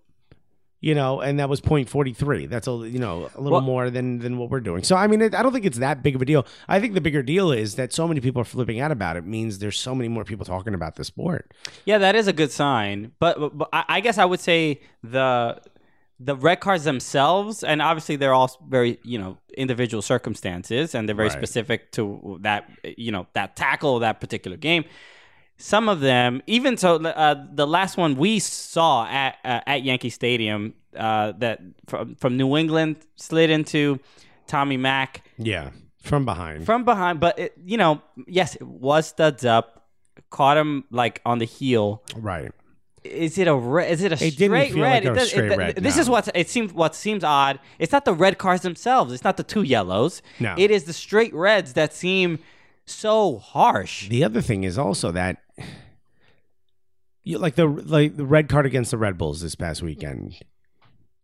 [SPEAKER 1] you know, and that was 0.43. That's a you know a little
[SPEAKER 2] Well-
[SPEAKER 1] more than than what we're doing. So I mean, it, I don't think it's that big of a deal. I think the bigger deal is that so many people are flipping out about it. Means there's so many more people talking about the sport.
[SPEAKER 2] yeah that is a good sign but, but, but I, I guess i would say the the red cards themselves and obviously they're all very you know individual circumstances and they're very
[SPEAKER 1] Right.
[SPEAKER 2] specific to that you know that tackle that particular game some of them even so uh, the last one we saw at uh, at Yankee Stadium uh, that from, from New England slid into Tommy Mack
[SPEAKER 1] Yeah, from behind.
[SPEAKER 2] from behind but it, you know yes it was studs up caught him like on the heel
[SPEAKER 1] right.
[SPEAKER 2] is it a red is it a
[SPEAKER 1] It
[SPEAKER 2] straight
[SPEAKER 1] didn't
[SPEAKER 2] red
[SPEAKER 1] feel like a
[SPEAKER 2] does-
[SPEAKER 1] straight red,
[SPEAKER 2] this
[SPEAKER 1] no.
[SPEAKER 2] is what it seems what seems odd it's not the red cars themselves it's not the two yellows
[SPEAKER 1] No.
[SPEAKER 2] it is the straight reds that seem so harsh
[SPEAKER 1] The other thing is also that you like the like the red card against the Red Bulls this past weekend.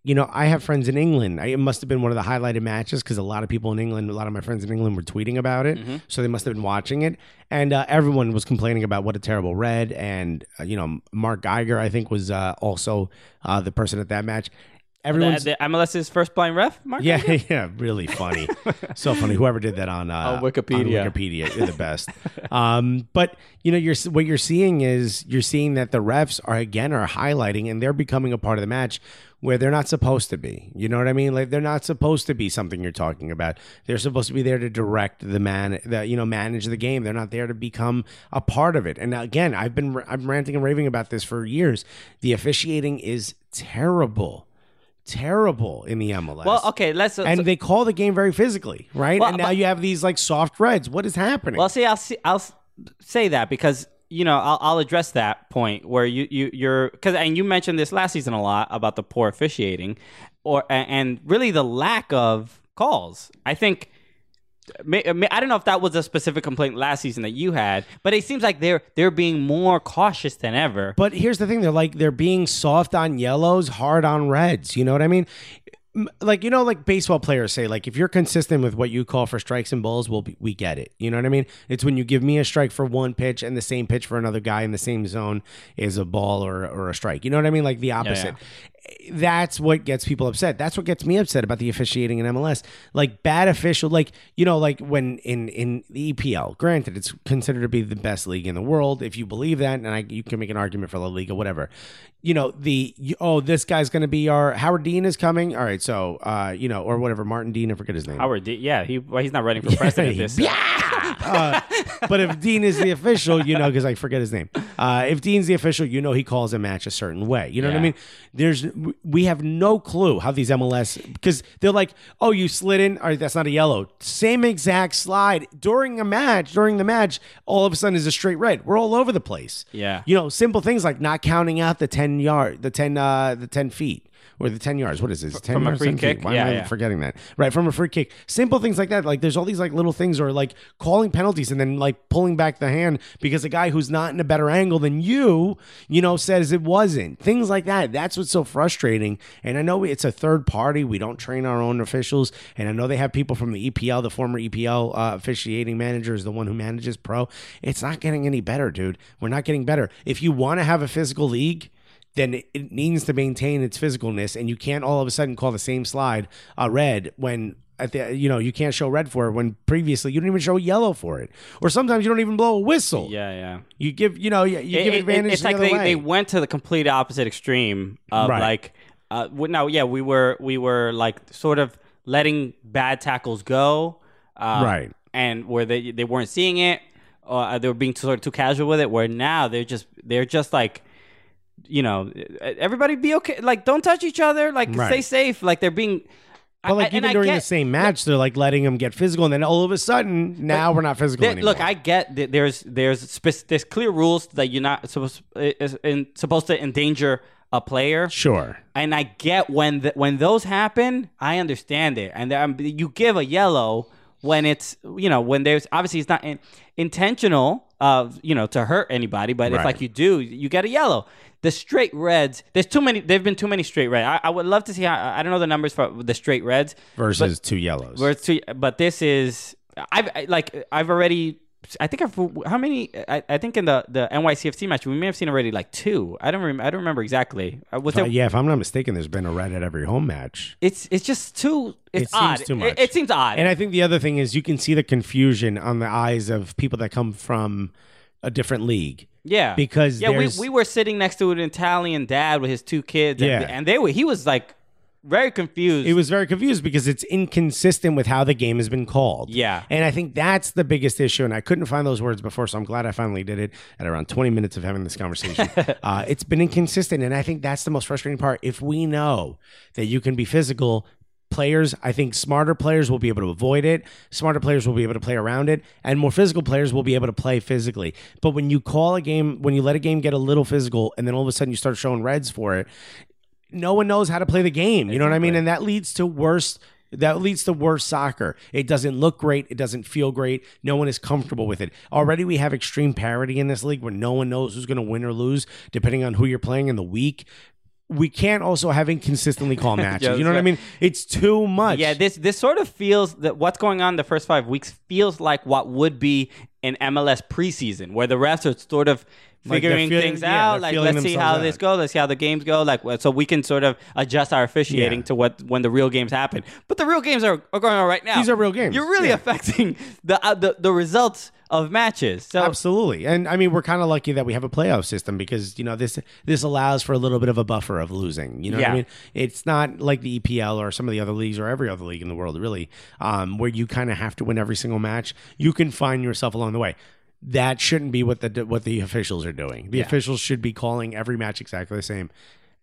[SPEAKER 1] You know, I have friends in England. I, it must have been one of the highlighted matches because a lot of people in England, a lot of my friends in England, were tweeting about it, so they must have been watching it. And uh, everyone was complaining about what a terrible red. And uh, you know, Mark Geiger, I think, was uh, also uh, the person at that match.
[SPEAKER 2] the,
[SPEAKER 1] Everyone's
[SPEAKER 2] the MLS's first blind ref Mark
[SPEAKER 1] yeah, [laughs] yeah, really funny. so funny. Whoever did that on, uh,
[SPEAKER 3] On Wikipedia.
[SPEAKER 1] on Wikipedia, you're the best. um, but you know, you're what you're seeing is you're seeing that the refs are again are highlighting and they're becoming a part of the match where they're not supposed to be. You know what I mean? Like they're not supposed to be something you're talking about. They're supposed to be there to direct the man, the, you know, manage the game. They're not there to become a part of it. And again, I've been I'm ranting and raving about this for years. The officiating is terrible. Terrible in the MLS
[SPEAKER 2] well okay
[SPEAKER 1] [laughs]
[SPEAKER 2] let's
[SPEAKER 1] and
[SPEAKER 2] so-
[SPEAKER 1] they call the game very physically, right?
[SPEAKER 2] Well,
[SPEAKER 1] and now
[SPEAKER 2] but-
[SPEAKER 1] you have these like soft reds. What is happening?
[SPEAKER 2] Well, see, I'll see, I'll s- say that because you know I'll, I'll address that point where you you you're because and you mentioned this last season a lot about the poor officiating, or a- and really the lack of calls. I think. may- may- I don't know if that was a specific complaint last season that you had, but it seems like they're they're being more cautious than ever.
[SPEAKER 1] but here's the thing: they're like they're being soft on yellows, hard on reds. You know what I mean? M- Like you know, like baseball players say, like if you're consistent with what you call for strikes and balls, we'll be, we get it. You know what I mean? It's when you give me a strike for one pitch and the same pitch for another guy in the same zone is a ball or or a strike. You know what I mean? Like the opposite. that's what gets people upset. That's what gets me upset about the officiating in MLS. Like bad official, like you know, like when in in the EPL. Granted, it's considered to be the best league in the world if you believe that, and I, you can make an argument for La Liga, whatever. You know the you- oh this guy's going to be our Howard Dean is coming. All right, so uh you know or whatever Martin Dean, I forget his name.
[SPEAKER 2] Howard, D- yeah, he well, he's not running for president this.
[SPEAKER 1] Yeah! Uh, but if Dean is the official, you know, because I forget his name. Uh, if Dean's the official, you know he calls a match a certain way. You know what I
[SPEAKER 2] Yeah.
[SPEAKER 1] mean? There's we have no clue how these MLS because they're like, oh, you slid in. All right, that's not a yellow. Same exact slide during a match. During the match, all of a sudden is a straight red. We're all over the place.
[SPEAKER 2] Yeah.
[SPEAKER 1] you know, simple things like not counting out the ten yard, the ten, uh, the ten feet. Or the ten yards. What is this? Ten
[SPEAKER 2] from a
[SPEAKER 1] yards,
[SPEAKER 2] free
[SPEAKER 1] 10 feet?
[SPEAKER 2] kick?
[SPEAKER 1] Why
[SPEAKER 2] Yeah,
[SPEAKER 1] am I
[SPEAKER 2] yeah.
[SPEAKER 1] forgetting that? Right from a free kick. Simple things like that. Like there's all these like little things, or like calling penalties and then like pulling back the hand because a guy who's not in a better angle than you, you know, says it wasn't. Things like that. That's what's so frustrating. And I know it's a third party. We don't train our own officials, and I know they have people from the EPL. The former EPL uh, officiating manager is the one who manages pro. It's not getting any better, dude. We're not getting better. If you want to have a physical league then it- it needs to maintain its physicalness, and you can't all of a sudden call the same slide a red when at the you know you can't show red for it when previously you didn't even show yellow for it, or sometimes you don't even blow a whistle.
[SPEAKER 2] Yeah, yeah.
[SPEAKER 1] you give you know you, you
[SPEAKER 2] It-
[SPEAKER 1] give
[SPEAKER 2] it-
[SPEAKER 1] advantage.
[SPEAKER 2] it's
[SPEAKER 1] the
[SPEAKER 2] like
[SPEAKER 1] other
[SPEAKER 2] they,
[SPEAKER 1] way.
[SPEAKER 2] they went to the complete opposite extreme of
[SPEAKER 1] Right.
[SPEAKER 2] like uh w- no yeah we were we were like sort of letting bad tackles go uh,
[SPEAKER 1] Right.
[SPEAKER 2] and where they they weren't seeing it or uh, they were being sort of too casual with it where now they're just they're just like you know everybody be okay like don't touch each other like
[SPEAKER 1] Right.
[SPEAKER 2] stay safe like they're being
[SPEAKER 1] but like
[SPEAKER 2] I- and
[SPEAKER 1] even
[SPEAKER 2] I
[SPEAKER 1] during the
[SPEAKER 2] get-
[SPEAKER 1] same match, they're like letting them get physical, and then all of a sudden now we're not physical
[SPEAKER 2] Th-
[SPEAKER 1] anymore.
[SPEAKER 2] Look, I get that there's there's spec- there's clear rules that you're not supposed is in, supposed to endanger a player.
[SPEAKER 1] sure.
[SPEAKER 2] And I get when the, when those happen, I understand it. And um, you give a yellow when it's you know when there's obviously it's not in, intentional of you know to hurt anybody, but
[SPEAKER 1] Right.
[SPEAKER 2] if like you do, you get a yellow. The straight reds, there's too many. There've been too many straight red. I, I would love to see how I don't know the numbers for the straight reds,
[SPEAKER 1] Versus two yellows.
[SPEAKER 2] where it's too, but this is I've I- like I've already. I think I've how many? I, I think in the the NYCFC match we may have seen already like two. I don't rem- I don't remember exactly. Uh, Was
[SPEAKER 1] Uh,
[SPEAKER 2] there
[SPEAKER 1] yeah, if I'm not mistaken, there's been a red at every home match.
[SPEAKER 2] it's it's just too. It's
[SPEAKER 1] It seems
[SPEAKER 2] odd.
[SPEAKER 1] too much.
[SPEAKER 2] It, it seems odd.
[SPEAKER 1] And I think the other thing is you can see the confusion on the eyes of people that come from a different league.
[SPEAKER 2] yeah,
[SPEAKER 1] because
[SPEAKER 2] yeah, we,
[SPEAKER 1] there's-
[SPEAKER 2] we were sitting next to an Italian dad with his two kids. and-
[SPEAKER 1] Yeah.
[SPEAKER 2] and, they were he was like very confused.
[SPEAKER 1] It was very confused because it's inconsistent with how the game has been called.
[SPEAKER 2] Yeah.
[SPEAKER 1] And I think that's the biggest issue. And I couldn't find those words before, so I'm glad I finally did it at around 20 minutes of having this
[SPEAKER 2] [laughs]
[SPEAKER 1] conversation. uh, it's been inconsistent. And I think that's the most frustrating part. If we know that you can be physical, players, I think smarter players will be able to avoid it. Smarter players will be able to play around it. And more physical players will be able to play physically. But when you call a game, when you let a game get a little physical, and then all of a sudden you start showing reds for it, no one knows how to play the game. You know what I mean? And that leads to worse. That leads to worse soccer. It doesn't look great. It doesn't feel great. No one is comfortable with it. Already, we have extreme parity in this league where no one knows who's going to win or lose depending on who you're playing in the week. We can't also have inconsistently call matches. you know what I mean? It's too much.
[SPEAKER 2] Yeah, this this sort of feels that what's going on the first five weeks feels like what would be an MLS preseason, where the refs are sort of
[SPEAKER 1] Like they're
[SPEAKER 2] figuring
[SPEAKER 1] feel-
[SPEAKER 2] things
[SPEAKER 1] yeah, they're
[SPEAKER 2] out. Like,
[SPEAKER 1] feeling
[SPEAKER 2] let's see
[SPEAKER 1] themselves
[SPEAKER 2] how this
[SPEAKER 1] out.
[SPEAKER 2] goes. Let's see how the games go. Like, well, so we can sort of adjust our officiating
[SPEAKER 1] Yeah.
[SPEAKER 2] to what when the real games happen. But the real games are, are going on right now.
[SPEAKER 1] These are real games,
[SPEAKER 2] You're really
[SPEAKER 1] yeah.
[SPEAKER 2] affecting the, uh, the the results of matches. So
[SPEAKER 1] Absolutely. And I mean, we're kind of lucky that we have a playoff system because, you know, this this allows for a little bit of a buffer of losing. You know what I
[SPEAKER 2] Yeah.
[SPEAKER 1] mean? It's not like the EPL or some of the other leagues or every other league in the world, really, um, where you kind of have to win every single match. You can find yourself along the way. That shouldn't be what the what the officials are doing. The officials should be calling every match exactly the same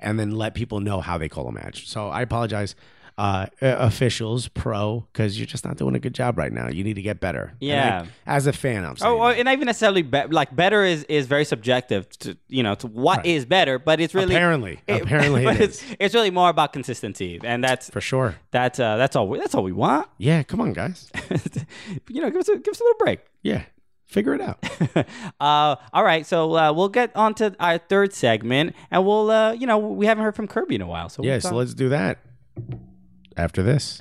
[SPEAKER 1] and then let people know how they call a match. So I apologize. Uh, uh, officials, pro, because you're just not doing a good job right now. You need to get better. And I-
[SPEAKER 2] Yeah.
[SPEAKER 1] as a fan, I'm saying
[SPEAKER 2] Oh, well,
[SPEAKER 1] that.
[SPEAKER 2] and not even necessarily be- like better is, is very subjective to you know to what is better, but it's really [laughs]
[SPEAKER 1] Apparently. Apparently it
[SPEAKER 2] but it's, it's really more about consistency, and that's
[SPEAKER 1] for sure.
[SPEAKER 2] that's uh, that's all we, that's all we want. [laughs]
[SPEAKER 1] Yeah, come on, guys.
[SPEAKER 2] you know, give us a, give us a little break. [laughs]
[SPEAKER 1] Yeah, figure it out.
[SPEAKER 2] Uh, all right, so uh, we'll get on to our third segment, and we'll uh, you know we haven't heard from Kirby in a while,
[SPEAKER 1] [laughs]
[SPEAKER 2] so
[SPEAKER 1] yeah,
[SPEAKER 2] we'll
[SPEAKER 1] so
[SPEAKER 2] talk-
[SPEAKER 1] let's do that after this.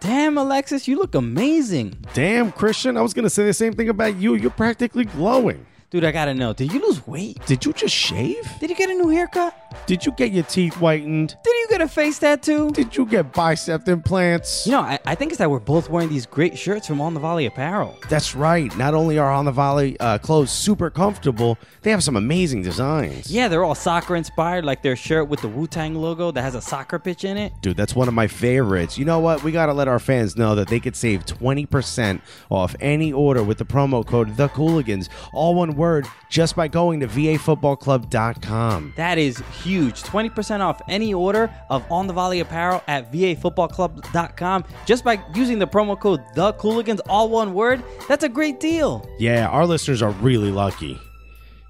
[SPEAKER 2] damn Alexis, you look amazing.
[SPEAKER 1] Damn, Christian, I was gonna say the same thing about you. You're practically glowing.
[SPEAKER 2] Dude, I gotta know. Did you lose weight?
[SPEAKER 1] Did you just shave?
[SPEAKER 2] Did you get a new haircut?
[SPEAKER 1] Did you get your teeth whitened?
[SPEAKER 2] Did you get a face tattoo?
[SPEAKER 1] Did you get bicep implants?
[SPEAKER 2] You know, I, I think it's that we're both wearing these great shirts from On the Volley Apparel.
[SPEAKER 1] That's right. Not only are on the volley uh, clothes super comfortable, they have some amazing designs.
[SPEAKER 2] Yeah, they're all soccer inspired, like their shirt with the Wu Tang logo that has a soccer pitch in it.
[SPEAKER 1] Dude, that's one of my favorites. You know what? We got to let our fans know that they could save 20% off any order with the promo code The Cooligans, all one word, just by going to vafootballclub.com.
[SPEAKER 2] That is huge. 20% off any order of On the Volley apparel at vafootballclub.com just by using the promo code The Cooligans, all one word. That's a great deal.
[SPEAKER 1] Yeah, our listeners are really lucky.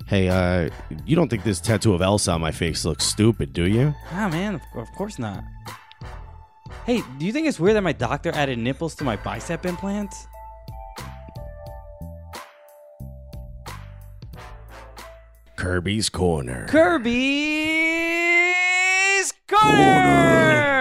[SPEAKER 1] Hey, uh, you don't think this tattoo of Elsa on my face looks stupid, do you?
[SPEAKER 2] Ah, man, of, of course not. Hey, do you think it's weird that my doctor added nipples to my bicep implants?
[SPEAKER 1] Kirby's Corner.
[SPEAKER 2] Kirby's Corner!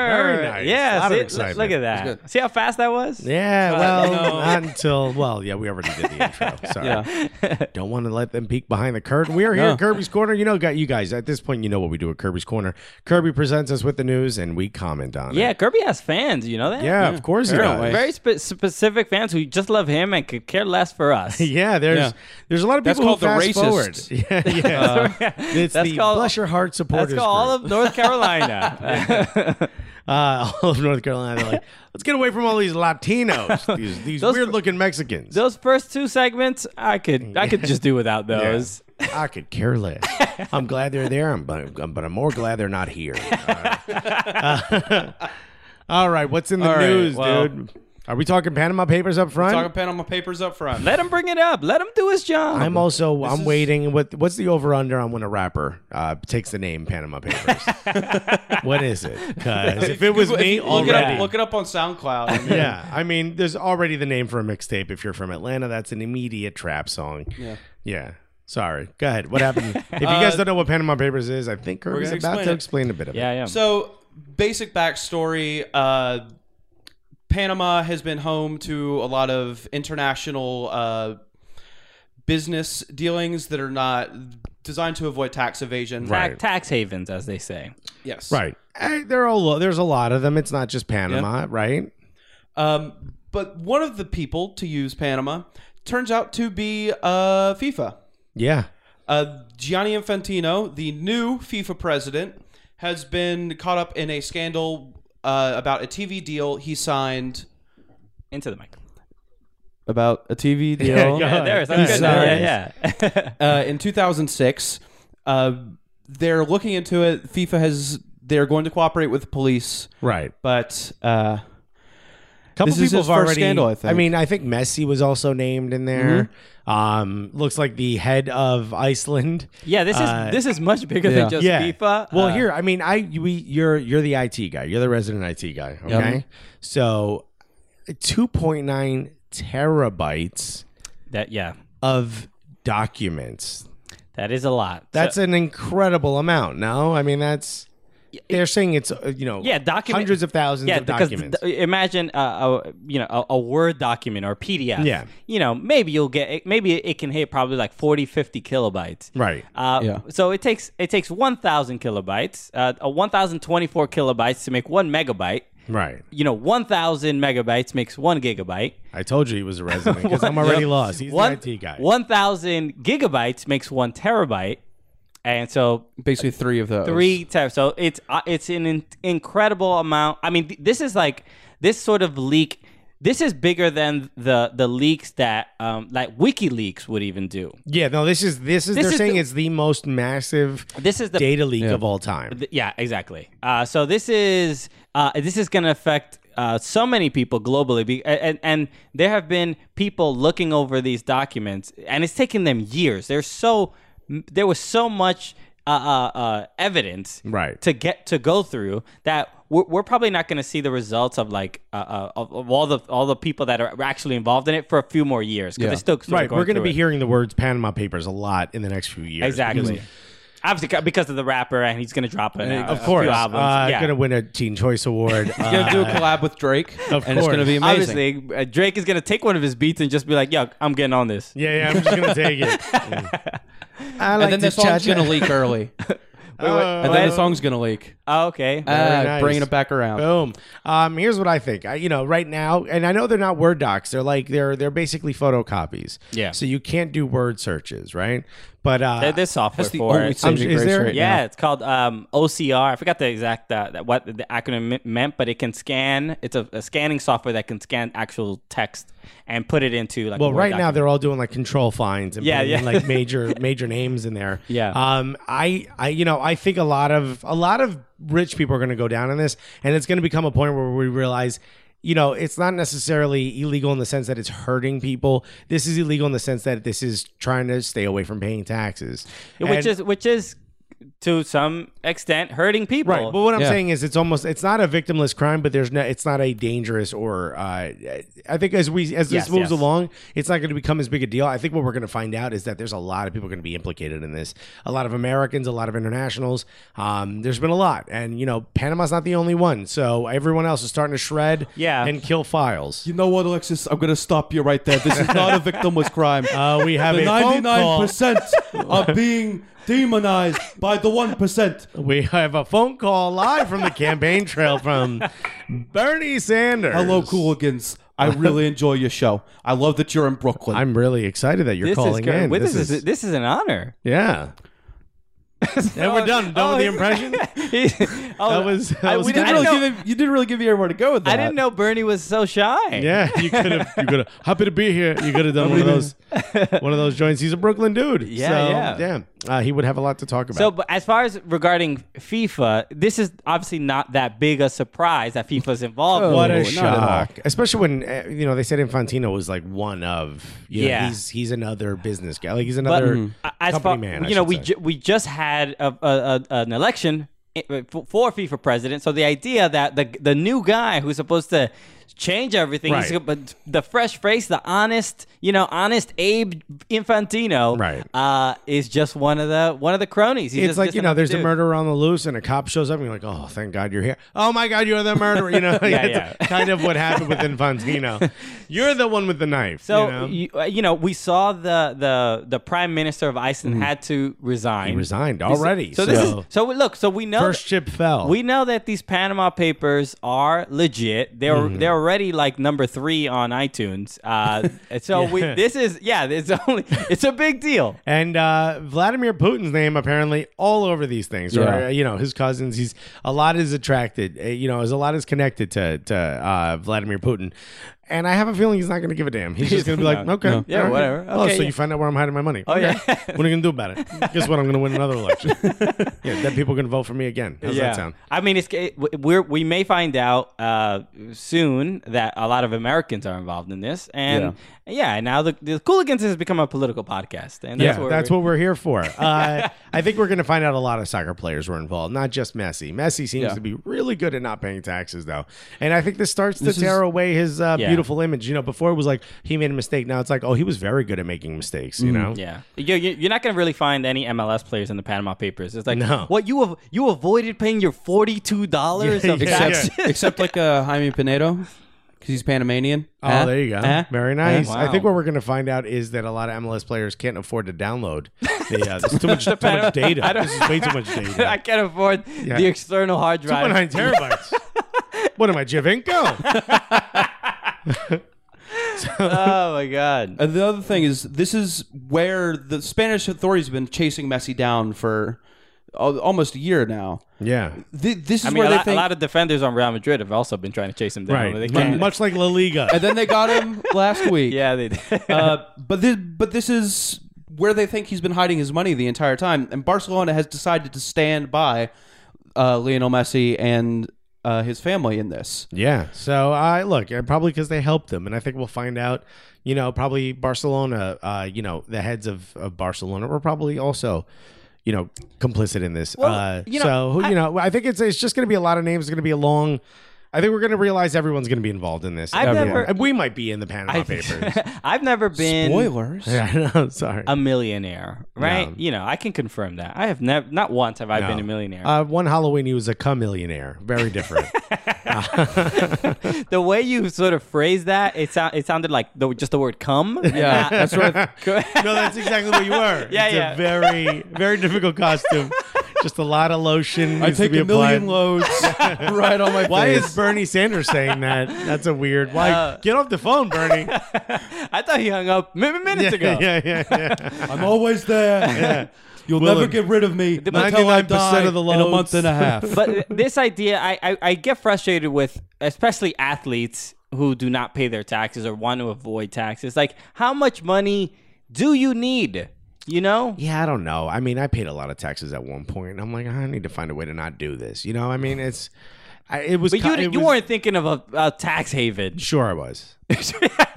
[SPEAKER 1] Very nice.
[SPEAKER 2] Yes,
[SPEAKER 1] Lot of
[SPEAKER 2] it-
[SPEAKER 1] excitement.
[SPEAKER 2] look at
[SPEAKER 3] That's
[SPEAKER 2] that. See how fast that was?
[SPEAKER 1] yeah, well,
[SPEAKER 3] no.
[SPEAKER 1] not until well, yeah, we already did the intro. Sorry, don't want to let them peek behind the curtain. We are here
[SPEAKER 3] No.
[SPEAKER 1] at Kirby's Corner. You know, got you guys at this point. You know what we do at Kirby's Corner. Kirby presents us with the news, and we comment on
[SPEAKER 2] Yeah,
[SPEAKER 1] it.
[SPEAKER 2] Kirby has fans. You know that?
[SPEAKER 1] Yeah, of course he
[SPEAKER 3] Apparently.
[SPEAKER 1] does.
[SPEAKER 2] Very spe- specific fans who just love him and could care less for us.
[SPEAKER 1] [laughs] Yeah, there's
[SPEAKER 3] Yeah.
[SPEAKER 1] there's a lot of
[SPEAKER 3] That's
[SPEAKER 1] people who
[SPEAKER 3] called the
[SPEAKER 1] fast forward. [laughs]
[SPEAKER 3] racist.
[SPEAKER 1] Yeah, yeah. it's
[SPEAKER 2] That's
[SPEAKER 1] the
[SPEAKER 2] called-
[SPEAKER 1] Bless Your Heart supporters.
[SPEAKER 2] That's all
[SPEAKER 1] group.
[SPEAKER 2] of
[SPEAKER 1] [laughs]
[SPEAKER 2] North Carolina.
[SPEAKER 1] uh, [laughs] all of North Carolina. They're Like, let's get away from all these Latinos, these, these
[SPEAKER 2] Those-
[SPEAKER 1] weird looking Mexicans.
[SPEAKER 2] those first two segments, I could I could just do without those.
[SPEAKER 1] I could care
[SPEAKER 3] [laughs]
[SPEAKER 1] less. I'm glad they're there, I'm, but, I'm, but I'm more glad they're not
[SPEAKER 3] [laughs]
[SPEAKER 1] here. All right. [laughs] all right, what's in the
[SPEAKER 3] All right,
[SPEAKER 1] news,
[SPEAKER 3] well-
[SPEAKER 1] dude? Are we talking Panama Papers up front?
[SPEAKER 3] Talking pen on my papers up front.
[SPEAKER 2] Let him bring it up. Let him do his job.
[SPEAKER 1] I'm also I'm waiting. What what's the over under on when a rapper uh, takes the name Panama
[SPEAKER 3] [laughs]
[SPEAKER 1] Papers? what is it? 'Cause if it was
[SPEAKER 3] Google-
[SPEAKER 1] me
[SPEAKER 3] if you look it,
[SPEAKER 1] already,
[SPEAKER 3] up, look it up on SoundCloud.
[SPEAKER 1] [laughs]
[SPEAKER 3] I mean, [laughs]
[SPEAKER 1] yeah. I mean, there's already the name for a mixtape. If you're from Atlanta, that's an immediate trap song. Yeah. Yeah. Sorry. Go ahead. What
[SPEAKER 3] [laughs]
[SPEAKER 1] happened? if you guys don't know what Panama Papers is, I think Kirby's
[SPEAKER 3] Uh,
[SPEAKER 1] about
[SPEAKER 3] gonna explain
[SPEAKER 1] to
[SPEAKER 3] it.
[SPEAKER 1] explain a bit of
[SPEAKER 2] yeah,
[SPEAKER 1] it.
[SPEAKER 2] yeah.
[SPEAKER 3] So, basic backstory: uh, Panama has been home to a lot of international uh, business dealings that are not designed to avoid tax evasion.
[SPEAKER 2] Ta-
[SPEAKER 1] Right.
[SPEAKER 2] Tax havens, as they say.
[SPEAKER 3] Yes.
[SPEAKER 1] Right. Eh, there are a lo- there's a lot of them. It's not just Panama, right?
[SPEAKER 3] Um, but one of the people to use Panama turns out to be uh, FIFA.
[SPEAKER 1] Yeah.
[SPEAKER 3] Uh, Gianni Infantino, the new FIFA president, has been caught up in a scandal uh, about a TV deal he signed.
[SPEAKER 2] Into the mic.
[SPEAKER 3] About a [laughs] TV deal?
[SPEAKER 2] Yeah, there it is.
[SPEAKER 3] He
[SPEAKER 2] That's good.
[SPEAKER 3] signed,
[SPEAKER 2] Yeah, yeah.
[SPEAKER 3] Uh, in 2006. Uh, they're looking into it. FIFA has. They're going to cooperate with the police,
[SPEAKER 1] Right.
[SPEAKER 3] but uh,
[SPEAKER 1] couple
[SPEAKER 3] This is
[SPEAKER 1] people have
[SPEAKER 3] his first
[SPEAKER 1] already.
[SPEAKER 3] scandal, I think. Mm-hmm.
[SPEAKER 1] mean, I think Messi was also named in there. Um, looks like the head of Iceland.
[SPEAKER 2] yeah, this is
[SPEAKER 1] Uh,
[SPEAKER 2] this is much bigger than just FIFA.
[SPEAKER 1] Well,
[SPEAKER 2] Uh,
[SPEAKER 1] here, I mean, I we you're you're the IT guy. You're the resident IT guy. Okay, so two point nine terabytes
[SPEAKER 2] that yeah,
[SPEAKER 1] of documents.
[SPEAKER 2] that is a lot.
[SPEAKER 1] That's
[SPEAKER 2] So-
[SPEAKER 1] an incredible amount. No, I mean that's they're saying it's uh, you know
[SPEAKER 2] yeah, document
[SPEAKER 1] hundreds of thousands
[SPEAKER 2] yeah,
[SPEAKER 1] of
[SPEAKER 2] because
[SPEAKER 1] documents.
[SPEAKER 2] th- imagine uh, a you know a, a Word document or a PDF.
[SPEAKER 1] Yeah.
[SPEAKER 2] you know maybe you'll get it- maybe it can hit probably like 40, 50 kilobytes.
[SPEAKER 1] Right.
[SPEAKER 2] Uh,
[SPEAKER 3] Yeah.
[SPEAKER 2] So it takes it takes one thousand kilobytes, uh, a one thousand twenty four kilobytes to make one megabyte.
[SPEAKER 1] right.
[SPEAKER 2] You know, one thousand megabytes makes one gigabyte.
[SPEAKER 1] I told you he was a resident
[SPEAKER 2] [laughs]
[SPEAKER 1] because I'm already lost. He's
[SPEAKER 2] One
[SPEAKER 1] the IT guy.
[SPEAKER 2] one thousand gigabytes makes one terabyte, and so
[SPEAKER 3] basically three of those.
[SPEAKER 2] three ter- so it's uh, it's an in- incredible amount i mean th- this is like this sort of leak this is bigger than the the leaks that um like wikileaks would even do
[SPEAKER 1] Yeah, no, this is this is
[SPEAKER 2] This
[SPEAKER 1] they're
[SPEAKER 2] is
[SPEAKER 1] saying
[SPEAKER 2] the-
[SPEAKER 1] it's the most massive
[SPEAKER 2] this is the
[SPEAKER 1] data leak of all time.
[SPEAKER 2] th- yeah exactly uh so this is uh this is gonna affect uh, so many people globally, be, a- and and there have been people looking over these documents, and it's taken them years. There's so there was so much uh, uh, uh, evidence
[SPEAKER 1] Right.
[SPEAKER 2] to get to go through that we're, we're probably not going to see the results of like uh, uh, of, of all the all the people that are actually involved in it for a few more years because
[SPEAKER 3] Yeah.
[SPEAKER 2] they're still sort of
[SPEAKER 1] right,
[SPEAKER 2] going
[SPEAKER 1] we're going to
[SPEAKER 2] through
[SPEAKER 1] be
[SPEAKER 2] it.
[SPEAKER 1] hearing the words Panama Papers a lot in the next few years.
[SPEAKER 2] Exactly.
[SPEAKER 1] because
[SPEAKER 2] Obviously, ca- because of the rapper, and he's going to drop an,
[SPEAKER 1] of
[SPEAKER 2] a
[SPEAKER 1] course,
[SPEAKER 2] few albums.
[SPEAKER 1] uh,
[SPEAKER 2] yeah.
[SPEAKER 1] gonna win a Teen Choice
[SPEAKER 2] [laughs]
[SPEAKER 1] Award.
[SPEAKER 3] Gonna do a
[SPEAKER 1] Uh,
[SPEAKER 3] collab with [laughs] Drake,
[SPEAKER 1] of
[SPEAKER 3] and it's gonna
[SPEAKER 1] course.
[SPEAKER 3] be amazing.
[SPEAKER 2] Obviously, uh, Drake is going to take one of his beats and just be like, yo, I'm getting on this.
[SPEAKER 1] yeah, yeah, I'm just gonna take
[SPEAKER 2] [laughs]
[SPEAKER 1] it. I like
[SPEAKER 3] and then the song's gonna leak [laughs] early, and then the song's gonna leak.
[SPEAKER 2] Oh, okay.
[SPEAKER 3] Uh,
[SPEAKER 1] nice.
[SPEAKER 3] Bringing it back around.
[SPEAKER 1] Boom. Um, here's what I think. I, you know, right now, and I know they're not Word docs. They're like they're they're basically photocopies.
[SPEAKER 2] Yeah.
[SPEAKER 1] So you can't do word searches, right? But uh,
[SPEAKER 2] There- there's software
[SPEAKER 3] That's the
[SPEAKER 2] for
[SPEAKER 3] only
[SPEAKER 2] it.
[SPEAKER 1] I'm-
[SPEAKER 3] saving
[SPEAKER 1] is
[SPEAKER 3] grace
[SPEAKER 1] there-
[SPEAKER 3] right
[SPEAKER 2] yeah,
[SPEAKER 3] now.
[SPEAKER 2] it's called um, OCR. I forgot the exact uh, that- what the acronym me- meant, but it can scan. It's a, a scanning software that can scan actual text and put it into like. a
[SPEAKER 1] Well,
[SPEAKER 2] Word
[SPEAKER 1] right now
[SPEAKER 2] document.
[SPEAKER 1] they're all doing like control finds and
[SPEAKER 2] Yeah,
[SPEAKER 1] putting in,
[SPEAKER 2] yeah.
[SPEAKER 1] like
[SPEAKER 2] [laughs]
[SPEAKER 1] major major names in there.
[SPEAKER 2] Yeah.
[SPEAKER 1] Um. I. I. You know. I think a lot of a lot of rich people are going to go down on this, and it's going to become a point where we realize. You know, it's not necessarily illegal in the sense that it's hurting people. This is illegal in the sense that this is trying to stay away from paying taxes.
[SPEAKER 2] which
[SPEAKER 1] And-
[SPEAKER 2] is which is to some extent hurting people.
[SPEAKER 1] Right, but what I'm
[SPEAKER 3] Yeah.
[SPEAKER 1] saying is, it's almost it's not a victimless crime, but there's no, it's not a dangerous or uh, I think as we as
[SPEAKER 2] Yes,
[SPEAKER 1] this moves
[SPEAKER 2] yes.
[SPEAKER 1] along, it's not going to become as big a deal. I think what we're going to find out is that there's a lot of people going to be implicated in this. A lot of Americans, a lot of internationals. Um, there's been a lot, and you know, Panama's not the only one. So everyone else is starting to shred,
[SPEAKER 2] Yeah.
[SPEAKER 1] and kill files.
[SPEAKER 3] You know what, Alexis? I'm gonna stop you right there. This is not a victimless crime.
[SPEAKER 1] Uh, we have
[SPEAKER 3] the
[SPEAKER 1] a phone call.
[SPEAKER 3] 99% are being demonized by the 1%.
[SPEAKER 1] We have a phone call live from the campaign trail from Bernie Sanders.
[SPEAKER 3] Hello, Cooligans. I really enjoy your show. I love that you're in Brooklyn.
[SPEAKER 1] I'm really excited that you're
[SPEAKER 2] this is
[SPEAKER 1] calling
[SPEAKER 2] great.
[SPEAKER 1] in.
[SPEAKER 2] Well, This, is this is an honor. [laughs]
[SPEAKER 1] [laughs] Yeah. and we're done. Done
[SPEAKER 2] Oh,
[SPEAKER 1] with the
[SPEAKER 2] yeah. [laughs]
[SPEAKER 1] impression.
[SPEAKER 2] oh,
[SPEAKER 1] That was- that
[SPEAKER 2] I,
[SPEAKER 1] was
[SPEAKER 2] we didn't- I
[SPEAKER 3] you, didn't really
[SPEAKER 2] didn't know,
[SPEAKER 3] give him, you didn't really give me anywhere to go with that.
[SPEAKER 2] I didn't know Bernie was so shy.
[SPEAKER 1] Yeah, you could have. You could have. Happy to be here. You could have [laughs] done one of those. One of those joints. He's a Brooklyn dude.
[SPEAKER 2] Yeah,
[SPEAKER 1] so,
[SPEAKER 2] yeah.
[SPEAKER 1] Uh, he would have a lot to talk about.
[SPEAKER 2] So, but as far as regarding FIFA, this is obviously not that big a surprise that FIFA's involved.
[SPEAKER 3] Oh,
[SPEAKER 1] what a
[SPEAKER 3] not at all.
[SPEAKER 1] shock! Especially when uh, you know they said Infantino was like one of. You know,
[SPEAKER 2] Yeah.
[SPEAKER 1] he's he's another business guy. Like he's
[SPEAKER 2] But
[SPEAKER 1] another
[SPEAKER 2] uh, as
[SPEAKER 1] company
[SPEAKER 2] far
[SPEAKER 1] man. I
[SPEAKER 2] you know,
[SPEAKER 1] should
[SPEAKER 2] we
[SPEAKER 1] say.
[SPEAKER 2] ju- we just had a, a, a, an election i- uh, f- for FIFA president. So the idea that the the new guy who's supposed to change everything, he's-
[SPEAKER 1] Right.
[SPEAKER 2] but the fresh face, the honest, you know, honest Abe Infantino,
[SPEAKER 1] Right.
[SPEAKER 2] uh, is just one of the one of the cronies. He's
[SPEAKER 1] it's
[SPEAKER 2] just-
[SPEAKER 1] like
[SPEAKER 2] just
[SPEAKER 1] you know,
[SPEAKER 2] another
[SPEAKER 1] there's a
[SPEAKER 2] dude.
[SPEAKER 1] murderer on the loose, and a cop shows up, and you're like, "Oh, thank God you're here! Oh my God, you're the murderer!" You know, [laughs]
[SPEAKER 2] Yeah,
[SPEAKER 1] It's
[SPEAKER 2] yeah.
[SPEAKER 1] kind of what happened with
[SPEAKER 2] [laughs]
[SPEAKER 1] Infantino. You're the one with the knife.
[SPEAKER 2] So
[SPEAKER 1] you know?
[SPEAKER 2] you, uh, you know, we saw the the the prime minister of Iceland had to resign.
[SPEAKER 1] Mm-hmm. He resigned already.
[SPEAKER 2] So this is so we, look. So we know
[SPEAKER 1] first
[SPEAKER 2] that-
[SPEAKER 1] chip fell.
[SPEAKER 2] We know that these Panama Papers are legit. They're
[SPEAKER 1] Mm-hmm.
[SPEAKER 2] they're already like number three on iTunes.
[SPEAKER 1] [laughs]
[SPEAKER 2] Uh, and so we
[SPEAKER 1] Yeah.
[SPEAKER 2] this is yeah. It's [laughs] only it's a big deal.
[SPEAKER 1] and uh, Vladimir Putin's name apparently all over these things, or
[SPEAKER 3] Yeah.
[SPEAKER 1] uh, you know his cousins. He's a lot is attracted, uh, you know, is a lot is connected to to uh, Vladimir Putin. And I have a feeling he's not going to give a damn. He's just going to
[SPEAKER 2] [laughs]
[SPEAKER 1] be like, okay,
[SPEAKER 2] Yeah,
[SPEAKER 1] all right.
[SPEAKER 2] whatever.
[SPEAKER 1] Oh,
[SPEAKER 2] Okay,
[SPEAKER 1] so
[SPEAKER 2] yeah.
[SPEAKER 1] you find out where I'm hiding my money. Oh
[SPEAKER 2] yeah.
[SPEAKER 1] what are you going to do about
[SPEAKER 2] [laughs]
[SPEAKER 1] it? Guess what? I'm going to win another election. [laughs] yeah, then people can vote for me again. How's that sound?
[SPEAKER 2] I mean, it's it, we're we may find out uh, soon that a lot of Americans are involved in this, and yeah, now the the Cooligans has become a political podcast, and that's
[SPEAKER 1] yeah,
[SPEAKER 2] what
[SPEAKER 1] that's
[SPEAKER 2] we're-
[SPEAKER 1] what we're here for. Uh, I think we're going to find out a lot of soccer players were involved, not just Messi. Messi seems
[SPEAKER 3] Yeah.
[SPEAKER 1] to be really good at not paying taxes, though, and I think this starts to
[SPEAKER 3] This is-
[SPEAKER 1] tear away his uh,
[SPEAKER 2] Yeah.
[SPEAKER 1] beautiful image. You know, before it was like he made a mistake. Now it's like, oh, he was very good at making mistakes. You know,
[SPEAKER 2] Yeah, you, you- you're not gonna really find any MLS players in the Panama Papers. It's like,
[SPEAKER 1] No.
[SPEAKER 2] what you av- you avoided paying your forty two dollars of
[SPEAKER 1] Yeah, yeah.
[SPEAKER 2] [laughs] taxes.
[SPEAKER 3] Except, [laughs] except like uh, Jaime Pinedo, because he's Panamanian.
[SPEAKER 1] Oh,
[SPEAKER 3] Huh?
[SPEAKER 1] there you go.
[SPEAKER 3] Huh?
[SPEAKER 1] Very nice.
[SPEAKER 3] Huh?
[SPEAKER 1] I think what we're going to find out is that a lot of MLS players can't afford to download. The, uh, there's too much, too much data. This is way too much data.
[SPEAKER 2] I can't afford the external hard drive.
[SPEAKER 1] 2.9 terabytes. what am I, Javinko?
[SPEAKER 2] Oh my god!
[SPEAKER 3] Uh, the other thing is, this is where the Spanish authorities have been chasing Messi down for al- almost a year now.
[SPEAKER 1] Yeah.
[SPEAKER 3] Th- this is
[SPEAKER 2] I mean,
[SPEAKER 3] where
[SPEAKER 2] a
[SPEAKER 3] they
[SPEAKER 2] lot, a
[SPEAKER 3] think.
[SPEAKER 2] lot of defenders on Real Madrid have also been trying to chase him down. but They
[SPEAKER 1] Right.
[SPEAKER 2] can't.
[SPEAKER 1] Much like La Liga.
[SPEAKER 3] and then they got him last week.
[SPEAKER 1] [laughs]
[SPEAKER 2] yeah, [laughs] they.
[SPEAKER 3] Uh, but this, but this is where they think he's been hiding his money the entire time, and Barcelona has decided to stand by uh, Lionel Messi and uh, his family in this.
[SPEAKER 1] Yeah. So I look uh, probably because they helped them, and I think we'll find out. You know, probably Barcelona. Uh, you know, the heads of, of Barcelona were probably also, you know, complicit in this.
[SPEAKER 2] Well,
[SPEAKER 1] uh,
[SPEAKER 2] you know,
[SPEAKER 1] so who- you know, I think it's it's just going to be a lot of names. It's going to be a long. I think we're going to realize everyone's going to be involved in this.
[SPEAKER 2] I've
[SPEAKER 1] Everyone.
[SPEAKER 2] never-
[SPEAKER 1] And we might be in the Panama
[SPEAKER 2] [laughs]
[SPEAKER 1] Papers. [laughs]
[SPEAKER 2] I've never been
[SPEAKER 3] Spoilers.
[SPEAKER 1] yeah, I know. Sorry.
[SPEAKER 2] a millionaire, right? You know, I can confirm that. I have never, not once have I been a millionaire.
[SPEAKER 1] Uh, one Halloween, he was a millionaire. Very different.
[SPEAKER 2] the way you sort of phrased that, it sound, it sounded like the, just the
[SPEAKER 1] [laughs]
[SPEAKER 2] word "come."
[SPEAKER 3] Yeah, that's right.
[SPEAKER 1] no, that's exactly what you were.
[SPEAKER 2] Yeah,
[SPEAKER 1] it's
[SPEAKER 2] yeah.
[SPEAKER 1] a very, very difficult costume. Just a lot of lotion.
[SPEAKER 3] I
[SPEAKER 1] needs to
[SPEAKER 3] take
[SPEAKER 1] be
[SPEAKER 3] a million
[SPEAKER 1] applied.
[SPEAKER 3] loads
[SPEAKER 1] [laughs]
[SPEAKER 3] right on my
[SPEAKER 1] Why
[SPEAKER 3] face.
[SPEAKER 1] is Bernie Sanders saying that? That's a weird. Why? Get off the phone, Bernie.
[SPEAKER 2] Uh, [laughs] I thought he hung up mi- minutes ago.
[SPEAKER 1] yeah, yeah, yeah.
[SPEAKER 3] I'm always there.
[SPEAKER 1] [laughs]
[SPEAKER 3] You'll
[SPEAKER 1] Willem.
[SPEAKER 3] never get rid of me until I
[SPEAKER 1] 99%
[SPEAKER 3] die
[SPEAKER 1] of the
[SPEAKER 3] in a month
[SPEAKER 1] loads.
[SPEAKER 3] and a
[SPEAKER 1] [laughs]
[SPEAKER 3] half.
[SPEAKER 2] but this idea I, I, I get frustrated with especially athletes who do not pay their taxes or want to avoid taxes like how much money do you need you know
[SPEAKER 1] Yeah, I don't know. I mean, I paid a lot of taxes at one point. I'm like, I need to find a way to not do this. You know, I mean, it's, I, it was.
[SPEAKER 2] but
[SPEAKER 1] ki-
[SPEAKER 2] you,
[SPEAKER 1] it
[SPEAKER 2] you
[SPEAKER 1] was-
[SPEAKER 2] weren't thinking of a, a tax haven
[SPEAKER 1] Sure, I
[SPEAKER 2] [laughs]
[SPEAKER 1] was.
[SPEAKER 2] Oh,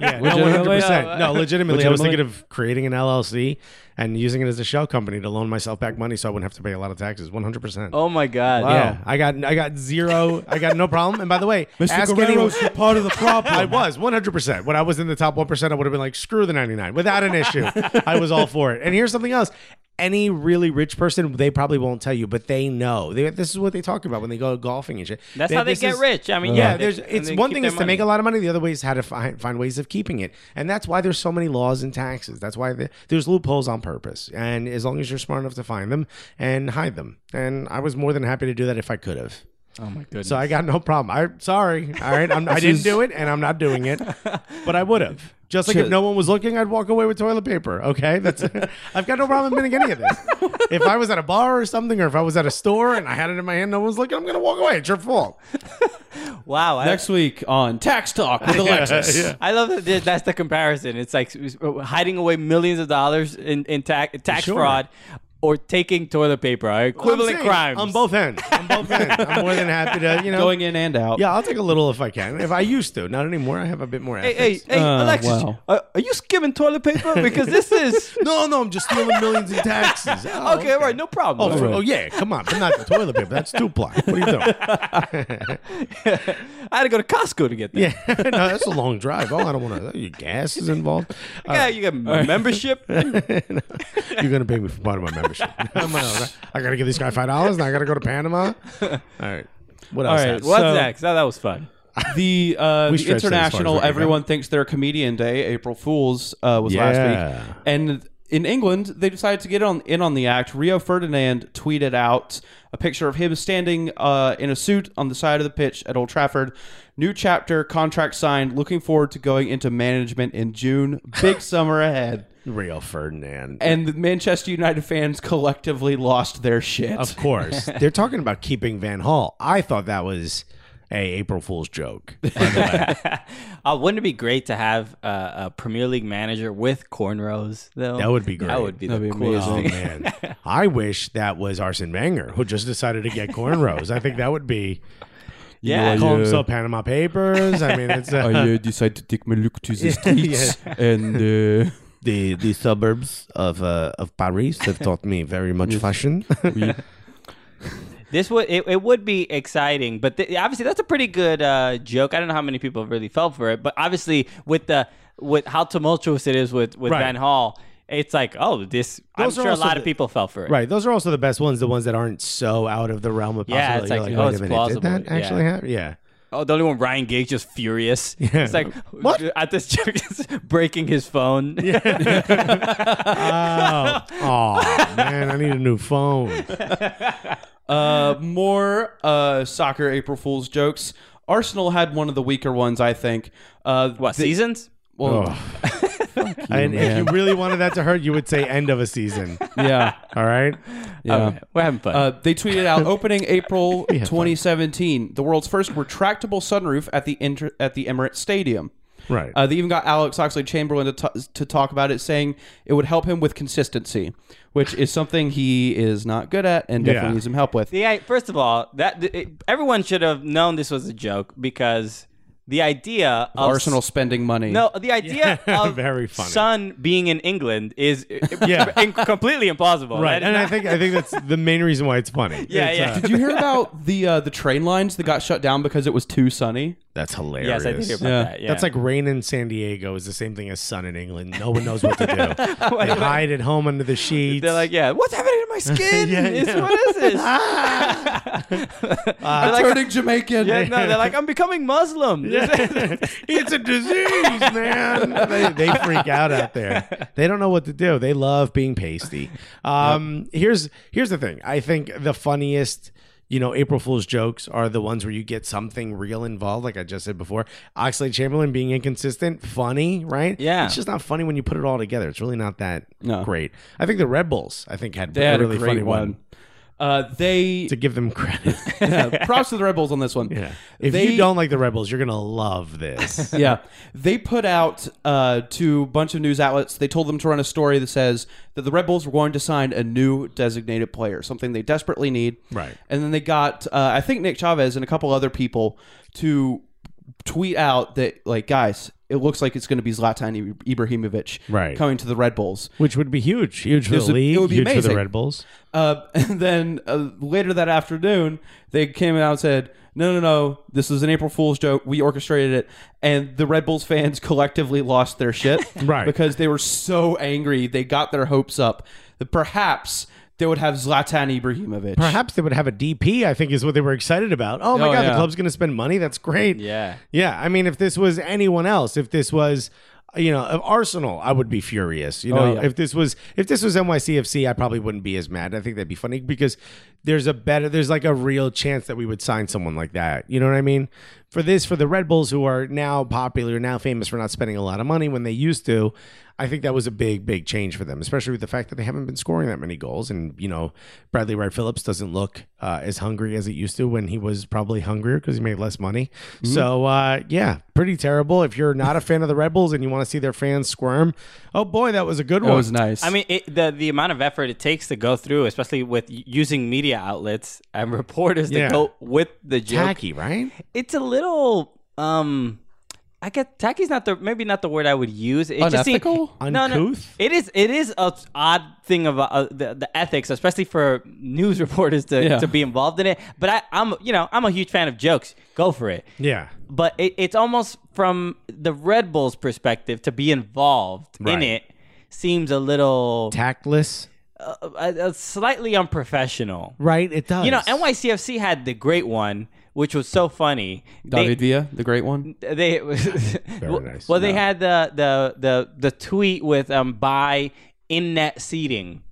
[SPEAKER 1] yeah, no,
[SPEAKER 3] Legitimately?
[SPEAKER 1] 100%. No, legitimately, I was
[SPEAKER 3] Legitimately?
[SPEAKER 1] thinking of creating an LLC and using it as a shell company to loan myself back money so I wouldn't have to pay a lot of taxes. 100%.
[SPEAKER 2] oh my god
[SPEAKER 1] Yeah, I got I got zero. I got no problem. And by the
[SPEAKER 2] [laughs]
[SPEAKER 1] way,
[SPEAKER 3] Mr.
[SPEAKER 1] ask
[SPEAKER 3] Guerrero's
[SPEAKER 1] anyone-
[SPEAKER 3] part of the
[SPEAKER 1] [laughs]
[SPEAKER 3] problem.
[SPEAKER 1] I was 100%. When I was in the top 1%, I would have been like, screw the 99 without an issue. I was all for it. And here's something else. Any really rich person, they probably won't tell you, but they know. They, this is what they talk about when they go golfing and shit.
[SPEAKER 2] That's how they
[SPEAKER 1] this
[SPEAKER 2] get
[SPEAKER 1] is-
[SPEAKER 2] rich. I mean,
[SPEAKER 1] yeah,
[SPEAKER 2] yeah, they-
[SPEAKER 1] there's,
[SPEAKER 2] and
[SPEAKER 1] it's
[SPEAKER 2] they
[SPEAKER 1] one
[SPEAKER 2] keep
[SPEAKER 1] thing
[SPEAKER 2] their
[SPEAKER 1] is to make
[SPEAKER 2] money.
[SPEAKER 1] a lot of money. The other way is how to find, find ways of keeping it, and that's why there's so many laws and taxes. That's why the, there's loopholes on purpose. And as long as you're smart enough to find them and hide them, and I was more than happy to do that if I could have.
[SPEAKER 2] oh my goodness
[SPEAKER 1] So I got no problem. I sorry. All right,
[SPEAKER 2] [laughs]
[SPEAKER 1] I'm, I didn't do it, and I'm not doing it, but I would have. Just like if no one was looking, I'd walk away with toilet paper. Okay, that's. [laughs] I've got no problem admitting any of this. If I was at a bar or something, or if I was at a store and I had it in my hand, no one was looking, I'm gonna walk away. It's your fault.
[SPEAKER 2] wow I,
[SPEAKER 3] Next week on Tax Talk with Alexis.
[SPEAKER 2] I love that th- that's the comparison it's like s- hiding away millions of dollars in, in tax tax
[SPEAKER 1] Sure.
[SPEAKER 2] fraud or taking toilet paper are equivalent
[SPEAKER 1] I'm saying,
[SPEAKER 2] crimes
[SPEAKER 1] on both ends. On both ends, I'm more than happy to you know.
[SPEAKER 3] Going in and out.
[SPEAKER 1] yeah, I'll take a little if I can. If I used to, not anymore. I have a bit more.
[SPEAKER 2] Hey,
[SPEAKER 1] Ethics.
[SPEAKER 2] hey, hey,
[SPEAKER 3] Uh,
[SPEAKER 2] Alexis,
[SPEAKER 3] wow.
[SPEAKER 2] are, are you skimming toilet paper? Because this is.
[SPEAKER 1] No, no, I'm just stealing millions in [laughs] taxes. [laughs] Oh,
[SPEAKER 2] okay, all right, no problem.
[SPEAKER 1] Oh, oh, yeah, come on, but not the toilet paper. That's two ply. What are you doing? [laughs]
[SPEAKER 2] I had to go to Costco to get that.
[SPEAKER 1] Yeah, no, that's a long drive. Oh, I don't want to. Your gas is involved. All
[SPEAKER 2] Yeah,
[SPEAKER 1] right.
[SPEAKER 2] you got
[SPEAKER 1] [laughs]
[SPEAKER 2] membership.
[SPEAKER 1] You're gonna pay me for part of my membership. [laughs] I'm gonna- I gotta give this guy five dollars, and I gotta go to Panama. All right. What else?
[SPEAKER 3] right,
[SPEAKER 1] Alex?
[SPEAKER 2] What's
[SPEAKER 3] So-
[SPEAKER 2] next? Oh, that was fun.
[SPEAKER 3] The, uh,
[SPEAKER 1] [laughs] We
[SPEAKER 3] the
[SPEAKER 1] stretched it as far as we
[SPEAKER 3] international
[SPEAKER 1] could go.
[SPEAKER 3] everyone thinks they're a comedian day, April Fool's, uh, was
[SPEAKER 1] Yeah.
[SPEAKER 3] last week. And in England, they decided to get on in on the act. Rio Ferdinand tweeted out a picture of him standing uh, in a suit on the side of the pitch at Old Trafford. New chapter, contract signed, looking forward to going into management in June.
[SPEAKER 1] [laughs]
[SPEAKER 3] Big summer ahead.
[SPEAKER 1] Rio Ferdinand.
[SPEAKER 3] And the Manchester United fans collectively lost their shit.
[SPEAKER 1] Of course. [laughs] They're talking about keeping Van Hall. I thought that was a April Fool's joke.
[SPEAKER 2] Uh, wouldn't it be great to have uh, a Premier League manager with cornrows, though?
[SPEAKER 1] That would be great.
[SPEAKER 2] That would be the
[SPEAKER 3] That'd be
[SPEAKER 2] coolest
[SPEAKER 1] Oh
[SPEAKER 2] thing.
[SPEAKER 1] [laughs] man, I wish that was Arsene Wenger who just decided to get cornrows. I think that would be.
[SPEAKER 2] Yeah.
[SPEAKER 1] call himself Panama Papers. I mean, it's uh,
[SPEAKER 3] decided to take my look to [laughs] the
[SPEAKER 1] streets uh,
[SPEAKER 3] and
[SPEAKER 1] the the suburbs of uh, of Paris have taught me very much fashion.
[SPEAKER 2] This would it, it would be exciting, but th- obviously that's a pretty good uh, joke. I don't know how many people really fell for it, but obviously with the with how tumultuous it is with with
[SPEAKER 1] Right.
[SPEAKER 2] Van Hall, it's like oh this.
[SPEAKER 1] Those
[SPEAKER 2] I'm
[SPEAKER 1] are
[SPEAKER 2] sure a
[SPEAKER 1] also
[SPEAKER 2] lot
[SPEAKER 1] the-
[SPEAKER 2] of people fell for it.
[SPEAKER 1] [laughs] right. Those are also the best ones. The ones that aren't so out of the realm of
[SPEAKER 2] Yeah,
[SPEAKER 1] possibility.
[SPEAKER 2] it's
[SPEAKER 1] You're like,
[SPEAKER 2] like, oh,
[SPEAKER 1] wait a
[SPEAKER 2] it's
[SPEAKER 1] minute,
[SPEAKER 2] plausible.
[SPEAKER 1] Did that
[SPEAKER 2] Yeah.
[SPEAKER 1] actually happen? Yeah.
[SPEAKER 2] Oh, the only one Ryan Giggs just
[SPEAKER 1] [laughs]
[SPEAKER 2] furious. It's like
[SPEAKER 1] What?
[SPEAKER 2] [laughs] at this joke is breaking his
[SPEAKER 1] [laughs]
[SPEAKER 2] phone. Yeah.
[SPEAKER 1] Oh, oh man, I need a new phone.
[SPEAKER 3] Uh, more uh, soccer April Fool's jokes. Arsenal had one of the weaker ones, I think. Uh,
[SPEAKER 2] What
[SPEAKER 3] the-
[SPEAKER 2] seasons? [laughs]
[SPEAKER 3] Well,
[SPEAKER 1] and if you really wanted that to hurt, you would say end of a season.
[SPEAKER 2] [laughs]
[SPEAKER 3] yeah,
[SPEAKER 1] All right.
[SPEAKER 3] yeah.
[SPEAKER 2] We're having fun.
[SPEAKER 3] Uh, they tweeted out
[SPEAKER 2] [laughs]
[SPEAKER 3] opening April
[SPEAKER 1] had fun.
[SPEAKER 3] 2017, the world's first retractable sunroof at the inter- at the Emirates Stadium.
[SPEAKER 1] Right.
[SPEAKER 3] Uh, they even got Alex Oxley Chamberlain to, t- to talk about it, saying it would help him with consistency, which is something he is not good at and definitely
[SPEAKER 1] Yeah.
[SPEAKER 3] needs some help with.
[SPEAKER 2] the, I- first of all, that it, everyone should have known this was a joke because the idea of
[SPEAKER 3] Arsenal spending money.
[SPEAKER 2] No, the
[SPEAKER 1] [laughs]
[SPEAKER 2] idea
[SPEAKER 1] Yeah,
[SPEAKER 2] of
[SPEAKER 1] very funny.
[SPEAKER 2] Son being in England is [laughs]
[SPEAKER 1] [laughs] Yeah.
[SPEAKER 2] in- completely impossible.
[SPEAKER 1] Right,
[SPEAKER 2] That is
[SPEAKER 1] and I
[SPEAKER 2] not-
[SPEAKER 1] think I think that's the main reason why it's funny.
[SPEAKER 2] [laughs] yeah,
[SPEAKER 1] It's,
[SPEAKER 2] yeah.
[SPEAKER 1] uh,
[SPEAKER 3] Did you hear about the uh, the train lines that got shut down because it was too sunny?
[SPEAKER 1] that's hilarious.
[SPEAKER 2] [laughs] yes, I did hear about
[SPEAKER 3] Yeah.
[SPEAKER 2] that. Yeah.
[SPEAKER 1] That's like rain in San Diego is the same thing as sun in England. No one knows what to
[SPEAKER 2] [laughs]
[SPEAKER 1] do. they hide at home under the sheets.
[SPEAKER 2] They're like, yeah, what's happening
[SPEAKER 1] [laughs]
[SPEAKER 2] to my skin?
[SPEAKER 1] Yeah,
[SPEAKER 2] It's-
[SPEAKER 1] yeah. Ah.
[SPEAKER 2] What is
[SPEAKER 1] [laughs]
[SPEAKER 2] this? [laughs] they're like,
[SPEAKER 3] Turning Jamaican.
[SPEAKER 2] yeah, no, they're like, I'm becoming Muslim.
[SPEAKER 1] [laughs] it's a disease, man. They, they freak out out there. They don't know what to do. They love being pasty. Um, Here's here's the thing. I think the funniest. You know, April Fool's jokes are the ones where you get something real involved, like I just said before. Oxley Chamberlain being inconsistent, funny, right?
[SPEAKER 2] Yeah.
[SPEAKER 1] It's just not funny when you put it all together. It's really not that
[SPEAKER 3] No.
[SPEAKER 1] great. I think the Red Bulls, I think, had,
[SPEAKER 3] They had
[SPEAKER 1] a really
[SPEAKER 3] a great
[SPEAKER 1] funny
[SPEAKER 3] one.
[SPEAKER 1] one.
[SPEAKER 3] Uh, they
[SPEAKER 1] To give them credit.
[SPEAKER 3] [laughs] yeah, props to the Red Bulls on this one.
[SPEAKER 1] yeah. If
[SPEAKER 3] They-
[SPEAKER 1] you don't like the Red Bulls, you're going to love this.
[SPEAKER 3] yeah. They put out uh, to a bunch of news outlets. They told them to run a story that says that the Red Bulls were going to sign a new designated player, something they desperately need.
[SPEAKER 1] Right.
[SPEAKER 3] And then they got, uh, I think, Nick Chavez and a couple other people to tweet out that, like, guys, it looks like it's going to be Zlatan Ib- Ibrahimovic
[SPEAKER 1] Right.
[SPEAKER 3] coming to the Red Bulls.
[SPEAKER 1] Which would be huge. Huge for
[SPEAKER 3] This
[SPEAKER 1] the
[SPEAKER 3] would- it
[SPEAKER 1] league.
[SPEAKER 3] would be
[SPEAKER 1] huge for
[SPEAKER 3] amazing.
[SPEAKER 1] the Red Bulls.
[SPEAKER 3] Uh, [laughs] and then uh, later that afternoon, they came out and said, "No, no, no! This is an April Fool's joke. We orchestrated it." And the Red Bulls fans [laughs] collectively lost their shit,
[SPEAKER 1] [laughs] Right.
[SPEAKER 3] Because they were so angry, they got their hopes up that perhaps they would have Zlatan Ibrahimovic.
[SPEAKER 1] Perhaps they would have a DP, I think is what they were excited about. Oh my
[SPEAKER 3] Oh,
[SPEAKER 1] God,
[SPEAKER 3] yeah.
[SPEAKER 1] the club's going to spend money. That's great.
[SPEAKER 2] Yeah.
[SPEAKER 1] Yeah. I mean, if this was anyone else, if this was. You know, of Arsenal, I would be furious. You know,
[SPEAKER 3] Oh, yeah.
[SPEAKER 1] if this was if this was NYCFC, I probably wouldn't be as mad. I think that'd be funny because there's a better, there's like a real chance that we would sign someone like that. You know what I mean? For this, for the Red Bulls who are now popular, now famous for not spending a lot of money when they used to, I think that was a big, big change for them, especially with the fact that they haven't been scoring that many goals. And you know, Bradley Wright Phillips doesn't look uh, as hungry as it used to when he was probably hungrier because he made less money. So uh, yeah, pretty terrible. If you're not a fan of the Red Bulls and you want to see their fans squirm, oh boy, that was a good
[SPEAKER 3] that
[SPEAKER 1] one.
[SPEAKER 3] was nice.
[SPEAKER 2] I mean, it, the the amount of effort it takes to go through, especially with using media outlets and reporters to
[SPEAKER 1] Yeah.
[SPEAKER 2] go with the joke,
[SPEAKER 1] Tacky, right?
[SPEAKER 2] it's a little um I get tacky's not the maybe not the word I would use. It just seems
[SPEAKER 3] Unethical?
[SPEAKER 1] Uncouth?
[SPEAKER 2] it is it is a odd thing of uh, the, the ethics, especially for news [laughs] reporters to,
[SPEAKER 3] Yeah.
[SPEAKER 2] to be involved in it. But I, I'm you know I'm a huge fan of jokes. Go for it.
[SPEAKER 1] Yeah.
[SPEAKER 2] But it, it's almost from the Red Bulls perspective to be involved in
[SPEAKER 1] Right.
[SPEAKER 2] it seems a little
[SPEAKER 1] Tactless,
[SPEAKER 2] uh, uh, slightly unprofessional.
[SPEAKER 1] right? It does.
[SPEAKER 2] You know, NYCFC had the great one, which was so funny. They-
[SPEAKER 3] David Villa, the great one.
[SPEAKER 2] [laughs] they [laughs] well,
[SPEAKER 1] nice.
[SPEAKER 2] well, they had the the the the tweet with um buy in net seating.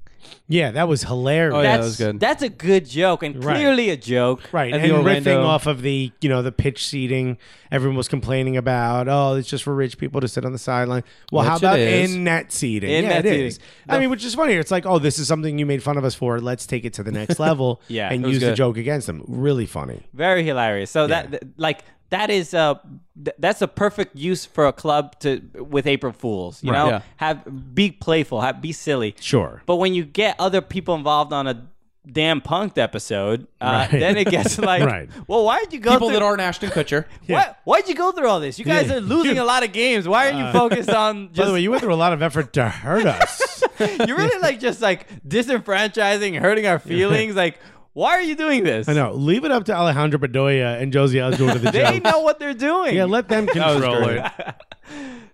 [SPEAKER 1] Yeah, that was hilarious.
[SPEAKER 3] Oh, yeah, that
[SPEAKER 2] That's
[SPEAKER 3] was good.
[SPEAKER 2] that's a good joke and
[SPEAKER 1] Right.
[SPEAKER 2] clearly a joke.
[SPEAKER 1] Right,
[SPEAKER 3] And
[SPEAKER 1] and,
[SPEAKER 3] the Orlando-
[SPEAKER 1] riffing off of the you know the pitch seating everyone was complaining about. Oh, it's just for rich people to sit on the sideline. Well, how
[SPEAKER 3] Which it
[SPEAKER 1] about
[SPEAKER 3] is.
[SPEAKER 1] in net seating?
[SPEAKER 2] In
[SPEAKER 1] yeah,
[SPEAKER 2] net
[SPEAKER 1] it is.
[SPEAKER 2] seating.
[SPEAKER 1] I mean, which is funny. It's like, oh, this is something you made fun of us for. Let's take it to the next level.
[SPEAKER 2] [laughs] Yeah,
[SPEAKER 1] and
[SPEAKER 2] it was
[SPEAKER 1] use
[SPEAKER 3] good.
[SPEAKER 1] the joke against them. Really funny.
[SPEAKER 2] Very hilarious. So that th- like that is uh th- that's a perfect use for a club to with April Fools. You
[SPEAKER 1] Right.
[SPEAKER 2] know,
[SPEAKER 3] Yeah.
[SPEAKER 2] have be playful, have be silly.
[SPEAKER 1] Sure.
[SPEAKER 2] But when you get other people involved on a damn punked episode, uh, then
[SPEAKER 1] [laughs]
[SPEAKER 2] it gets like,
[SPEAKER 1] Right.
[SPEAKER 2] well, why did you go
[SPEAKER 3] People
[SPEAKER 2] through-
[SPEAKER 3] that aren't Ashton
[SPEAKER 2] [laughs]
[SPEAKER 3] Kutcher.
[SPEAKER 2] Why, why'd you go through all this? You guys
[SPEAKER 1] Yeah. Uh,
[SPEAKER 2] are losing a lot of games.
[SPEAKER 1] [laughs]
[SPEAKER 2] Why are you focused on just?
[SPEAKER 1] By the way, you went through a lot of effort to hurt
[SPEAKER 2] [laughs]
[SPEAKER 1] us.
[SPEAKER 2] you're really like just like disenfranchising, hurting our feelings. Like, why are you doing this?
[SPEAKER 1] I know. Leave it up to Alejandro Bedoya and Josie Osborne to the
[SPEAKER 2] [laughs] They
[SPEAKER 1] joke.
[SPEAKER 2] know what they're doing.
[SPEAKER 1] Yeah, let
[SPEAKER 2] [laughs]
[SPEAKER 1] them
[SPEAKER 3] was
[SPEAKER 1] control
[SPEAKER 3] great.
[SPEAKER 1] it.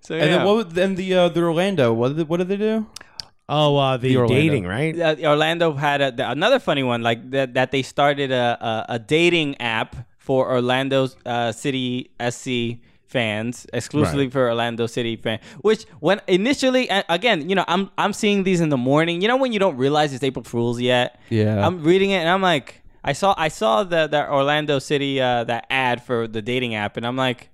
[SPEAKER 2] So,
[SPEAKER 3] And
[SPEAKER 2] yeah.
[SPEAKER 3] then what? would- Then the uh, the Orlando. What did, what did they do?
[SPEAKER 1] Oh, uh, the,
[SPEAKER 3] The Orlando.
[SPEAKER 1] dating, right?
[SPEAKER 2] uh, Orlando had a, th- another funny one, like that, that they started a, a, a dating app for Orlando uh, City SC fans, exclusively
[SPEAKER 1] Right.
[SPEAKER 2] for Orlando City fans. Which, when initially, a- again, you know, I'm I'm seeing these in the morning. You know, when you don't realize it's April Fools yet.
[SPEAKER 3] Yeah.
[SPEAKER 2] I'm reading it and I'm like, I saw I saw the the Orlando City uh, that ad for the dating app, and I'm like,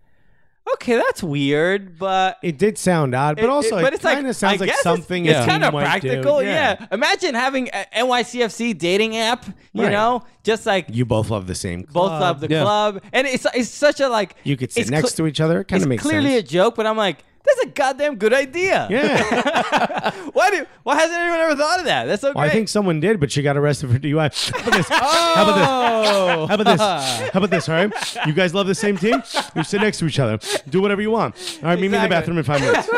[SPEAKER 2] okay, that's weird, but
[SPEAKER 1] It did sound odd, but
[SPEAKER 2] it-
[SPEAKER 1] also
[SPEAKER 2] it-
[SPEAKER 1] it, kind
[SPEAKER 2] I
[SPEAKER 1] of sounds like
[SPEAKER 2] guess
[SPEAKER 1] something.
[SPEAKER 2] It's,
[SPEAKER 1] a
[SPEAKER 2] it's kind
[SPEAKER 1] team
[SPEAKER 2] of
[SPEAKER 1] might do.
[SPEAKER 2] practical, yeah. Imagine having a NYCFC dating app, you
[SPEAKER 1] Right.
[SPEAKER 2] know, just like
[SPEAKER 1] You both love the same
[SPEAKER 2] both
[SPEAKER 1] club.
[SPEAKER 2] love the
[SPEAKER 3] Yeah.
[SPEAKER 2] club, and it's it's such a like
[SPEAKER 1] You could sit
[SPEAKER 2] it's
[SPEAKER 1] next
[SPEAKER 2] cle-
[SPEAKER 1] to each other. It kind
[SPEAKER 2] it's
[SPEAKER 1] of makes
[SPEAKER 2] clearly
[SPEAKER 1] sense.
[SPEAKER 2] a joke, but I'm like. That's a goddamn good idea. [laughs]
[SPEAKER 1] Yeah.
[SPEAKER 2] Why do? Why hasn't anyone ever thought of that? That's so great.
[SPEAKER 1] Well, I think someone did, but she got arrested for DUI. [laughs] How about
[SPEAKER 2] [laughs]
[SPEAKER 1] this?
[SPEAKER 2] Ah!
[SPEAKER 1] How about this?
[SPEAKER 2] Oh,
[SPEAKER 1] [laughs] How about this? How about this? All right, you guys love the same team. We sit next to each other. Do whatever you want. All right, meet me in the
[SPEAKER 2] Exactly.
[SPEAKER 1] bathroom in five minutes.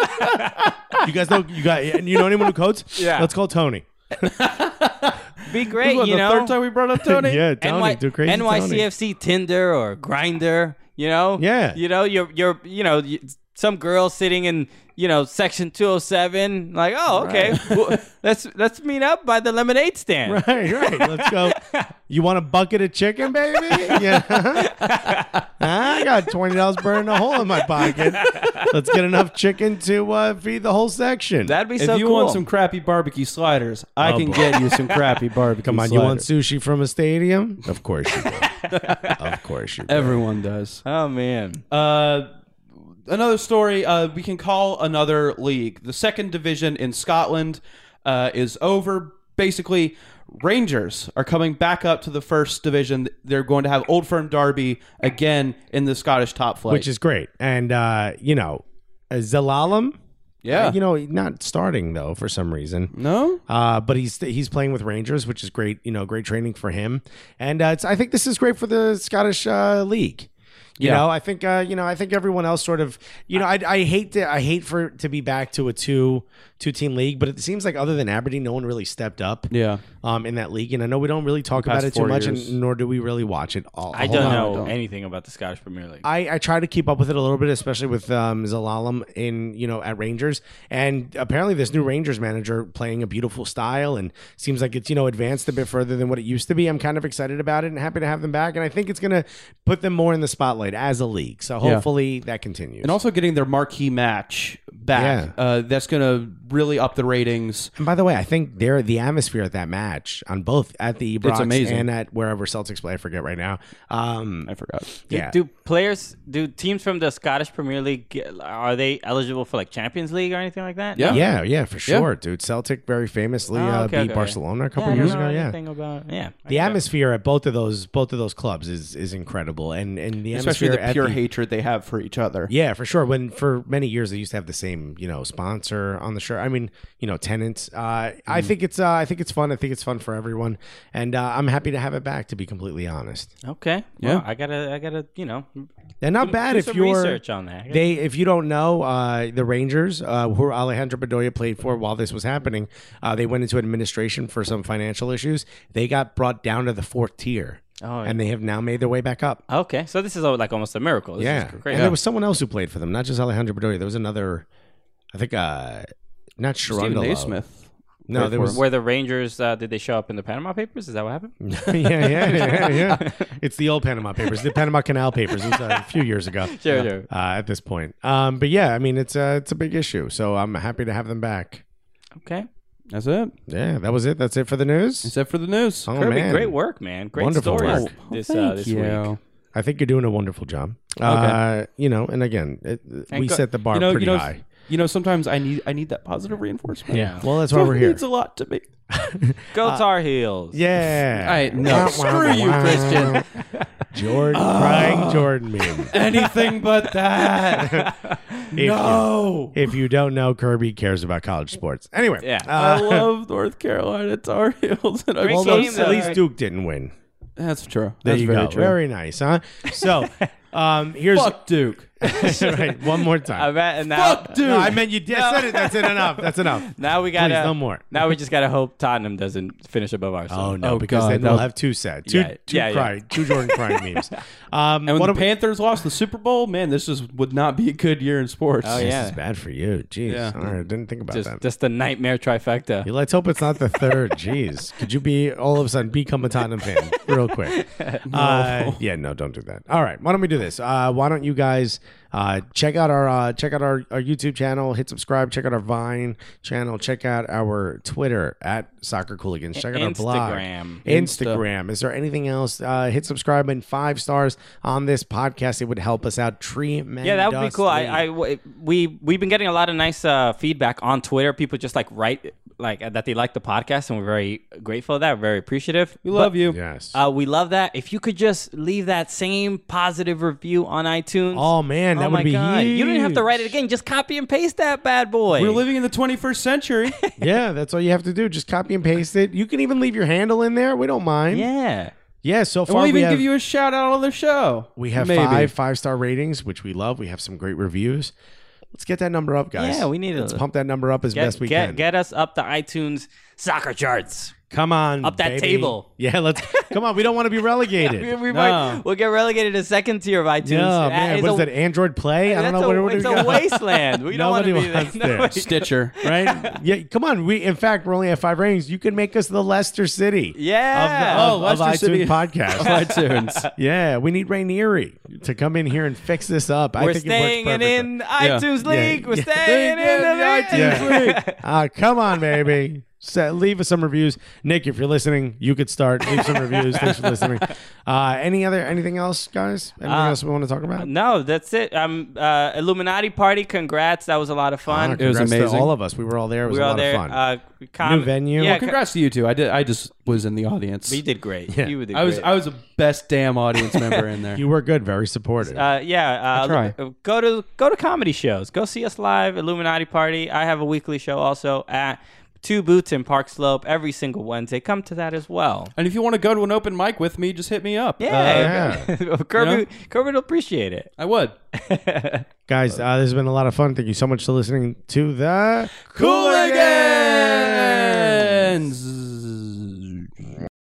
[SPEAKER 1] you guys know you got and you know anyone who codes?
[SPEAKER 4] Yeah.
[SPEAKER 1] Let's call Tony.
[SPEAKER 2] be great.
[SPEAKER 3] What,
[SPEAKER 2] you
[SPEAKER 3] the
[SPEAKER 2] know,
[SPEAKER 3] third time we brought up
[SPEAKER 1] [laughs]
[SPEAKER 3] Tony.
[SPEAKER 1] yeah, Tony.
[SPEAKER 2] NY
[SPEAKER 1] do crazy Tony.
[SPEAKER 2] NYCFC Tinder or Grinder, you know?
[SPEAKER 1] Yeah.
[SPEAKER 2] You know, you're you're you know, you, some girl sitting in, you know, section 207 like, "Oh, okay. [laughs] well, let's let's meet up by the lemonade stand."
[SPEAKER 1] [laughs] Right, right. Let's go. You want a bucket of chicken, baby? [laughs] Yeah. I got twenty dollars burning a hole in my pocket. Let's get enough chicken to uh, feed the whole section.
[SPEAKER 2] That'd be
[SPEAKER 3] If
[SPEAKER 2] so
[SPEAKER 3] you
[SPEAKER 2] cool.
[SPEAKER 3] want some crappy barbecue sliders, I
[SPEAKER 1] Oh,
[SPEAKER 3] can
[SPEAKER 1] boy.
[SPEAKER 3] get you
[SPEAKER 1] [laughs]
[SPEAKER 3] some crappy barbecue.
[SPEAKER 1] Come on,
[SPEAKER 3] sliders.
[SPEAKER 1] you want sushi from a stadium? Of course you do. of course
[SPEAKER 3] [laughs]
[SPEAKER 1] you do.
[SPEAKER 3] Everyone does.
[SPEAKER 2] oh man.
[SPEAKER 3] Uh, another story uh, we can call another league. The second division in Scotland uh, is over. Basically, Rangers are coming back up to the first division. They're going to have Old Firm Derby again in the Scottish top flight.
[SPEAKER 1] which is great. And uh, you know, uh, Zalalem,
[SPEAKER 3] yeah,
[SPEAKER 1] you know, not starting though for some reason.
[SPEAKER 3] no,
[SPEAKER 1] Uh, but he's he's playing with Rangers, which is great. You know, great training for him. And uh, it's, I think this is great for the Scottish uh, league. You
[SPEAKER 3] Yeah.
[SPEAKER 1] know, I think uh, you know, I think everyone else sort of, you know, I, I hate to I hate for it to be back to a two two team league, but it seems like other than Aberdeen, no one really stepped up.
[SPEAKER 3] yeah.
[SPEAKER 1] Um, in that league, and I know we don't really talk about
[SPEAKER 3] Past
[SPEAKER 1] it too
[SPEAKER 3] four
[SPEAKER 1] much,
[SPEAKER 3] years.
[SPEAKER 1] and nor do we really watch it all.
[SPEAKER 2] I
[SPEAKER 1] a whole
[SPEAKER 2] don't
[SPEAKER 1] lot.
[SPEAKER 2] know
[SPEAKER 3] don't.
[SPEAKER 2] anything about the Scottish Premier League.
[SPEAKER 1] I, I try to keep up with it a little bit, especially with um, Zalalem in you know at Rangers, and apparently this new Rangers manager playing a beautiful style and seems like it's you know advanced a bit further than what it used to be. I'm kind of excited about it and happy to have them back, and I think it's going to put them more in the spotlight as a league. So
[SPEAKER 3] Yeah.
[SPEAKER 1] hopefully that continues.
[SPEAKER 3] And also getting their marquee match back.
[SPEAKER 1] Yeah.
[SPEAKER 3] Uh, that's going to really up the ratings.
[SPEAKER 1] And by the way, I think they're the atmosphere at that match on both at the Ebrox
[SPEAKER 3] amazing.
[SPEAKER 1] and at wherever Celtics play. I forget right now. Um,
[SPEAKER 3] I forgot.
[SPEAKER 2] Do-
[SPEAKER 1] yeah.
[SPEAKER 2] Do, players do teams from the Scottish Premier League get- are they eligible for like Champions League or anything like that?
[SPEAKER 3] Yeah.
[SPEAKER 1] yeah, yeah, for sure, dude. Celtic very famously
[SPEAKER 2] Oh,
[SPEAKER 1] uh,
[SPEAKER 2] okay,
[SPEAKER 1] beat
[SPEAKER 2] okay.
[SPEAKER 1] Barcelona a
[SPEAKER 2] Yeah, I
[SPEAKER 1] couple
[SPEAKER 2] don't
[SPEAKER 1] years
[SPEAKER 2] know
[SPEAKER 1] ago. Yeah,
[SPEAKER 2] anything about- yeah.
[SPEAKER 1] the atmosphere at both of those both of those clubs is is incredible, and and the
[SPEAKER 3] Especially
[SPEAKER 1] atmosphere
[SPEAKER 3] the
[SPEAKER 1] at
[SPEAKER 3] pure hatred they have for each other.
[SPEAKER 1] Yeah, for sure. When for many years they used to have the same you know sponsor on the shirt. I mean, you know, tenants. Uh,
[SPEAKER 3] Mm-hmm.
[SPEAKER 1] I think it's uh, I think it's fun. I think it's fun for everyone, and uh, I'm happy to have it back. To be completely honest,
[SPEAKER 2] Okay. Well,
[SPEAKER 3] Yeah.
[SPEAKER 2] I gotta, I gotta, you know,
[SPEAKER 1] and not bad
[SPEAKER 2] do
[SPEAKER 1] if
[SPEAKER 2] some
[SPEAKER 1] you're
[SPEAKER 2] research on that.
[SPEAKER 1] They, if you don't know, uh, the Rangers, uh, who Alejandro Bedoya played for while this was happening, uh, they went into administration for some financial issues. They got brought down to the fourth tier,
[SPEAKER 2] Oh,
[SPEAKER 1] and they have now made their way back up.
[SPEAKER 2] Okay, so this is uh, like almost a miracle. This
[SPEAKER 1] yeah,
[SPEAKER 2] is
[SPEAKER 1] and
[SPEAKER 2] crazy.
[SPEAKER 1] there was someone else who played for them, not just Alejandro Bedoya. There was another, I think, uh, not
[SPEAKER 3] Stephen
[SPEAKER 1] Sharondalo.
[SPEAKER 3] Naismith.
[SPEAKER 1] No, there was.
[SPEAKER 2] Where the Rangers uh, did they show up in the Panama Papers? Is that what happened?
[SPEAKER 1] yeah, [laughs] yeah, yeah,
[SPEAKER 3] [laughs]
[SPEAKER 1] yeah. It's the old Panama Papers, the Panama Canal Papers. It was uh, a few years
[SPEAKER 3] [laughs]
[SPEAKER 1] ago.
[SPEAKER 2] Sure, sure.
[SPEAKER 1] Uh, at this point, um, but yeah, I mean, it's a it's a big issue. So I'm happy to have them back.
[SPEAKER 2] Okay,
[SPEAKER 3] That's it.
[SPEAKER 1] Yeah, that was it. That's it for the news.
[SPEAKER 3] Except for the news. Oh,
[SPEAKER 1] Oh
[SPEAKER 2] Kirby,
[SPEAKER 1] man,
[SPEAKER 2] great work, man. Great
[SPEAKER 1] Wonderful
[SPEAKER 2] stories
[SPEAKER 1] work.
[SPEAKER 2] this uh, this week.
[SPEAKER 1] I think you're doing a wonderful job. Uh, you know, and again, it, we
[SPEAKER 2] go-
[SPEAKER 1] set the bar
[SPEAKER 3] you know,
[SPEAKER 1] pretty
[SPEAKER 3] you know,
[SPEAKER 1] high.
[SPEAKER 3] you know. Sometimes I need I need that positive reinforcement.
[SPEAKER 1] Well, that's why we're
[SPEAKER 3] It
[SPEAKER 1] here.
[SPEAKER 3] means a lot to me.
[SPEAKER 2] Go Tar Heels.
[SPEAKER 1] Yeah.
[SPEAKER 3] All right, no, screw you, Christian.
[SPEAKER 1] Jordan
[SPEAKER 3] [laughs]
[SPEAKER 1] crying Jordan meme.
[SPEAKER 3] Anything but
[SPEAKER 1] [laughs]
[SPEAKER 3] that. Oh,
[SPEAKER 1] If no. You, if you don't know, Kirby cares about college sports. Anyway.
[SPEAKER 2] Yeah.
[SPEAKER 3] I
[SPEAKER 1] [laughs] Uh,
[SPEAKER 3] love North Carolina Tar Heels, and I'm
[SPEAKER 2] Great
[SPEAKER 3] so
[SPEAKER 1] although
[SPEAKER 2] game,
[SPEAKER 3] sad.
[SPEAKER 1] at least Duke didn't win.
[SPEAKER 3] That's true.
[SPEAKER 1] There
[SPEAKER 3] That's
[SPEAKER 1] you
[SPEAKER 3] very
[SPEAKER 1] go.
[SPEAKER 3] true.
[SPEAKER 1] Very nice, huh? So,
[SPEAKER 2] [laughs]
[SPEAKER 1] um, here's
[SPEAKER 3] Fuck Duke.
[SPEAKER 1] [laughs] right, one more time.
[SPEAKER 2] I bet, and now,
[SPEAKER 3] Fuck Duke.
[SPEAKER 1] No, I meant you did said it. That's it. Enough. That's
[SPEAKER 2] [laughs]
[SPEAKER 1] enough.
[SPEAKER 2] now we gotta
[SPEAKER 1] Please, no more.
[SPEAKER 2] Now we just gotta hope Tottenham doesn't finish above
[SPEAKER 1] Oh
[SPEAKER 2] ourselves.
[SPEAKER 1] no!
[SPEAKER 3] Oh,
[SPEAKER 1] because
[SPEAKER 3] God,
[SPEAKER 1] then
[SPEAKER 3] that
[SPEAKER 1] we'll
[SPEAKER 3] would-
[SPEAKER 1] have two sad, two,
[SPEAKER 2] Yeah,
[SPEAKER 1] two
[SPEAKER 2] yeah, yeah.
[SPEAKER 1] cry, two Jordan crying
[SPEAKER 2] [laughs]
[SPEAKER 1] memes. Um,
[SPEAKER 3] And when
[SPEAKER 1] what
[SPEAKER 3] the
[SPEAKER 1] am-
[SPEAKER 3] Panthers lost the Super Bowl, man, this just would not be a good year in sports.
[SPEAKER 2] Oh,
[SPEAKER 1] this
[SPEAKER 2] yeah.
[SPEAKER 1] is bad for you. Jeez,
[SPEAKER 3] Yeah.
[SPEAKER 1] All right, I didn't think about
[SPEAKER 2] just
[SPEAKER 1] that.
[SPEAKER 2] just the nightmare trifecta.
[SPEAKER 1] Yeah, Let's hope it's not the
[SPEAKER 2] [laughs]
[SPEAKER 1] third. Jeez, could you be all of a sudden become a Tottenham fan real
[SPEAKER 2] [laughs]
[SPEAKER 1] quick? Uh, yeah, no, don't do that. All right, why don't we do this? Uh, why don't you guys uh, check out our uh, check out our, our YouTube channel, hit subscribe, check out our Vine channel, check out our Twitter at Soccer Cooligans, check out our blog,
[SPEAKER 2] Instagram.
[SPEAKER 1] Instagram. Is there anything else? Uh, hit subscribe and five stars on this podcast. It would help us out tremendously.
[SPEAKER 2] Yeah, that would be cool. I, I- w- we we've been getting a lot of nice uh, feedback on Twitter. People just like write like that they like the podcast, and we're very grateful of that. We're very appreciative.
[SPEAKER 3] We love you.
[SPEAKER 1] Yes.
[SPEAKER 2] Uh, we love that. If you could just leave that same positive review on iTunes.
[SPEAKER 1] oh man, that
[SPEAKER 2] Oh
[SPEAKER 1] would
[SPEAKER 2] my
[SPEAKER 1] be
[SPEAKER 2] God.
[SPEAKER 1] huge.
[SPEAKER 2] You don't even have to write it again. Just copy and paste that bad boy.
[SPEAKER 3] We're living in the
[SPEAKER 1] [laughs]
[SPEAKER 3] 21st century.
[SPEAKER 2] [laughs]
[SPEAKER 1] Yeah, that's all you have to do. Just copy and paste it. You can even leave your handle in there. We don't mind. Yeah.
[SPEAKER 2] yeah.
[SPEAKER 1] so
[SPEAKER 3] And
[SPEAKER 1] far
[SPEAKER 3] we'll
[SPEAKER 1] we
[SPEAKER 3] even
[SPEAKER 1] have,
[SPEAKER 3] give you a shout out on the show.
[SPEAKER 1] we have
[SPEAKER 3] Maybe.
[SPEAKER 1] five five star ratings, which we love. We have some great reviews. Let's get that number up, guys.
[SPEAKER 2] Yeah, we need
[SPEAKER 1] Let's
[SPEAKER 2] to-
[SPEAKER 1] pump that number up as
[SPEAKER 2] Get,
[SPEAKER 1] best we
[SPEAKER 2] get,
[SPEAKER 1] can.
[SPEAKER 2] get us up the iTunes soccer charts.
[SPEAKER 1] come on,
[SPEAKER 2] up that
[SPEAKER 1] baby.
[SPEAKER 2] table.
[SPEAKER 1] Yeah,
[SPEAKER 2] [laughs]
[SPEAKER 1] let's come on. We don't want to be relegated.
[SPEAKER 2] We, we
[SPEAKER 3] No.
[SPEAKER 2] might, we'll get relegated to second tier of iTunes.
[SPEAKER 1] yeah,
[SPEAKER 2] That
[SPEAKER 1] man.
[SPEAKER 2] is
[SPEAKER 1] What is
[SPEAKER 2] a-
[SPEAKER 1] that? Android Play? I don't
[SPEAKER 2] that's
[SPEAKER 1] know
[SPEAKER 2] a-
[SPEAKER 1] what it would
[SPEAKER 2] It's a wasteland. We don't want to
[SPEAKER 1] Nobody
[SPEAKER 2] be there. [laughs]
[SPEAKER 1] wants there.
[SPEAKER 2] Nobody-
[SPEAKER 3] [laughs] Stitcher.
[SPEAKER 2] [laughs]
[SPEAKER 1] right? Yeah, come on. We in fact we're only at five ratings. You can make us the Leicester City.
[SPEAKER 2] Yeah.
[SPEAKER 3] Oh,
[SPEAKER 1] of, of
[SPEAKER 3] Leicester
[SPEAKER 1] iTunes
[SPEAKER 2] [laughs]
[SPEAKER 3] City.
[SPEAKER 1] podcast.
[SPEAKER 3] iTunes.
[SPEAKER 1] Yeah, we need Rainieri to come in here and fix this up. I
[SPEAKER 2] We're
[SPEAKER 1] think
[SPEAKER 2] staying
[SPEAKER 1] it works
[SPEAKER 2] in,
[SPEAKER 1] perfectly.
[SPEAKER 2] in iTunes
[SPEAKER 1] Yeah.
[SPEAKER 2] League. We're
[SPEAKER 1] Yeah.
[SPEAKER 2] staying in the iTunes League. [laughs]
[SPEAKER 1] Yeah. Ah, come on, baby. So leave us some reviews, Nick. If you're listening, you could start. Leave some reviews. Thanks for listening.
[SPEAKER 2] [laughs]
[SPEAKER 1] Uh, any other anything else, guys? Anything
[SPEAKER 2] Uh,
[SPEAKER 1] else we want to talk about?
[SPEAKER 2] No, that's it. Um, uh, Illuminati party. Congrats. That was a lot of fun.
[SPEAKER 1] Ah,
[SPEAKER 3] was
[SPEAKER 1] congrats to
[SPEAKER 3] amazing.
[SPEAKER 1] all of us. We were all there. It was
[SPEAKER 2] we were
[SPEAKER 1] a
[SPEAKER 2] all
[SPEAKER 1] lot
[SPEAKER 2] there.
[SPEAKER 1] of fun.
[SPEAKER 2] Uh, com-
[SPEAKER 1] New venue.
[SPEAKER 2] Yeah,
[SPEAKER 1] Well,
[SPEAKER 3] Congrats to you two. I did. I just was in the audience.
[SPEAKER 2] But you did great.
[SPEAKER 1] Yeah.
[SPEAKER 2] You did
[SPEAKER 3] I was.
[SPEAKER 2] great.
[SPEAKER 3] I was the best damn audience member
[SPEAKER 1] [laughs]
[SPEAKER 3] in there.
[SPEAKER 1] you were good. Very supportive.
[SPEAKER 2] uh, yeah, uh,
[SPEAKER 3] try.
[SPEAKER 2] l- go to go to comedy shows. Go see us live, Illuminati Party. I have a weekly show also at Two Boots in Park Slope every single Wednesday. Come to that as
[SPEAKER 1] Oh,
[SPEAKER 2] well.
[SPEAKER 3] and if you want to go to an open mic with me, just hit me up. Uh,
[SPEAKER 2] Yeah, [laughs] Kirby,
[SPEAKER 3] You know?
[SPEAKER 2] Kirby will appreciate it.
[SPEAKER 3] I would.
[SPEAKER 2] [laughs]
[SPEAKER 1] Guys, uh, this has been a lot of fun. Thank you so much for listening to the
[SPEAKER 3] Cooligans.